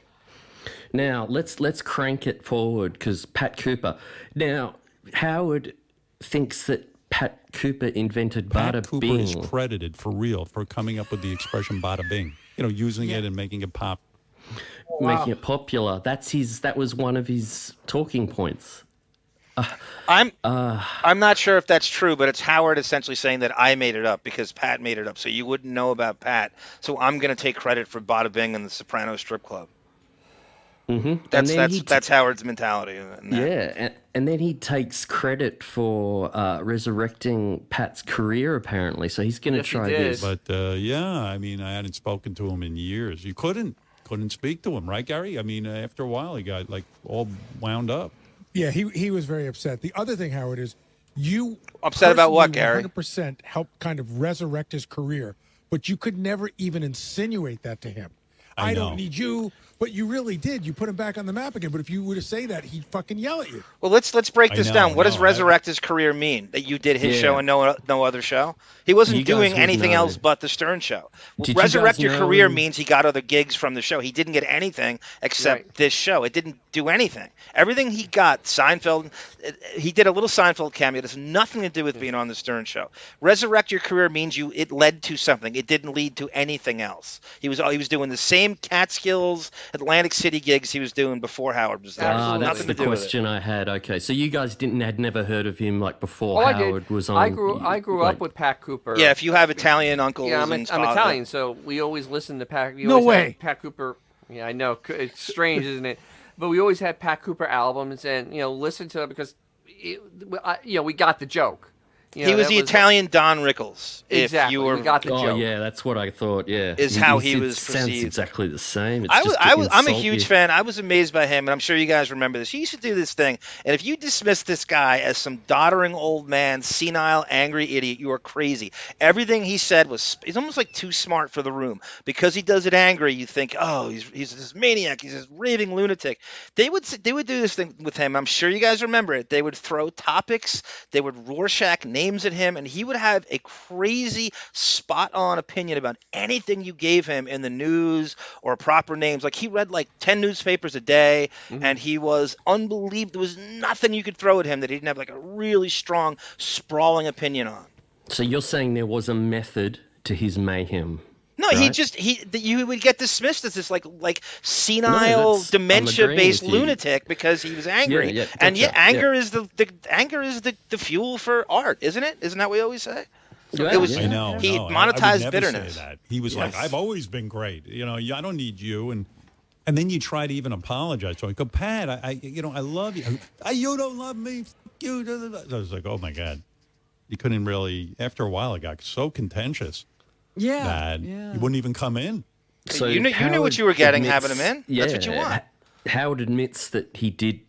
Now let's let's crank it forward because Pat Cooper. Now Howard thinks that Pat Cooper invented
Pat
bada
Cooper
bing.
is credited for real for coming up with the expression "bada bing," you know, using it and making it pop.
making it popular. That's his. That was one of his talking points. Uh,
I'm I'm not sure if that's true, but it's Howard essentially saying that I made it up because Pat made it up, so you wouldn't know about Pat. So I'm gonna take credit for Bada Bing and the Soprano Strip Club.
hmm
That's that's that's Howard's mentality. in that.
yeah, and, and then he takes credit for uh, resurrecting Pat's career. Apparently, so he's going to try this.
But uh, yeah, I mean, I hadn't spoken to him in years. You couldn't couldn't speak to him, right, Gary? I mean, uh, after a while, he got like all wound up.
Yeah, he he was very upset. The other thing, Howard, is you
Upset about what, Gary?
Hundred percent helped kind of resurrect his career, but you could never even insinuate that to him. I,
I
don't
know.
need you, but you really did. You put him back on the map again. But if you were to say that, he'd fucking yell at you.
Well, let's let's break
I
this
know,
down. What does
no, I-
resurrect his career mean? That you did his
Yeah.
show and no no other show? He wasn't
You guys
doing
would
anything
know.
else but the Stern show.
Did you guys
resurrect your career
know-
means he got other gigs from the show. He didn't get anything except this show. It didn't do anything. Everything he got, Seinfeld, it- he did a little Seinfeld cameo. It has nothing to do with being on the Stern show. Resurrect your career means you it led to something. It didn't lead to anything else. He was he was doing the same Catskills, Atlantic City gigs he was doing before Howard was there.
Ah, that's
Nothing
the
to do with it.
question I had. Okay, so you guys didn't had never heard of him like before
Oh, I
Howard
did.
was on.
I grew. I grew up with Pat Cooper.
Yeah, if you have Italian uncles
Yeah, I'm,
and
I'm
father-
Italian, so we always listen to Pat. we
No
always had
way.
Pat Cooper. Yeah, I know. C- It's strange, isn't it? But we always had Pat Cooper albums, and you know, listen to them because, it, I, you know, we got the joke. You
he
know,
was
that
the Italian Don Rickles. If
Exactly,
you
we
were
got the
oh yeah, that's what I thought. Yeah,
Is how he
it
was
sounds
perceived.
exactly the same. It's
I was,
just to
I was, I'm a
insult
huge
you.
fan. I was amazed by him, and I'm sure you guys remember this. He used to do this thing, and if you dismiss this guy as some doddering old man, senile, angry idiot, you are crazy. Everything he said was, he's almost like too smart for the room. Because he does it angry, you think, oh, he's, he's this maniac, he's this raving lunatic. They would, s- they would do this thing with him. I'm sure you guys remember it. They would throw topics, they would Rorschach names at him, and he would have a crazy, spot on opinion about anything you gave him in the news or proper names. Like he read like 10 newspapers a day
Mm-hmm.
and he was unbelievable. There was nothing you could throw at him that he didn't have like a really strong, sprawling opinion on.
So you're saying there was a method to his mayhem?
No, he
right?
just he that you would get dismissed as this like like
No,
senile
that's- I'm
dementia based
agreeing with you.
lunatic because he was angry.
yeah,
and
gotcha,
yet anger
yeah.
is the, the anger is the, the fuel for art, isn't it? Isn't that what we always say?
Yeah,
it was
I know.
he
no, I- I would
monetized
never say
bitterness.
that. He was like,
Yes.
"I've always been great. You know, you- I don't need you." And and then you try to even apologize to him. I go, Pat, I, I you know, I love you. I, you don't love me. Fuck you. da, da, da." So I was like, "Oh my god." You couldn't really. After a while, it got so contentious.
Yeah,
that you wouldn't even come in.
So
You knew- you knew what
Howard
you were getting,
admits-
having him in.
Yeah,
That's what you want.
H- Howard admits that he did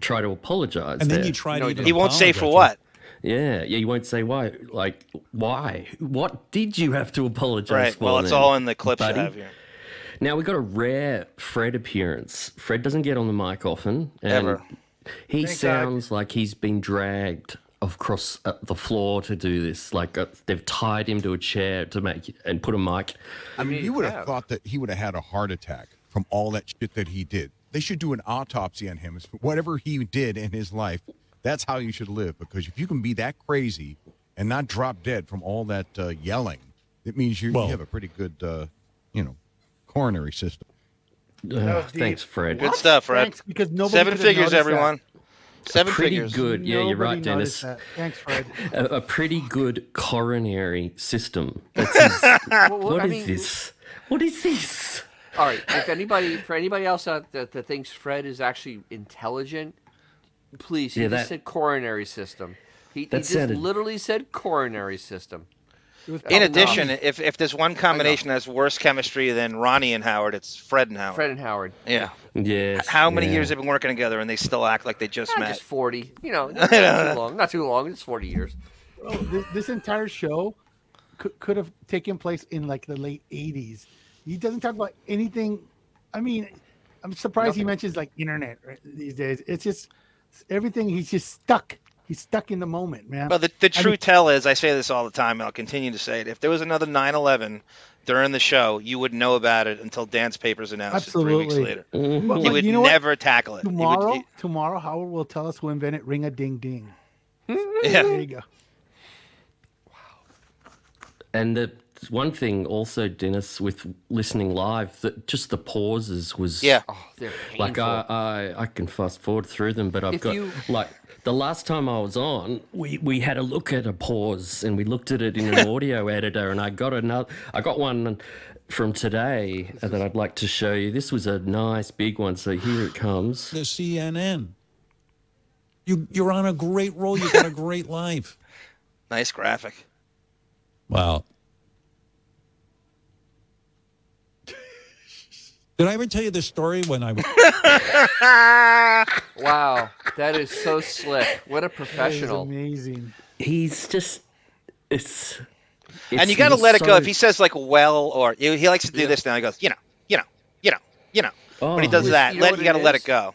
try to apologize,
And then
there.
you tried No, to he even didn't. He won't say for apologize.
Yeah, yeah, you won't say why. Like, why? What did you have to apologize
Right,
for?
well, it's
then,
all in the clips I
buddy?
have here.
Now we got a rare Fred appearance. Fred doesn't get on the mic often. And
Ever.
He
Thank God.
sounds like he's been dragged across uh, the floor to do this. Like uh, they've tied him to a chair to make and put a mic.
I mean, you would have thought that he would have had a heart attack from all that shit that he did. They should do an autopsy on him. Whatever he did in his life, that's how you should live. Because if you can be that crazy and not drop dead from all that uh, yelling, it means you, you have a pretty good, uh, you know, coronary system.
Ugh, thanks, Fred.
Good stuff, Fred.
Thanks, because nobody
Seven
could have
figures,
noticed
everyone. Seven
pretty
figures.
good. Yeah, you're right,
Nobody noticed
Dennis.
that. Thanks, Fred.
A, a pretty good coronary system. That's his,
Well, well,
what
I
is
mean-
this? What is this?
All right. If anybody, for anybody else out that, that thinks Fred is actually intelligent, please. He
Yeah,
just
that-
said coronary system. He, he
that
just
sounded-
literally said coronary system.
Oh,
In addition, if, if there's one combination that's worse chemistry than Ronnie and Howard, it's Fred and Howard.
Fred and Howard.
Yeah.
Yes.
How many
yeah.
years have been working together and they still act like they just
Ah,
met?
just forty. You know,
I
not
know.
too long. Not too long. It's forty years.
Bro, this, Oh, this entire show could, could have taken place in like the late 80s. He doesn't talk about anything. I mean, I'm surprised he mentions like internet right, these days. It's just everything. He's just stuck. He's stuck in the moment, man.
Well, the, the
I
true
mean-
tell is, I say this all the time, and I'll continue to say it. If there was another 9 11 during the show, you would know about it until Dan's papers announced it three
Absolutely.
weeks later.
Mhm. But-
You
but
would
you know what?
never tackle it. You would-
tomorrow, tomorrow, Howard will tell us who invented ring a ding ding.
Yeah.
There you go.
And the one thing also, Dennis, with listening live, that just the pauses was
Yeah.
Oh, they're
Like uh, I, I, I can fast forward through them, but I've
If
got
you-
like the last time I was on, we, we had a look at a pause and we looked at it in an audio editor, and I got another, I got one from today that I'd like to show you. This was a nice big one, so here it comes.
The CNN. You you're on a great roll. You got a great life.
Nice graphic.
Wow. Did I ever tell you the story when I was
Wow, that is so slick. What a professional.
amazing.
He's just it's.
and you got to let it go. If he says like "well" or he, he likes to do this now, he goes, you know, you know, you know, you know. when he does that,
know
let
Oh, what
you got to let
is?
it go.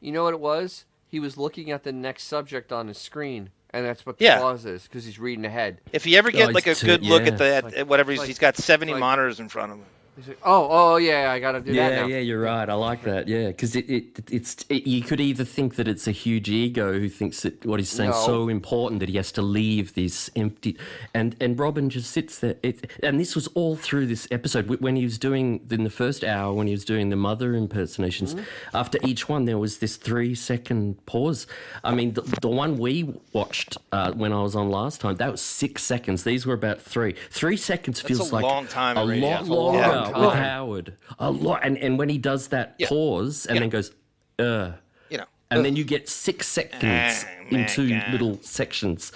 You know what it was? He was looking at the next subject on his screen, and that's what the
Yeah.
pause is because he's reading ahead.
If you
Oh,
ever
Oh,
get like a good look at the
that,
at, at whatever he's, he's got, seventy
like-
monitors in front of him.
he's like, oh, oh yeah, I gotta do
yeah,
that now.
yeah, you're right. I like that. Yeah, because it, it it's it, you could either think that it's a huge ego who thinks that what he's saying is
No.
so important that he has to leave this empty, and and Robin just sits there. It, and this was all through this episode Wh- when he was doing in the first hour when he was doing the mother impersonations.
Mm-hmm.
After each one, there was this three second pause. I mean, the, the one we watched uh, when I was on last time that was six seconds. These were about three. Three seconds
That's
feels
a
like
long time
a
in radio.
lot
That's a long
longer
time.
with Howard. A lot, and and when he does that pause and then goes, uh,
You know. uh.
and then you get six seconds
Ah, my
into
God.
little sections.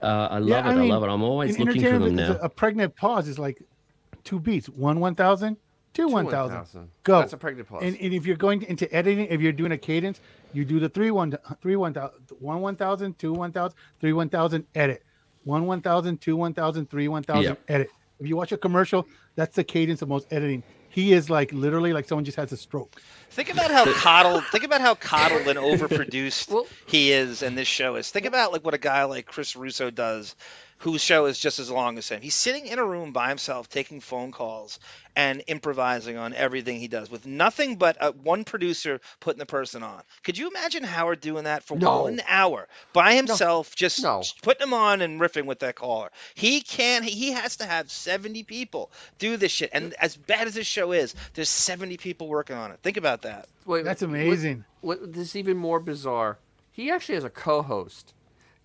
Uh, I love it. I, love it. I'm always
in
looking for them
entertainment,
now.
it's A, a pregnant pause is like two beats: one one thousand, two one thousand.
1,000.
Go.
That's a pregnant pause.
And, and if you're going into editing, if you're doing a cadence, you do the three one three one thousand, one one thousand, two one thousand, three one thousand. Edit one one thousand, two one thousand, three one thousand.
Yep.
Edit. If you watch a commercial, that's the cadence of most editing. He is like literally like someone just has a stroke.
Think about how coddled. Think about how coddled and overproduced he is, and this show is. Think about like what a guy like Chris Russo does, whose show is just as long as him. He's sitting in a room by himself, taking phone calls and improvising on everything he does, with nothing but uh, one producer putting the person on. Could you imagine Howard doing that for
No.
one hour by himself, just just putting him on and riffing with that caller? He can't. He has to have seventy people do this shit, and as bad as this show is, there's seventy people working on it. Think about that.
Wait,
That's
what-
amazing.
What, this is even more bizarre. He actually has a co-host.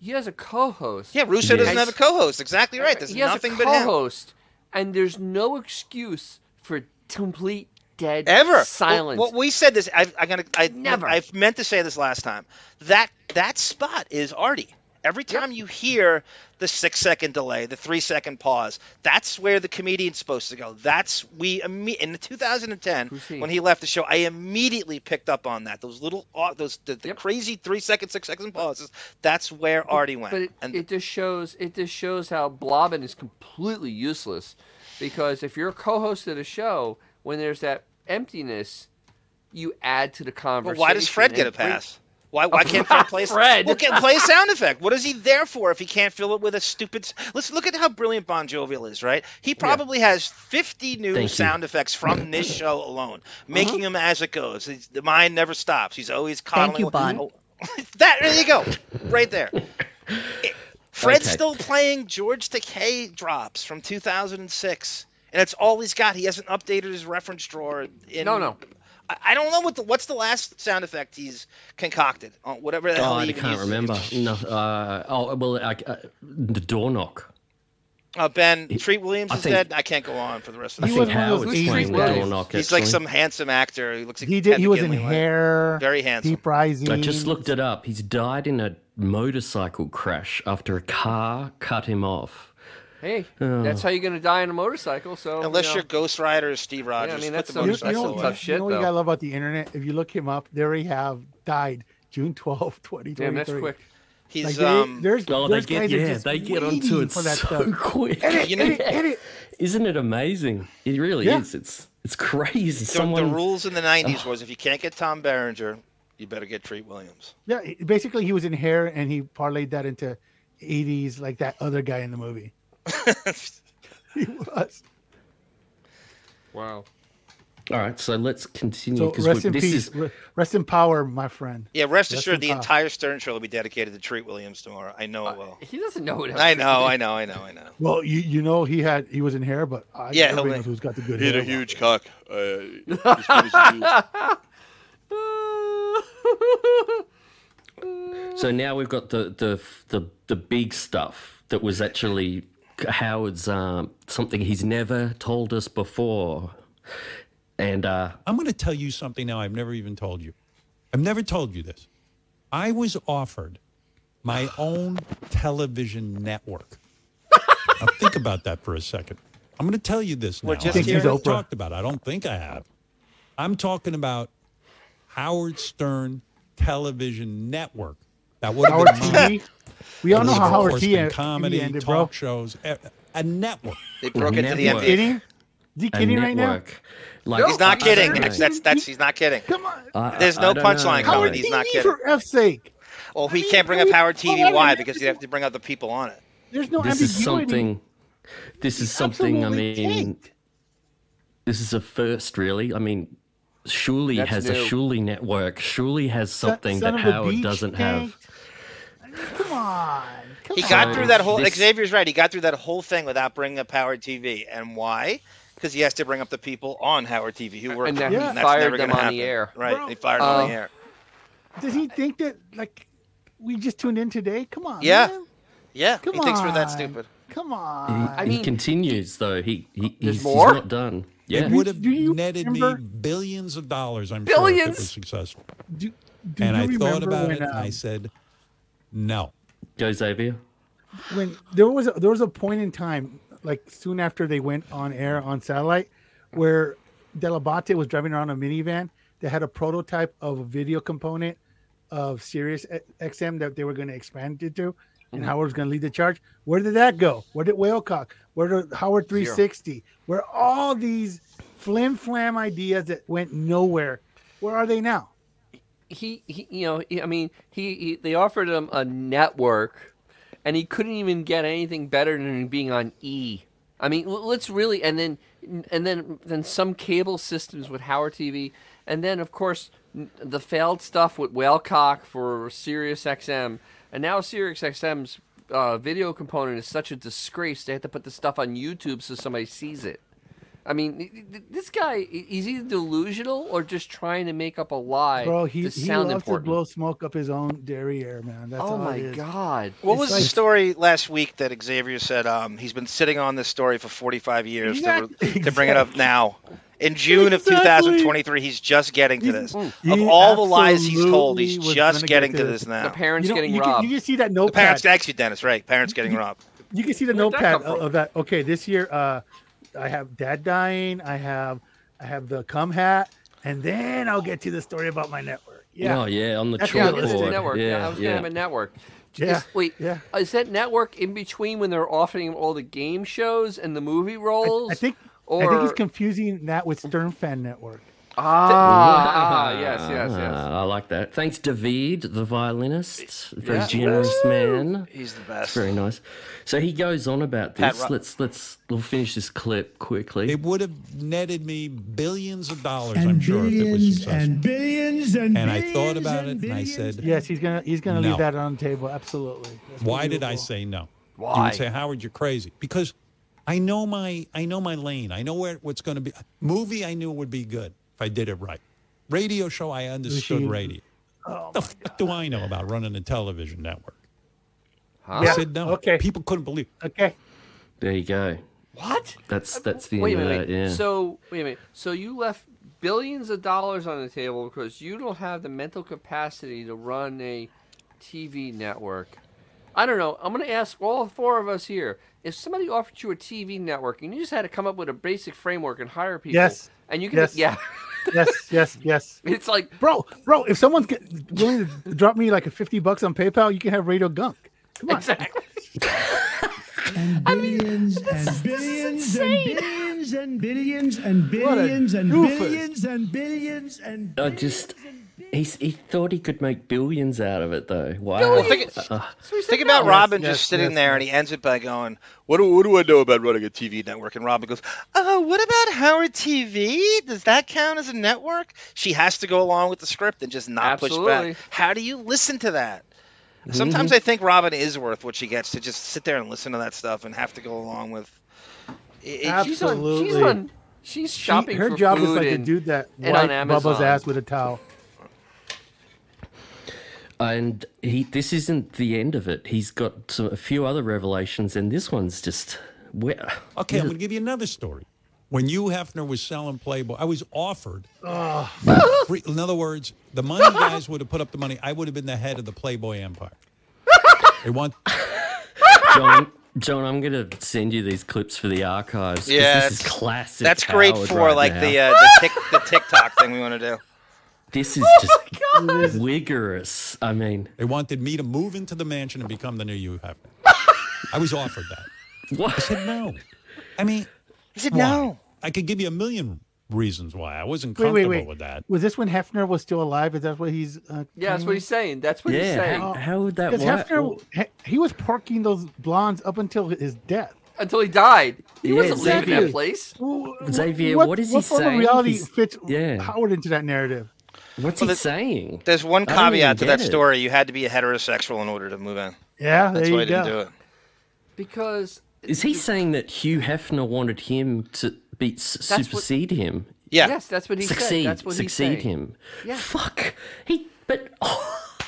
He has a co-host.
Yeah, Russo doesn't have a co-host. Exactly right. There's
he has
nothing
a
but him.
co-host, and there's no excuse for complete dead
Ever
silence.
Well, well, we said this. I, I'm gonna. I
Never.
I meant to say this last time. That that spot is Artie. Every time you hear the six second delay, the three second pause, that's where the comedian's supposed to go. That's we imme- in 2010 when he left the show. I immediately picked up on that. Those little au- those the, the crazy three second, six second pauses. That's where Artie went.
But it, it just shows it just shows how blobbing is completely useless, because if you're a co-host of the show, when there's that emptiness, you add to the
But
conversation.
why does Fred get a
and bring-
pass? Why, why can't Fred play?
Fred.
Well, can play a sound effect. What is he there for if he can't fill it with a stupid? s- Let's look at how brilliant Bon Jovial is, right? He probably has 50 new
Thank you.
sound effects from this show alone, making him as it goes. He's, the mind never stops. He's always coddling.
you, Bon.
Oh, that there you go, right there. Fred's
Okay.
still playing George Takei drops from 2006, and that's all he's got. He hasn't updated his reference drawer. In,
No, no.
I, I don't know what the, what's the last sound effect he's concocted. Uh, whatever the hell
God,
he
Oh, I
even
can't
uses.
remember. No, uh, oh well, I, uh, the door knock.
Uh, ben Treat Williams
I
is
think-
dead. I can't go on for the rest of
I
the
think Howard's playing
Treat
the
Williams?
door knock,
He's like
actually.
some handsome actor. He looks like
He did. He
Ted
was in
McGinley, like-
hair.
Very handsome.
Deep rising.
I just looked it up. He's died in a motorcycle crash after a car cut him off.
Hey,
Oh.
that's how you're gonna die on a motorcycle. So
Unless
you know.
you're Ghost Rider or Steve Rogers,
mean,
put
that's
the
some-
motorcycle
you know-
away.
tough shit,
you know what you
though.
gotta love about the internet? If you look him up, there he have died June 12, 2023.
Damn, that's quick.
He's,
like, they-
um,
there's,
Oh,
there's
they
guys
get
that are
yeah,
just
they get onto
waiting
it
for that
so
stuff.
quick.
Edit, edit, edit.
Isn't it amazing? It really
Yeah.
is. It's it's crazy.
The,
Someone
the rules in the 90s was if you can't get Tom Berenger, you better get Treat Williams.
Yeah, he- basically he was in hair and he parlayed that into 80s like that other guy in the movie. he was.
Wow.
All right, so let's continue
So
because
rest in
this
peace.
is
Re- Rest in power, my friend.
Yeah, rest
Rest
assured,
in
the
power.
entire Stern show will be dedicated to Treat Williams tomorrow. I know it will.
Uh, He doesn't know it.
I know, I know, I know, I know.
Well, you you know he had he was in hair, but I,
Yeah, he'll
everybody
be-
knows who's got the good
He had
hair.
a huge cock. Uh,
so now we've got the the the the big stuff that was actually Howard's um, something he's never told us before, and uh,
I'm going to tell you something now I've never even told you. I've never told you this. I was offered my own television network. now think about that for a second. I'm going to tell you this now.
We're just
I've
Think he's
never
Oprah.
talked about it. I don't think I have. I'm talking about Howard Stern Television Network. That would
Howard
have been mine.
TV? We all
It
know
would
how
have, of
Howard
course,
T
been
en- TV
comedy,
ended,
talk
bro.
shows, a, a network.
They broke into the
Network.
MD.
Kidding?
Is he
A
kidding right now?
network. Like,
he's not kidding.
I-
That's, that's that's he's not kidding. Come
I-
on. There's
I
no
don't
punchline
know.
coming. He's not
TV
kidding.
for F's sake.
Well, he can't bring up Howard TV. Why? Because you have to bring up the people on it.
There's no
this
ambiguity.
is something. This is something. I mean,
absolutely
this is a first, really. I mean, Shuli
That's
has a
new.
Shuli network. Shuli has something
Son
that
of a
Howard
beach
doesn't have.
Come on. Come
He
on.
got through that whole.
This-
Xavier's right. He got through that whole thing without bringing up Howard TV. And why? Because he has to bring up the people on Howard TV who work.
And
for
then
him,
he
and that's
fired
never
them
gonna
on the
happen.
air.
Right.
Bro.
They fired them on the
Uh,
air.
Does he think that like we just tuned in today? Come on.
Yeah.
man.
Yeah.
Come
he thinks we're that
on.
stupid.
Come on.
Uh,
He, he
mean-
continues though. He, he
There's
he's, he's
more?
not done. Yeah.
It would have netted me billions of dollars. I'm sure if it
Billions?
was successful.
do
and
you
I thought
remember um,
about
when,
it, and I
um,
said, "No,
Go Xavier.
when there was a, there was a point in time, like soon after they went on air on satellite, where Delabate was driving around a minivan that had a prototype of a video component of Sirius XM that they were going to expand it to, and
Mm-hmm.
Howard was going to lead the charge. Where did that go? Where did Whalecock? Where did Howard 360? Where all these flim flam ideas that went nowhere? Where are they now?
he, he you know he, i mean he, he they offered him a network and he couldn't even get anything better than being on e i mean l- let's really and then and then then some cable systems with howard tv and then of course n- the failed stuff with whalecock for sirius xm and now sirius xm's uh, video component is such a disgrace they had to put the stuff on youtube so somebody sees it I mean, th- th- this guy he- he's either delusional or just trying to make up a lie
Bro, he,
to
he
sound
loves
important.
to blow smoke up his own derriere, man. That's
Oh
all
my
it is.
God.
What
It's
was
like-
the story last week that Xavier said um, he's been sitting on this story for 45 years to, re- to bring it up now? In June
Exactly.
of 2023, he's just getting to this. of
He
all the lies he's told,
absolutely
he's
was
just
gonna
getting
get
to this now.
The parents
You know,
getting
you can-
robbed.
you just see that
The parents,
notepad.
actually, Dennis, right? Parents getting robbed.
You can see the
Where'd that
notepad
come
of, of that. Okay, this year, uh, I have dad dying. I have, I have the cum hat, and then I'll get to the story about my network. Yeah.
Oh yeah, on the
That's
yeah,
chalkboard.
this is the network. Yeah,
Yeah,
I was
yeah.
gonna have a network.
Yeah,
Is, wait, is that network in between when they're offering all the game shows and the movie roles?
I think.
or
I think he's confusing that with Stern Fan Network.
Ah, ah, yes, yes, yes.
Ah, I like that. Thanks, David, the violinist. Very
Yeah.
generous
Woo!
man.
He's the
It's
best.
very nice. So he goes on about
Pat
this.
Ro-
let's let's we'll finish this clip quickly.
It would have netted me billions of dollars,
And
I'm sure, if it was
billions
successful.
and
billions and I thought about it and I said,
Yes, he's gonna he's gonna
No.
leave that on the table. Absolutely. That's
Why did I
beautiful.
say no? You
Why?
would say, Howard, you're crazy. Because I know my I know my lane. I know where what's going to be. Movie, I knew would be good if I did it right. Radio show, I understood
Machine. Oh
radio. the fuck do I know about running a television network?
Huh?
I said no. Okay. People couldn't believe.
Okay.
There you go.
What? Uh,
That's that's the
wait a
end of
minute.
that. Yeah.
So wait a minute. So you left billions of dollars on the table because you don't have the mental capacity to run a TV network. I don't know. I'm going to ask all four of us here. If somebody offered you a TV network and you just had to come up with a basic framework and hire people,
Yes.
and you can,
Yes.
yeah,
yes. Yes. Yes.
it's like
Bro, bro, if someone's get- willing to drop me like a fifty bucks on PayPal, you can have Radio Gunk. Come on.
Exactly.
and billions and billions and billions and billions and
What a
billions and
doofus.
billions and billions and
I just he he thought he could make billions out of it though. Wow.
Billions! Well, think-
Uh,
Think about
Yes,
Robin
yes,
just sitting
yes,
there, and he ends it by going, "What do what do I know about running a TV network?" And Robin goes, "Oh, what about Howard TV? Does that count as a network?" She has to go along with the script and just not push
Absolutely.
back. How do you listen to that? Sometimes
Mm-hmm.
I think Robin is worth what she gets to just sit there and listen to that stuff and have to go along with. It- it-
she's on, she's
Absolutely.
on, she's
She-
shopping
her
for
job is
food
like
and,
to do that
and on
wipe Bubba's
Amazon.
ass with a towel.
And he, this isn't the end of it. He's got some, a few other revelations, and this one's just where.
Okay, I'm going to give you another story. When Hugh Hefner was selling Playboy, I was offered. free- in other words, the money guys would have put up the money. I would have been the head of the Playboy empire. They want
John, John, I'm going to send you these clips for the archives. 'cause
Yeah,
this is
it's-
classic.
that's great
Howard
for
right
like
now.
the uh, the, tick, the TikTok thing we want to do.
This is
Oh
just vigorous. I mean,
they wanted me to move into the mansion and become the new Hugh Hefner. I was offered that.
What?
I said no. I mean,
I said
no. I could give you a million reasons why I wasn't
Wait,
comfortable
wait, wait.
with that.
Was this when Hefner was still alive? Is that what he's? Uh,
Yeah, that's what he's saying. That's what he's saying.
would
Because Hefner, he, he was parking those blondes up until his death.
until he died. He
Yeah,
wasn't leaving
Xavier.
that place.
Xavier, what is he
what form
saying?
of reality
He's-
fits
yeah.
Howard into that narrative?
What's
Well,
he
that-
saying?
There's one
I don't even
caveat to
get
that
it.
story: you had to be a heterosexual in order to move in.
Yeah,
that's
there
why
you
I didn't
go.
do it.
Because
Is he saying that Hugh Hefner wanted him to be, s-
what-
supersede him?
Yes, that's what he
succeed,
said. That's what
succeed
he's saying.
him.
Yeah.
Fuck. He but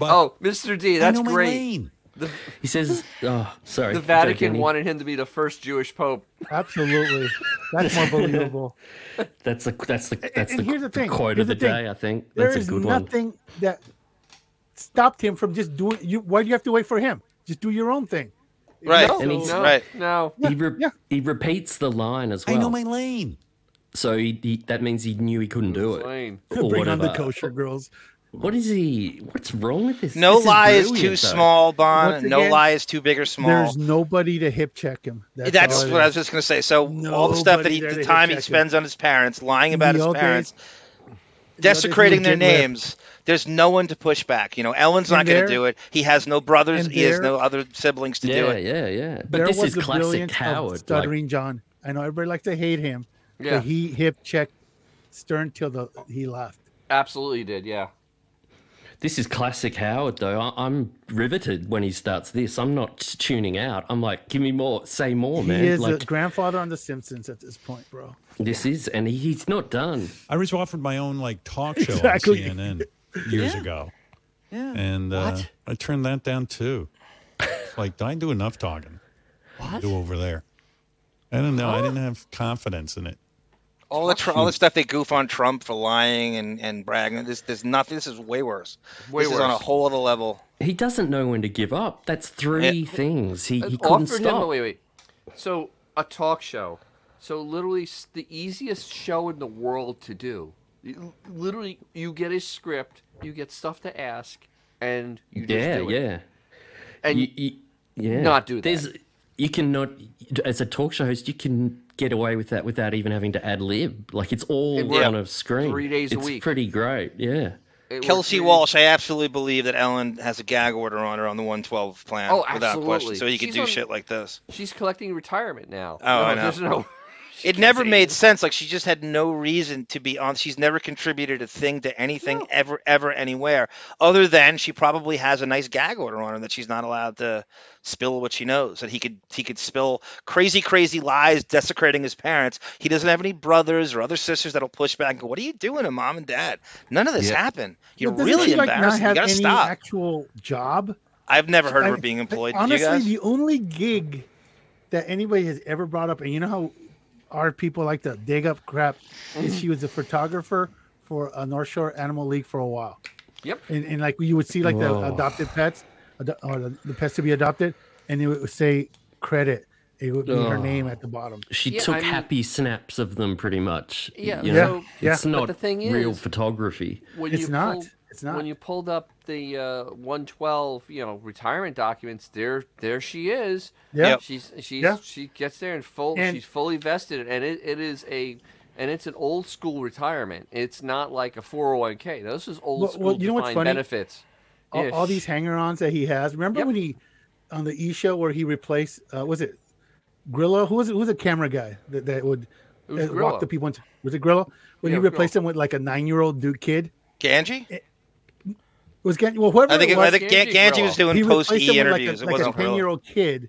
oh, Mr. D, that's
know my
great.
lane. He says, "Oh, sorry."
The
Don't
Vatican
get me-
wanted him to be the first Jewish pope.
Absolutely, that's more believable.
That's the that's the that's
and
the,
here's the thing.
quote
here's
of the,
thing.
day. I think
There
that's
is
a good one.
nothing that stopped him from just doing. You why do you have to wait for him? Just do your own thing.
Right. right.
No.
He, re- he repeats the line as
I
well.
know my
lane. So he, he, that means he knew he couldn't do it. Lane. Or
Bring on the
whatever.
kosher girls.
What is he? What's wrong with this?
No
This
lie is
brilliant,
too
though.
small, Bon.
Once
no
again,
lie is too big or small.
There's nobody to hip check him.
That's,
all it
what I
is.
was just gonna say. So all the stuff that
Nobody
he,
there
the
to
time
hit
he
check
spends on his parents, lying
In
about
the
his
old days-
parents,
the old days,
desecrating
we'd
their
get left.
names. There's no one to push back. You know, Ellen's
And
not going
there-
to do it. He has no brothers.
and
He has
there-
no other siblings to do
Yeah,
it.
yeah, yeah. But
there
this
was
is
the
classic
brilliance of
Howard. Like,
Stuttering John. I know everybody likes to hate him.
Yeah.
But he hip checked Stern till the he left.
Absolutely did. Yeah.
this is classic Howard, though. I, I'm riveted when he starts this. I'm not tuning out. I'm like, give me more, say more, Oh, man.
he is
like
a grandfather on The Simpsons at this point, bro.
this is, and he, he's not done.
I was offered my own like talk show
Exactly.
on CNN years
Yeah.
ago,
Yeah.
and uh,
What?
I turned that down too. like I do enough talking.
What?
Do over there. I don't know. I didn't have confidence in it.
All the tr- all the stuff they goof on Trump for lying and, and bragging. This there's nothing. This is way worse.
Way
this is on a
worse.
whole other level.
He doesn't know when to give up. That's
Eh,
three things. He,
Uh,
he couldn't
offered
stop.
him. Wait, wait. So a talk show. So literally s- the easiest show in the world to do. You- Literally, you get a script, you get stuff to ask, and you just
yeah,
do it.
yeah.
And
you, you- yeah.
not do that.
There's, you cannot, as a talk show host, you can get away with that without even having to ad lib. Like it's all
It worked
on a screen.
three days a
it's
week.
pretty great. Yeah.
Kelsey Walsh, I absolutely believe that Ellen has a gag order on her on the 112 plan
Oh,
without question.
absolutely.
So he could
She's
do
on-
shit like this.
She's collecting retirement now.
Oh, I know.
There's no.
it never made sense. Like she just had no reason to be on. She's never contributed a thing to anything ever, ever, anywhere, other than she probably has a nice gag order on her that she's not allowed to spill what she knows. That he could, he could spill crazy, crazy lies, desecrating his parents. He doesn't have any brothers or other sisters that'll push back and go, "What are you doing to mom and dad?" None of this
Yeah.
happened. You're
But doesn't
really
he, like, not
embarrassing.
have
You gotta
any
stop.
actual job.
I've never heard of
I-
her being employed. Do you
Honestly,
guys?
the only gig that anybody has ever brought up, and you know how our people like to dig up crap, is she was a photographer for a North Shore Animal League for a while.
Yep.
And, and like you would see like
Whoa.
the adopted pets, ado- or the, the pets to be adopted, and it would say credit. It would be her
Oh.
name at the bottom.
She
Yeah,
took
I mean-
happy snaps of them pretty much.
Yeah,
you know?
so- Yeah.
It's
But
not
the thing
real
is-
photography.
when
It's
you
not.
Pulled,
It's not.
When you pulled up the uh, 112, you know, retirement documents, there, there she is.
Yeah. Yep.
She's she's
Yeah.
she gets there and full.
And-
she's fully vested, and it, it is a, and it's an old school retirement. It's not like a 401k. This is old
Well-
school
well, you know what's
defined
funny?
benefits.
all,
Yeah,
all
she-
these hanger-ons that he has. Remember when he on the E show where he replaced uh, was it Grillo? Who was it? Who was a camera guy that, that would
It was
uh, walk
Grillo.
the people? Into, was it Grillo? When he
Yeah, it was
replaced him with like a nine-year-old dude kid.
Ganji?
eh, Was Gan- well, whoever
I think
it
it-
was,
I think Gan- Ganji Ganji was doing
he replaced
post-E
him with,
interviews. It
Like a,
wasn't
like a
Grillo.
ten-year-old kid,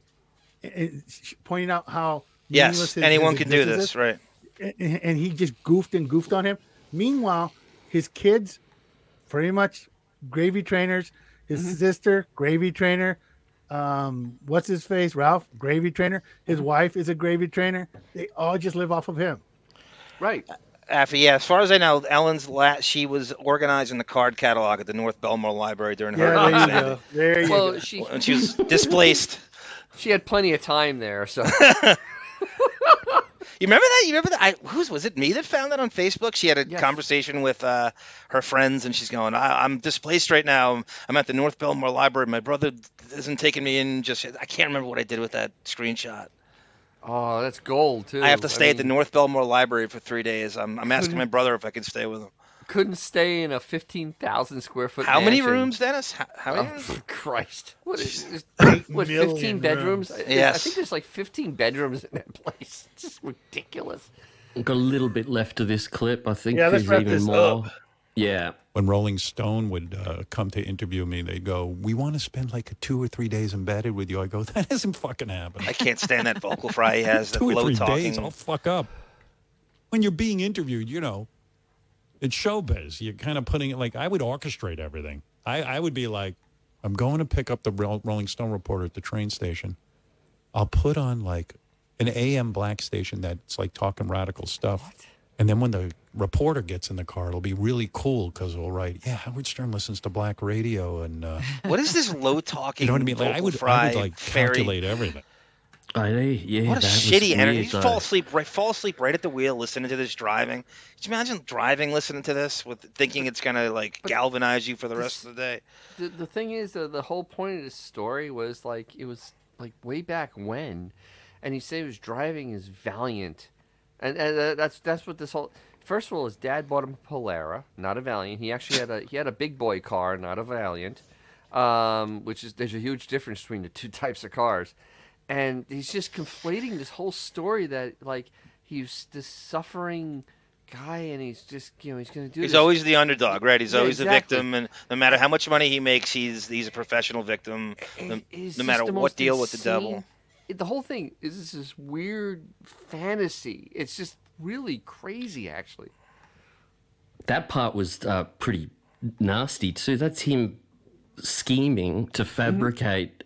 and- and sh- pointing out how meaningless
Yes,
his-
anyone
his
can do
existence
this,
is.
right?
and, and he just goofed and goofed on him. Meanwhile, his kids, pretty much gravy trainers. His sister, gravy trainer. Um, what's his face? Ralph, gravy trainer. His wife is a gravy trainer. They all just live off of him.
Right.
After yeah, as far as I know, Ellen's la- she was organizing the card catalog at the North Belmore Library during her.
Yeah, there you
Sandy.
go. There you
Well,
go.
she-
And she was displaced.
She had plenty of time there, so
You remember that? You remember that? I who's was it? Me that found that on Facebook. She had a conversation with uh, her friends, and she's going, I- "I'm displaced right now. I'm, I'm at the North Belmore Library. My brother isn't taking me in. Just I can't remember what I did with that screenshot.
Oh, that's gold too.
I have to stay at the
mean,
North Belmore Library for three days. I'm, I'm asking
Couldn't-
my brother if I can stay with him.
Couldn't stay in a 15,000 square foot.
How many
mansion.
rooms, Dennis? How, how many?
Oh,
rooms?
Christ. What is is- What,
million
15 bedrooms?
rooms.
I- I
Yes.
think there's like 15 bedrooms in that place. It's just ridiculous.
We've got a little bit left of this clip. I think
Yeah, let's
there's
wrap
even
this
more. Yeah.
When Rolling Stone would uh, come to interview me, they'd go, "We want to spend like two or three days embedded with you." I go, "That isn't fucking happening."
I can't stand that vocal fry he has. That
two or
low
three
talking.
days, Oh, I'll fuck up. When you're being interviewed, you know, it's showbiz. You're kind of putting it like I would orchestrate everything. I, I would be like, I'm going to pick up the Ro- Rolling Stone reporter at the train station. I'll put on like an AM black station that's like talking radical stuff. And then when the reporter gets in the car, it'll be really cool because we'll write, yeah, Howard Stern listens to black radio. And uh,
What is this low talking?
you know what I mean? Like, I, would, I would like
fairy?
calculate everything.
I know. Yeah,
What a
that was
shitty energy!
weird,
You
though.
fall asleep, right? Fall asleep right at the wheel, listening to this driving. Could you imagine driving, listening to this, with thinking it's gonna like galvanize you for the rest of the day?
The, the thing is, the, the whole point of this story was like it was like way back when, and he said he was driving his Valiant, and, and uh, that's that's what this whole. First of all, his dad bought him a Polara, not a Valiant. He actually had a he had a big boy car, not a Valiant, um, which is there's a huge difference between the two types of cars, and he's just conflating this whole story that like he's this suffering guy, and he's just you know he's going to do.
He's
this-
always the underdog, right? He's
Yeah,
always
exactly.
the victim, and no matter how much money he makes, he's he's a professional victim. No,
is just
no matter
the
what
most
deal with the devil.
insane- it- The whole thing is just this weird fantasy. It's just really crazy, actually.
that part was uh, pretty nasty too. That's him scheming to fabricate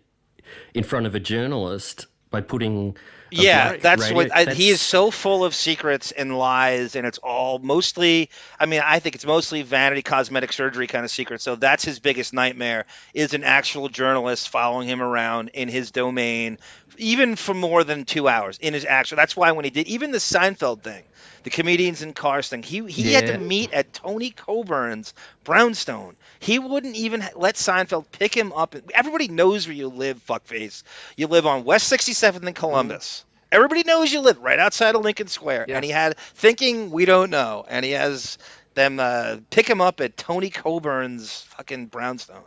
in front of a journalist by putting. a
Yeah,
black
that's
radio-
what I,
that's-
he is so full of secrets and lies, and it's all mostly. I mean, I think it's mostly vanity cosmetic surgery kind of secret. So that's his biggest nightmare: is an actual journalist following him around in his domain, even for more than two hours in his actual. That's why when he did even the Seinfeld thing, the comedians in cars thing, he he had
Yeah.
to meet at Tony Coburn's brownstone. He wouldn't even h- let Seinfeld pick him up. Everybody knows where you live, fuckface. You live on West 67th in Columbus. Everybody knows you live right outside of Lincoln Square. And he had thinking we don't know, and he has them uh, pick him up at Tony Coburn's fucking brownstone.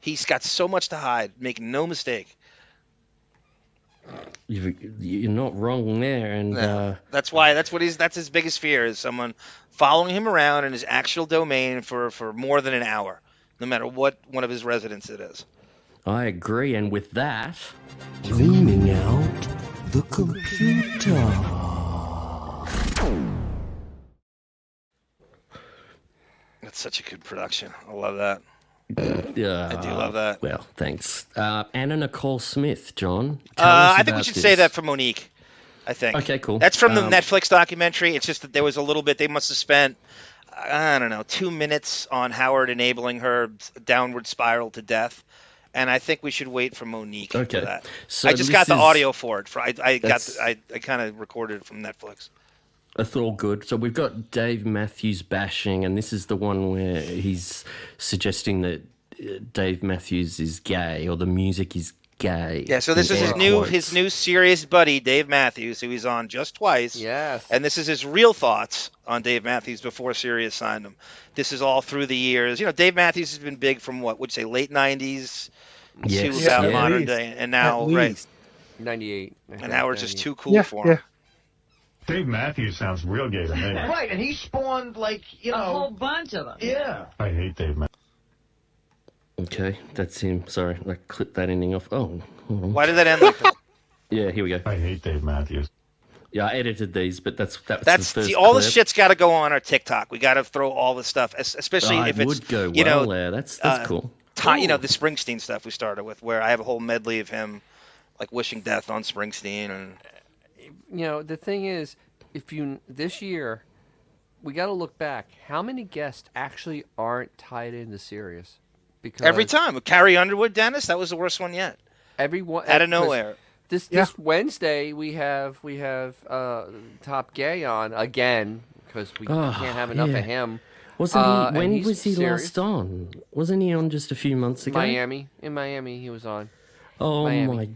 He's got so much to hide. Make no mistake.
You've, you're not wrong there, and uh,
That's why. That's what he's. That's his biggest fear is someone following him around in his actual domain for for more than an hour, no matter what one of his residents it is.
I agree. And with that, cleaning out the computer.
That's such a good production. I love that.
Yeah,
I do love that.
Well, thanks. Uh, Anna Nicole Smith, John. tell
Uh,
us
I think we
about
should
this.
say that for Monique. I think.
Okay, cool.
That's from the
Um,
Netflix documentary. It's just that there was a little bit. They must have spent, I don't know, two minutes on Howard enabling her downward spiral to death. And I think we should wait for Monique
Okay.
for that.
So
I just
this
got the
is-
audio for it. For I, I got.
That's-
I, I kind of recorded it from Netflix.
It's all good. So we've got Dave Matthews bashing, and this is the one where he's suggesting that uh, Dave Matthews is gay or the music is gay.
Yeah, so this
in
is his
air
new
quotes.
his new serious buddy Dave Matthews, who he's on just twice.
Yes.
And this is his real thoughts on Dave Matthews before Sirius signed him. This is all through the years. You know, Dave Matthews has been big from what would you say late '90s
Yes,
to
yeah.
about
At
modern
least.
day, and
At
now right.
least. Ninety-eight.
And now we're just too cool
Yeah,
for him.
Dave Matthews sounds real gay to me.
Right, and he spawned like you know a whole bunch of them. Yeah.
I hate Dave Matthews.
Okay, that's him. Sorry, I clipped that ending off. Oh, hold on.
Why did that end like that?
Yeah, here we go.
I hate Dave Matthews.
Yeah, I edited these, but that's that was
That's
the first
see, all
clip.
this shit's got to go on our TikTok. We got to throw all the stuff, es- especially
Oh,
if
it
it's
would go
you know
well there. That's- that's
uh,
cool.
ti- you know the Springsteen stuff we started with, where I have a whole medley of him like wishing death on Springsteen and.
You know, the thing is, if you this year, we got to look back. How many guests actually aren't tied into serious? Because
Every time. Carrie Underwood, Dennis, that was the worst one yet.
Everyone
out of
because
nowhere.
This this Wednesday we have we have uh, Top Gay on again because we
Oh,
can't have enough
yeah.
of him.
Wasn't
Uh, and
he? When
he's
was he
serious.
last on? Wasn't he on just a few months ago?
Miami. In Miami, he was on.
Oh
Miami.
my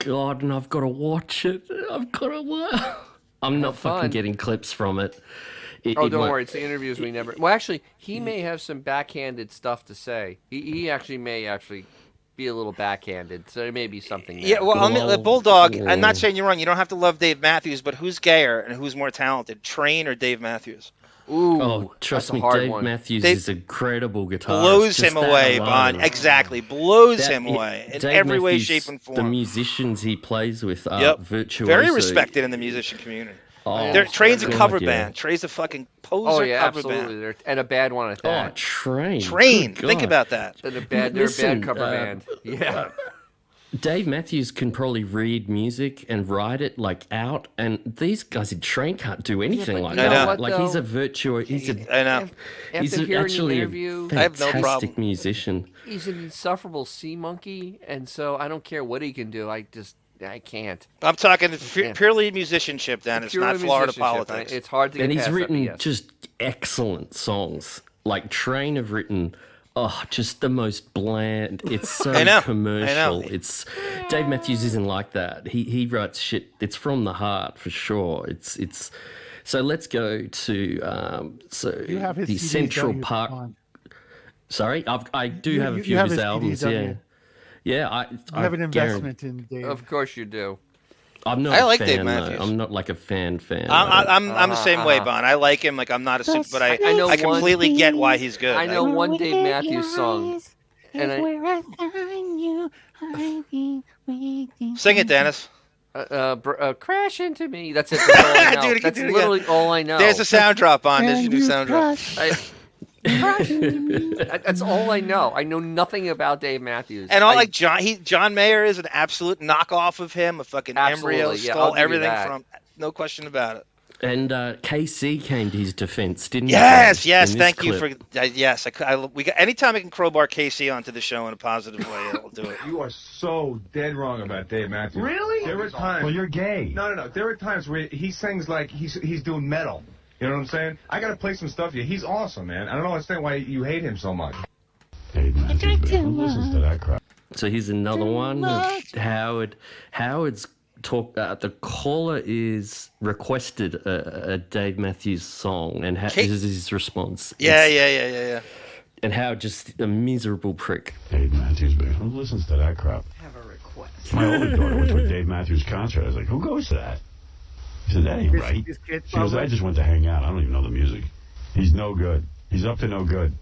god! And I've got to watch it. I've got to watch. I'm not
fun.
fucking getting clips from it. It- Mm-hmm.
oh,
it
don't
won't-
worry. It's the interviews we never. Well, actually, he may have some backhanded stuff to say. He, he actually may actually be a little backhanded, so there may be something. There.
Yeah, well, I mean, the Bulldog, I'm not saying you're wrong. You don't have to love Dave Matthews, but who's gayer and who's more talented, Train or Dave Matthews?
Ooh,
Oh, trust
a
me,
hard
Dave
one.
Matthews
They-
is a credible guitarist.
blows
just
him
that
away,
alone.
Bond. Exactly. Blows
That-
him
it-
away in
Dave
every way,
Matthews,
shape, and
The
form.
musicians he plays with are
Yep.
uh, virtuoso.
Very respected in the musician community.
Oh,
They're- Train's a
God,
cover
yeah.
band. Train's a fucking poser
Oh yeah,
cover
absolutely.
band.
They're, and a bad one at
Oh,
that.
train.
Train.
Good
Think
God.
about that.
They're a bad. They're a
Listen,
bad cover
uh,
band. Yeah.
Dave Matthews can probably read music and write it like out, and these guys in Train can't do anything
but
like
you know
that.
what,
like he's
though?
a virtuoso. He's a
I know.
he's
After
a,
hearing
actually
the
a
interview,
fantastic musician.
He's an insufferable sea monkey, and so I don't care what he can do. I just I can't.
I'm talking pu- purely musicianship. Then it's
Purely
not Florida
musicianship,
politics.
right? It's hard
and he's written just excellent songs. Like Train have written, oh, just the most bland. It's so
I know, I know.
commercial. It's Dave Matthews isn't like that. He he writes shit. It's from the heart for sure. It's it's. So let's go to um, so
You have his
the
CDs, don't
Central
you?
Park. Sorry, I've, I do
You-
have a
you
few
have
of his,
his CDs,
albums.
don't
yeah,
you?
yeah. I,
You have an investment in Dave.
Of course you do.
I'm not.
I
a
like
fan,
Dave
though.
Matthews.
I'm not like a fan fan. I
I'm,
don't-
I'm,
Uh-huh,
Uh-huh,
I'm the same way, Bon. I like him. Like I'm not a simp,
That's
but I,
I know
I completely
one-
get why he's good.
I know
Like,
one Dave Matthews song, and I,
Sing it, Dennis.
uh, uh, br- uh, crash into me. That's it. That's all I know.
Dude, you
That's
can do it again.
literally all I know.
There's a sound drop on. There's your new sound drop.
I- That- that's all I know. I know nothing about Dave Matthews.
And all
I-
like John, he, John Mayer is an absolute knockoff of him. A fucking embryo
Absolutely, yeah, I'll
stole
give you
everything
that.
from. No question about it.
And uh, KC came to his defense, didn't
Yes,
he?
yes.
in this
Thank you
clip?
for. Uh, yes, I, c- I- we got. Anytime I can crowbar Casey onto the show in a positive way, I'll do it.
You are so dead wrong about Dave Matthews. Really? There were times. Well, you're gay. No, no, no. There were times where he sings like he's he's doing metal. You know what I'm saying? I gotta play some stuff. here. He's awesome, man. I don't understand why you hate him so much.
listens to that crap?
So here's another one. of Howard, Howard's talk. Uh, the caller is requested a, a Dave Matthews song, and ha-
Kate-
this is his response.
Yeah,
It's-
yeah, yeah, yeah, yeah.
And Howard just a miserable prick.
Dave Matthews Band. Who listens to that crap?
Have a request.
My older daughter went to a Dave Matthews concert. I was like, who goes to that? She said, that ain't
This-
right.
this kid
She goes, I
probably-
just went to hang out. I don't even know the music. He's no good. He's up to no good.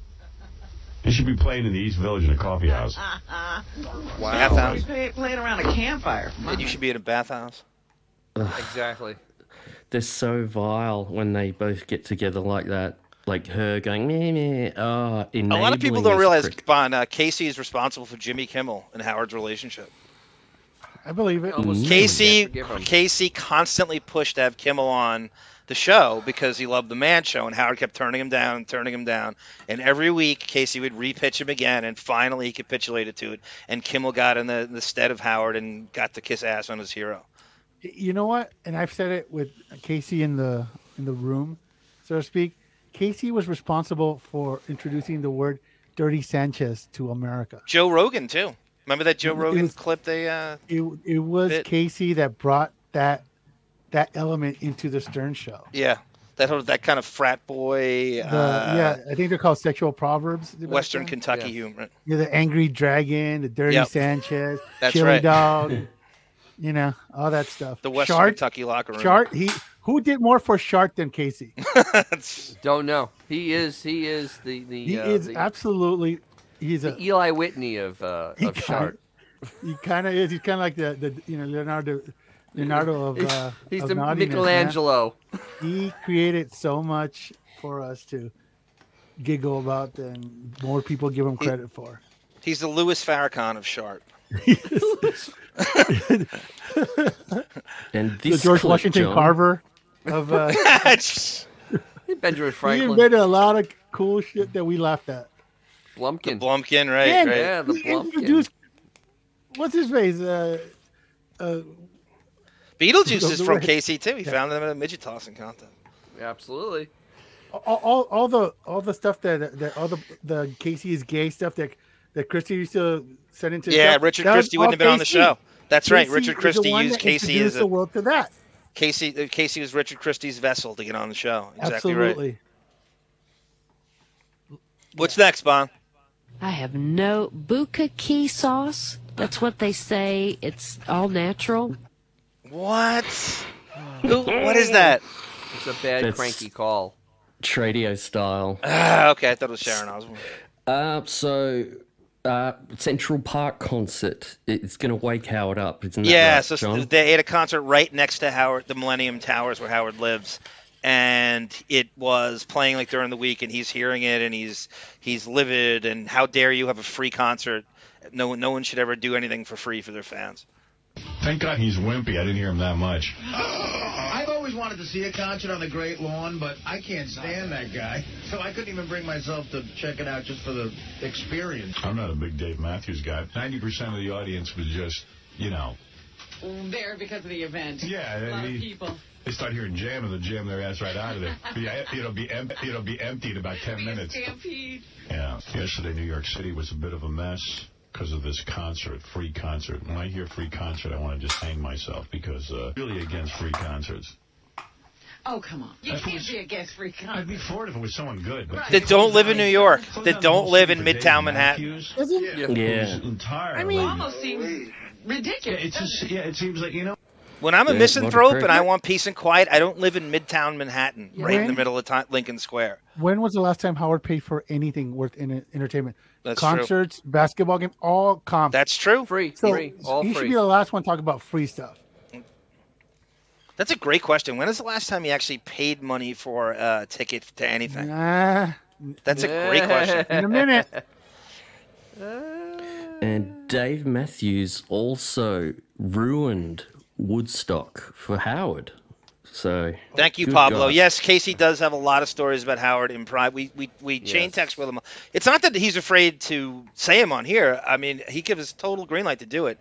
He should be playing in the East Village in a coffee house.
Bathhouse.
He's play- playing around a campfire.
And you should be in a bathhouse.
Exactly.
They're so vile when they both get together like that. Like her going meh meh. Oh,
A lot of people
enabling
don't
this
realize,
prick.
Bon, uh, Casey is responsible for Jimmy Kimmel and Howard's relationship.
I believe it.
Almost
Casey, Casey constantly pushed to have Kimmel on the show because he loved the Man Show, and Howard kept turning him down and turning him down. And every week, Casey would repitch him again, and finally he capitulated to it. And Kimmel got in the, the stead of Howard and got to kiss ass on his hero.
you know what? And I've said it with Casey in the in the room, so to speak. Casey was responsible for introducing the word "dirty Sanchez" to America.
Joe Rogan too. Remember that Joe
It
Rogan
was-
clip they uh,
It it was
Bit.
Casey that brought that that element into the Stern Show.
Yeah, that whole, that kind of frat boy,
The,
uh,
yeah, I think they're called sexual proverbs. back
Western
then.
Kentucky humor.
You're the angry dragon, the dirty
Yep.
Sanchez,
That's
chili
right.
dog, you know, all that stuff.
The Western
Shart,
Kentucky locker room.
Shart, he who did more for Shart than Casey?
Don't know. He is. He is the the.
He
uh,
is
the,
absolutely he's a
the Eli Whitney of uh,
he
of Shard.
He kind of is. He's kind of like the, the you know Leonardo Leonardo of
He's-
uh,
he's
of
the
naughtiness, man.
Michelangelo.
He created so much for us to giggle about, and more people give him credit for.
He's the Louis Farrakhan of Sharp.
And
The
this
George
clip,
Washington
John-
Carver of uh,
Benjamin
he
Franklin.
invented a lot of cool shit that we laughed at.
Blumpkin.
Blumpkin, right?
And
right.
Yeah, the
he
Blumpkin.
introduced- What's his face? Uh, uh,
Beetlejuice is
The
from
way-
KC too. He
Yeah.
found them at a midget tossing contest.
Absolutely.
all, all, all the all the stuff that that all the the Casey's gay stuff that that Christie used to send into the
Yeah,
show,
Richard
that was
Christie wouldn't
all
have been on the
Casey.
show. That's right,
Casey
Richard
is the
Christie
one
used
that
Casey as
introduced
a-
the world to that.
Casey, uh, Casey was Richard Christie's vessel to get on the show. Exactly right.
Absolutely.
What's next, Bon?
I have no buka key sauce. That's what they say. It's all natural.
What? Who, what is that?
It's a bad
That's-
cranky call.
Tradio style.
Ah, okay, I thought it was Sharon Osbourne.
Uh, so uh, Central Park concert. It's going to wake Howard up, isn't that
Yeah,
right,
so s-
John?
they had a concert right next to Howard, the Millennium Towers, where Howard lives, and it was playing like during the week and he's hearing it and he's he's livid and how dare you have a free concert no one no one should ever do anything for free for their fans
Thank God he's wimpy. I didn't hear him that much.
I've always wanted to see a concert on the Great Lawn, but I can't stand that guy. So I couldn't even bring myself to check it out just for the experience.
I'm not a big Dave Matthews guy. 90% of the audience was just, you know,
There because of the event.
Yeah,
a lot
he-
of people.
they start hearing jam and they jam their ass right out of there. Yeah, it'll be em- it'll be empty in about 10 minutes.
Stampede.
Yeah. Yesterday, New York City was a bit of a mess because of this concert, free concert. When I hear free concert, I want to just hang myself because uh, really against free concerts.
Oh come on! You
That's what
can't be a guest free
I'd be
concert.
for it if it was someone good, but
that don't live in New York that don't live in
For Dave
Midtown Manhattan
Matthews,
Yeah.
who's entirely-
I mean, almost seems ridiculous.
it's just yeah. It seems like you know.
when I'm a
Yeah,
misanthrope
Walter
and I
Cronkite.
want peace and quiet I don't live in Midtown Manhattan right in the
Right.
middle of Ti- Lincoln Square
When was the last time Howard paid for anything worth in entertainment?
That's true.
Concerts, basketball game, all comp.
That's true.
Free,
so
free, all
he
free.
should be the last one to talk about free stuff.
that's a great question when is the last time you actually paid money for a ticket to anything
Ah,
that's a great question
In a minute.
And Dave Matthews also ruined Woodstock for Howard. So
Mm-hmm.
Thank you,
good
Pablo.
guy.
Yes, Casey does have a lot of stories about Howard in private. We we, we chain text with him. It's not that he's afraid to say him on here. I mean, he gives us total green light to do it.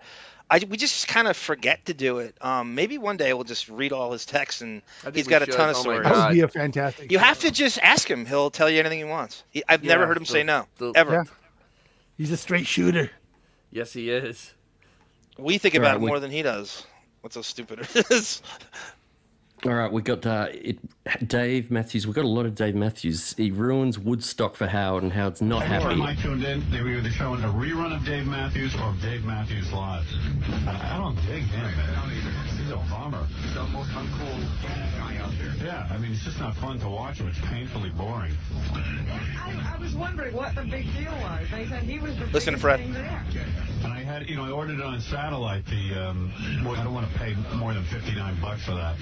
I, we just kind of forget to do it. Um, maybe one day we'll just read all his texts, and
think
he's
we
got a
should.
ton of
Oh my
stories.
That would be a fantastic.
You have to just ask him. He'll tell you anything he wants. He, I've never
Yeah,
heard him
the-
say no
the-
ever.
Yeah.
He's a straight shooter.
Yes, he is.
We think
All
about
right,
it
we-
more than he does. What's so stupid it is?
All right, we got uh, it, Dave Matthews. We got a lot of Dave Matthews. He ruins Woodstock for Howard, and Howard's not
Or
happy.
Mike tuned in. They were either showing a rerun of Dave Matthews or of Dave Matthews live. I I don't dig him, man. He's a bummer. He's the most uncool guy out there. Yeah, I mean, it's just not fun to watch him. It's painfully boring.
I, I was wondering what the big deal was. They said he was the
Listen,
biggest
Fred.
thing there.
And I had, you know, I ordered it on satellite. The um, boy, I don't want to pay more than fifty nine bucks for that.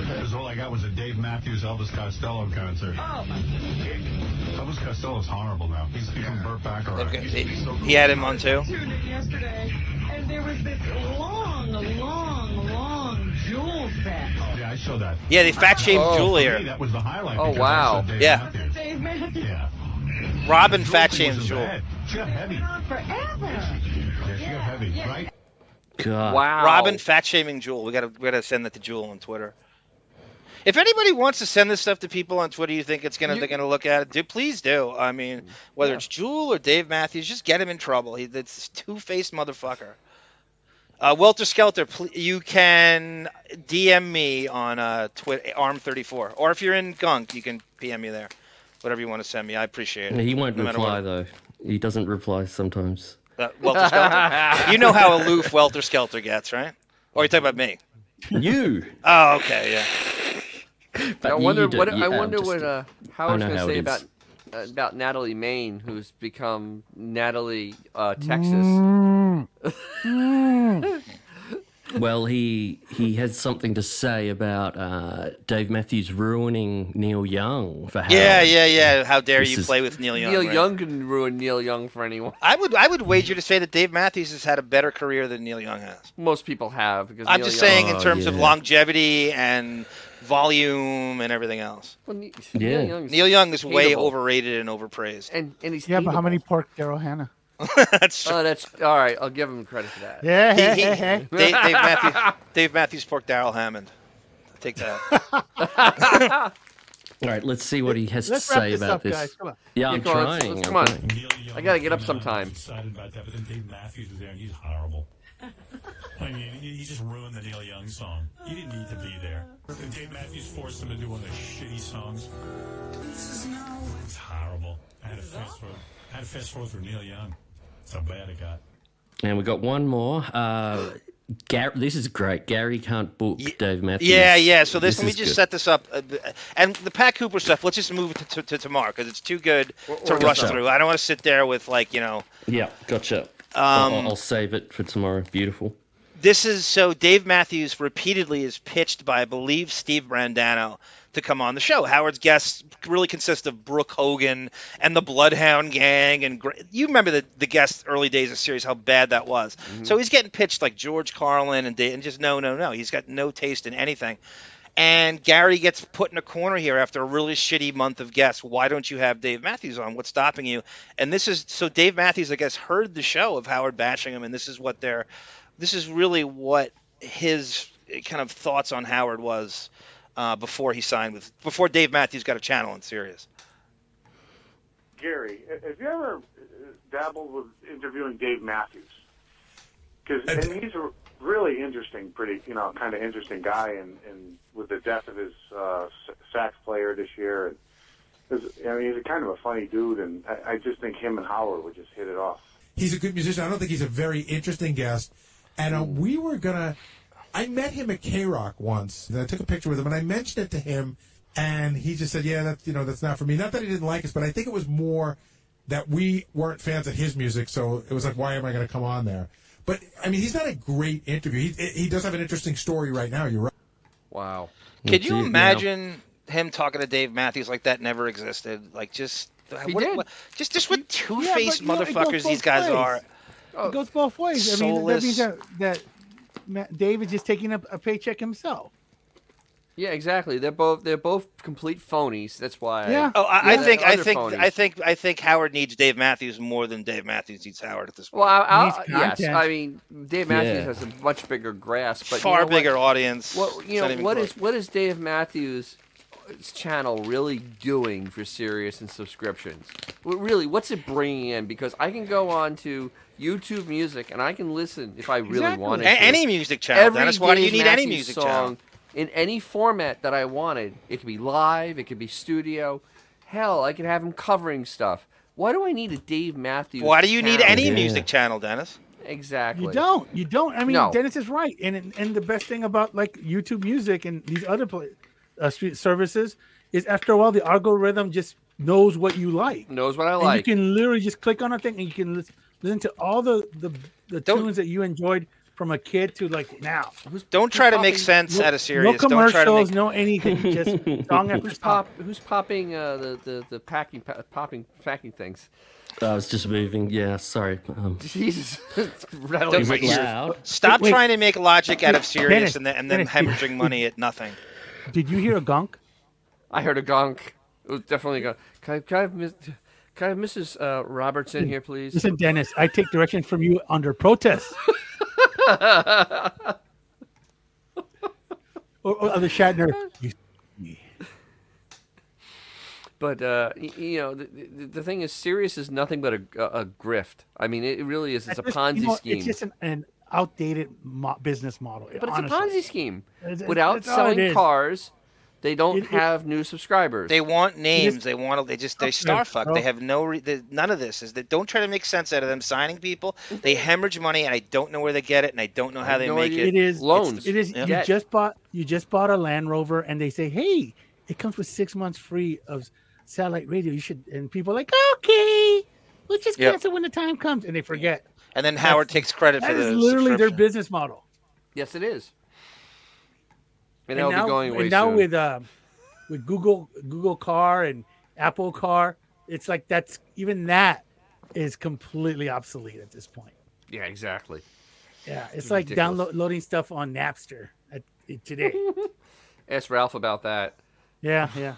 Because all I got was a Dave Matthews Elvis Costello concert.
Oh.
Elvis Costello's horrible now. He's become Burt Bacharach.
He had him on too.
Tuned in yesterday, and there was this long, long, long jewel set.
Yeah, I saw that.
Yeah, they fat shamed
Oh,
Oh,
For
Julia.
me, That was the highlight.
Oh,
because I
wow.
saw Dave
Yeah.
Matthews.
Dave Matthews. Yeah.
Robin
Jewel
fat
thing
shamed
wasn't
Jewel.
bad. She got heavy.
On forever.
Yeah, she got heavy, right?
God.
Wow. Robin fat shaming Jewel. We gotta we gotta send that to Jewel on Twitter. If anybody wants to send this stuff to people on Twitter, you think it's gonna they're gonna look at it? Do please do. I mean, whether it's Jewel or Dave Matthews, just get him in trouble. He, that's two faced motherfucker. Uh, Welter Skelter, pl- you can DM me on uh, Twitter, Arm34, or if you're in Gunk, you can PM me there. Whatever you want to send me, I appreciate it.
He won't
No matter what.
reply though. He doesn't reply sometimes.
Uh, Welter Skelter. you know how aloof Welter Skelter gets, right? Or you talking about me?
You.
Oh, okay, yeah.
I
you-
wonder
you do-
what
you-
I
I'm
wonder
just-
what uh,
I
Howard's
know
going to
how it
say
is.
about uh, about Natalie Maine, who's become Natalie uh,
Mm.
Texas.
Mm. Well, he he has something to say about uh, Dave Matthews ruining Neil Young for Howard.
Yeah, yeah, yeah. How dare
This
you
is-
play with Neil Young?
Neil
right?
Young can ruin Neil Young for anyone.
I would I would wager to say that Dave Matthews has had a better career than Neil Young has.
Most people have because
I'm
Neil
just
Young-
saying in terms of
Oh,
yeah.
longevity and volume and everything else.
Well, Ne-
Yeah.
Neil, Young's
Neil Young is way
hateable.
overrated and overpraised.
And and he's
Yeah, but how
hateable.
many pork Daryl Hannah?
that's
Oh, that's all right. I'll give him credit for that.
Yeah,
He- he- Dave, Dave Matthews Dave Matthews porked Daryl Hammond. Take that.
All right, let's see what he has
Let's
to
wrap
say
this
about
up,
this.
guys. Come on.
Yeah,
Yeah,
I'm
go on, let's-
trying.
let's-
I'm
come on.
trying.
I gotta get up sometime.
Excited about that, but then Dave Matthews was there and he's horrible. I mean, he he just ruined the Neil Young song. He didn't need to be there. And Dave Matthews forced him to do one of the shitty songs.
Mm.
It's horrible. I had a fast forward. I had a fast forward for Neil Young. That's how bad it got.
And we got one more. Uh, Gar- this is great. Gary can't book Dave Matthews.
Yeah, yeah. So this, let me
is
just
good.
set this up. Uh, the- And the Pat Cooper stuff, let's just move it to, to, to tomorrow because it's too good to
or
rush
just-
through. I don't want to sit there with like you know
Yeah, gotcha.
Um,
I'll, I'll save it for tomorrow. Beautiful.
This is so Dave Matthews repeatedly is pitched by, I believe, Steve Brandano to come on the show. Howard's guests really consist of Brooke Hogan and the Bloodhound Gang, and Gra- you remember the the guest early days of series how bad that was.
Mm-hmm.
So he's getting pitched like George Carlin and, Da- and just no, no, no. He's got no taste in anything. And Gary gets put in a corner here after a really shitty month of guests. Why don't you have Dave Matthews on? What's stopping you? And this is so Dave Matthews, I guess, heard the show of Howard bashing him, and this is what their, this is really what his kind of thoughts on Howard was uh, before he signed with, before Dave Matthews got a channel in Sirius.
Gary, ha- have you ever uh, dabbled with interviewing Dave Matthews? Because and he's a really interesting, pretty you know, kind of interesting guy. And, and with the death of his uh, s- sax player this year, and there's- I mean, he's a kind of a funny dude, and I, I just think him and Howard would just hit it off.
He's a good musician. I don't think he's a very interesting guest. And uh, we were gonna. I met him at K Rock once, and I took a picture with him, and I mentioned it to him, and he just said, "Yeah, that's you know, that's not for me." Not that he didn't like us, but I think it was more that we weren't fans of his music, so it was like, "Why am I going to come on there?" But I mean, he's not a great interview. He he does have an interesting story right now. You're right.
Wow.
Could you imagine him talking to Dave Matthews like that never existed? Like just uh,
He
what-
did.
what- just just what two faced
you know, it goes
motherfuckers
both
these guys
ways.
are.
Oh.
it goes both ways. I mean, that
soulless.
means that, that Matt, Dave is just taking up a paycheck himself.
Yeah, exactly. They're both they're both complete phonies. That's why.
Oh, I, I
they're
think I
utter
think
phonies.
I think I think Howard needs Dave Matthews more than Dave Matthews needs Howard at this point.
Well, I, I, yes, I mean Dave Matthews
Yeah.
has a much bigger grasp, but
Far
you know
bigger
what,
audience.
What
It's
you
not
know,
even
what
close.
is what is Dave Matthews' channel really doing for Sirius and subscriptions? Well, really, what's it bringing in? Because I can go on to YouTube Music and I can listen if I really
Exactly.
wanted
A-
to.
any music channel,
Every
Dennis. Why do you
Dave
need any
Matthews
music
song
channel?
in any format that I wanted? It could be live. It could be studio. Hell, I could have him covering stuff. Why do I need a Dave Matthews?
Why do you need
channel?
any music channel, Dennis?
Exactly.
You don't. You don't. I mean,
No.
Dennis is right. And and- and the best thing about like YouTube Music and these other pla uh, street services is after a while the algorithm just knows what you like.
Knows what I
And
like.
you can literally just click on a thing and you can lis- listen to all the the, the tunes that you enjoyed from a kid to like now.
Don't try to make sense
no,
out of Sirius.
No
Don't try to make
commercials, no anything. Just song after
who's
song.
pop? Who's popping uh, the the the packing pa- popping packing things?
I was just moving. Yeah, sorry. Um,
Jesus, it's
Don't-
rattling my
wait,
ears.
loud?
Stop
Wait.
trying to make logic out of
Dennis,
serious and then, and then
Dennis, did-
hemorrhaging money at nothing.
Did you hear a gunk?
I heard a gong. It was definitely a gong. Can I, can I have, Miss- can I have Mrs. Uh, Roberts in here, please?
Listen, Dennis, I take direction from you under protest. or, or other Shatner. You-
But uh, y- you know, the, the, the thing is, Sirius is nothing but a, a, a grift. I mean, it really is. It's a
That's just,
Ponzi
you know,
scheme.
It's just an, an outdated mo- business model.
but it's
honestly.
a Ponzi scheme.
It's- it's-
Without
it's all it
selling
is.
cars, they don't
It- it-
have new subscribers.
They want names.
just-
they want. They
Oh,
just. They
Okay,
star fuck.
well-
They have no. Re- they, none of this is. That don't try to make sense out of them signing people. They hemorrhage money, and I don't know where they get it, and I don't know how they make it.
Mm-hmm. It is
It's-
It is.
Yeah.
You just bought. You just bought a Land Rover, and they say, "Hey, it comes with six months free of satellite radio. You should." And people are like, "Okay, we'll just
Yep.
cancel when the time comes," and they forget.
And then Howard takes credit
That
for
is
the
literally their
subscription.
business model.
Yes, it is. And,
And
it'll
now,
be going away
and now
soon.
with uh, with Google Google Car and Apple Car, it's like that's even that is completely obsolete at this point.
yeah, exactly.
Yeah, it's,
It's
like
ridiculous.
downloading stuff on Napster at, today.
Ask Ralph about that.
yeah, yeah.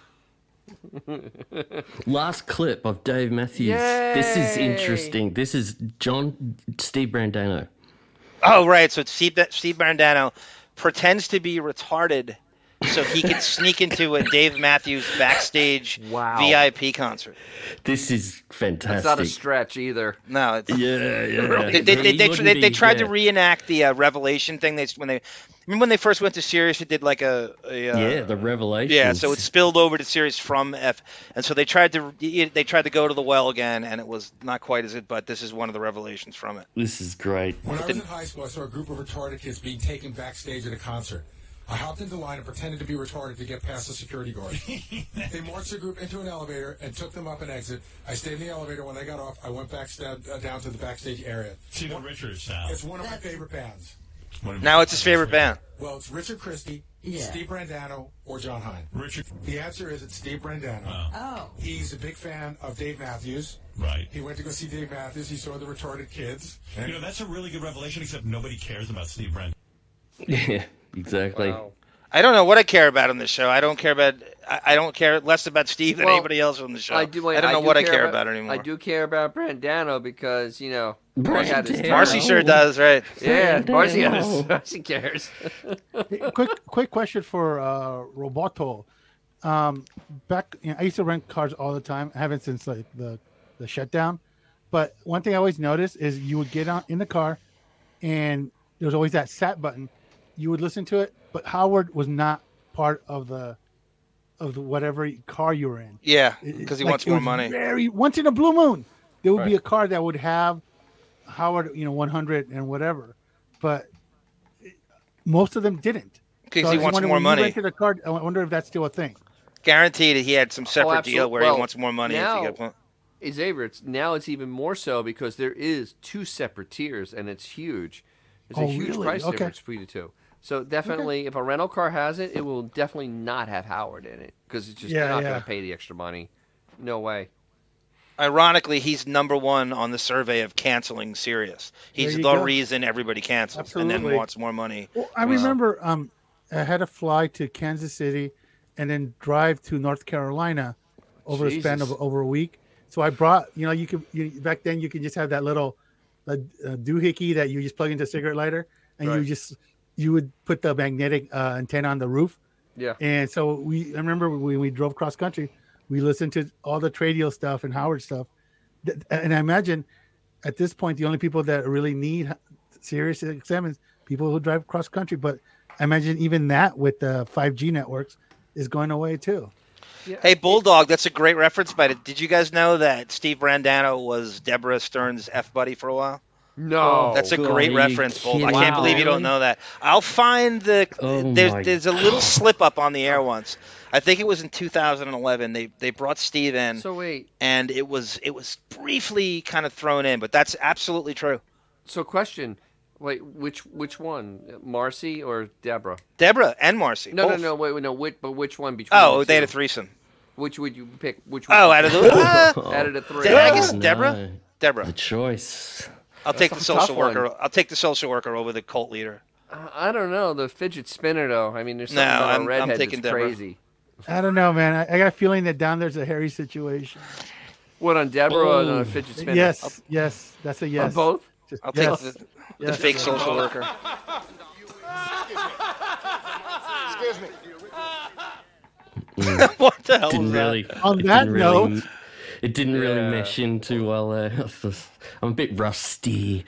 Last clip of Dave Matthews. This is
Yay!
interesting. This is John Steve Brandano.
Oh right, so Steve Steve Brandano pretends to be retarded so he can sneak into a Dave Matthews backstage VIP concert.
This is fantastic.
That's not a stretch either.
No, it's,
yeah, yeah.
They, they, they,
He
they,
wouldn't
they, they
be-
tried
yeah.
to reenact the uh, Revelation thing. They when they remember when they first went to Sirius, it did like a, a uh,
yeah, the revelation.
yeah. So it spilled over to Sirius from F, and so they tried to they tried to go to the well again, and it was not quite as it. But this is one of the revelations from it.
This is great.
When I was in high school, I saw a group of retarded kids being taken backstage at a concert. I hopped into line and pretended to be retarded to get past the security guard. they marched the group into an elevator and took them up an exit. I stayed in the elevator. When they got off, I went back uh, down to the backstage area.
See the Richards sound.
It's one of my favorite bands.
Now it's his favorite band.
Well, it's Richard Christie,
Yeah.
Steve Brandano, or John Hine. Richard. The answer is it's Steve Brandano.
Oh.
He's a big fan of Dave Matthews.
Right.
He went to go see Dave Matthews. He saw the retarded kids.
You know, that's a really good revelation, except nobody cares about Steve Brand.
Yeah, exactly.
I don't know what I care about on this show. I don't care about. I, I don't care less about Steve than
Well,
anybody else on the show.
I do.
don't know what I care about, anymore.
I do care about Brandano because you know I had his
Brandano.
time.
Marcy sure does, right?
Yeah, Marcy has.
Brandano.
Marcy cares.
Hey, quick, quick question for uh, Roboto. Um, back, you know, I used to rent cars all the time. I haven't since like the the shutdown. But one thing I always noticed is you would get on in the car, and there's always that sat button. You would listen to it, but Howard was not part of the of the whatever car you were in.
Yeah,
It-
'cause he
like,
wants
it
more
was
money.
Very once in a blue moon, there would be
Right.
a car that would have Howard, you know, 100 and whatever, but most of them didn't.
'Cause
I
he
just
wants
wonder,
more
when you
money.
rented a car, I wonder if that's still a thing.
Guaranteed, he had some separate
Oh,
deal
absolute-
where
well,
he wants more money. if
now-
he got pl-
Xavier, it's now it's even more so because there is two separate tiers and it's huge. There's
Oh,
a huge
really?
price
Okay.
difference between the two. So definitely, if a rental car has it, it will definitely not have Howard in it because it's just
Yeah,
they're not
yeah.
going to pay the extra money. No way.
Ironically, he's number one on the survey of canceling Sirius. He's
There
the
you go.
reason everybody cancels and then
Absolutely.
wants more money.
Well, I remember um, I had to fly to Kansas City and then drive to North Carolina over a span of
Jesus.
over a week. So I brought, you know, you could you, back then you could just have that little uh, uh, doohickey that you just plug into a cigarette lighter, and you
Right.
just you would put the magnetic uh, antenna on the roof.
Yeah.
And so we, I remember when we drove cross country, we listened to all the tradio stuff and Howard stuff, Th- and I imagine at this point the only people that really need serious XM is people who drive cross country. But I imagine even that with the five G networks is going away too.
Hey, Bulldog, that's a great reference, but did you guys know that Steve Brandano was Deborah Stern's F buddy for a while?
No.
That's a
God,
great
are you
reference, Bold. I
kidding
can't
me?
believe you don't
Really?
know that. I'll find the.
Oh my
there's there's a little slip up on the air once. I think it was in 2011. They they brought Steve in,
So wait.
and it was it was briefly kind of thrown in, but that's absolutely true.
So question, wait, which which one, Marcy or Deborah?
Deborah and Marcy.
No,
both.
no, no. Wait, wait, no. Which, but which one between?
Oh,
the
they had
two?
a threesome.
Which would you pick? Which? Would
Oh,
you
out of the
pick?
Ah!
out of the three.
Did I
Oh,
guess Deborah?
No.
Deborah.
Oh. The choice.
I'll take the
That's a tough
social worker.
one.
I'll take the social worker over the cult leader.
I I don't know the fidget spinner though. I mean, there's
No,
something about
I'm-
a
I'm
redhead
taking
that's
Deborah.
crazy.
I don't know, man. I, I got a feeling that down there's a hairy situation.
What on Deborah or on a
Oh.
fidget spinner?
Yes,
I'll-
yes, that's a yes.
On both?
Just-
I'll take
yes,
the, the
yes.
fake social worker.
Excuse me.
what the hell?
Didn't
was
really.
That?
On
it
that
didn't really-
note-
it didn't really
Yeah.
mesh in too well. There, I'm a bit rusty.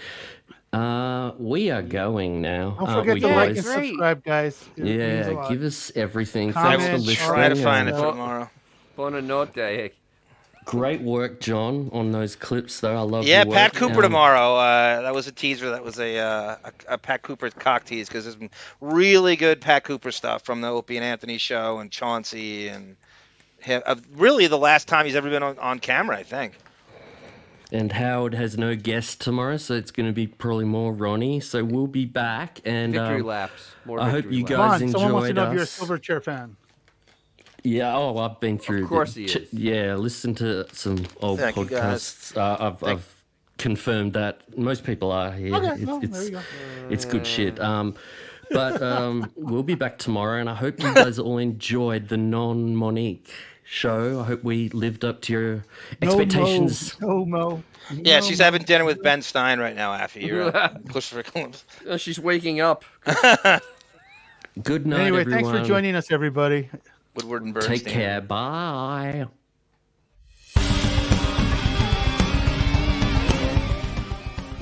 Uh, we are going now.
Don't forget
aren't Uh, we,
to like and
guys?
subscribe, guys. It means a
Yeah,
lot.
give us everything. Thanks for
Comments,
listening.
try to find
and
it for
tomorrow.
Buonanotte.
Great work, John, on those clips. Though I love.
Yeah,
your
Pat
work.
Cooper
Um,
tomorrow. Uh, that was a teaser. That was a, uh, a, a Pat Cooper cock tease because there's some really good Pat Cooper stuff from the Opie and Anthony show and Chauncey and him, uh, really the last time he's ever been on, on camera, I think.
And Howard has no guest tomorrow, so it's going to be probably more Ronnie. So we'll be back. And
Victory
um,
laps. More
I hope
victory
you
laps.
guys
Come on,
enjoyed
someone wants to know
us.
if you're a Silverchair fan.
Yeah, oh, I've been through. the-
course he
ch-
is.
yeah, listen to some old
Thank you, guys.
podcasts. Uh, I've,
Thank-
I've confirmed that most people are here.
Okay,
It's-
well, there
it's,
you go.
it's good shit. Um, but um, we'll be back tomorrow, and I hope you guys all enjoyed the non Monique show. I hope we lived up to your expectations.
No mo. No, mo.
Yeah,
No
she's
mo.
having dinner with Ben Stein right now. After you're uh, Christopher Columbus.
Oh, she's waking up.
Good night,
Anyway,
everyone.
thanks for joining us, everybody.
Woodward and
Take care. Bye.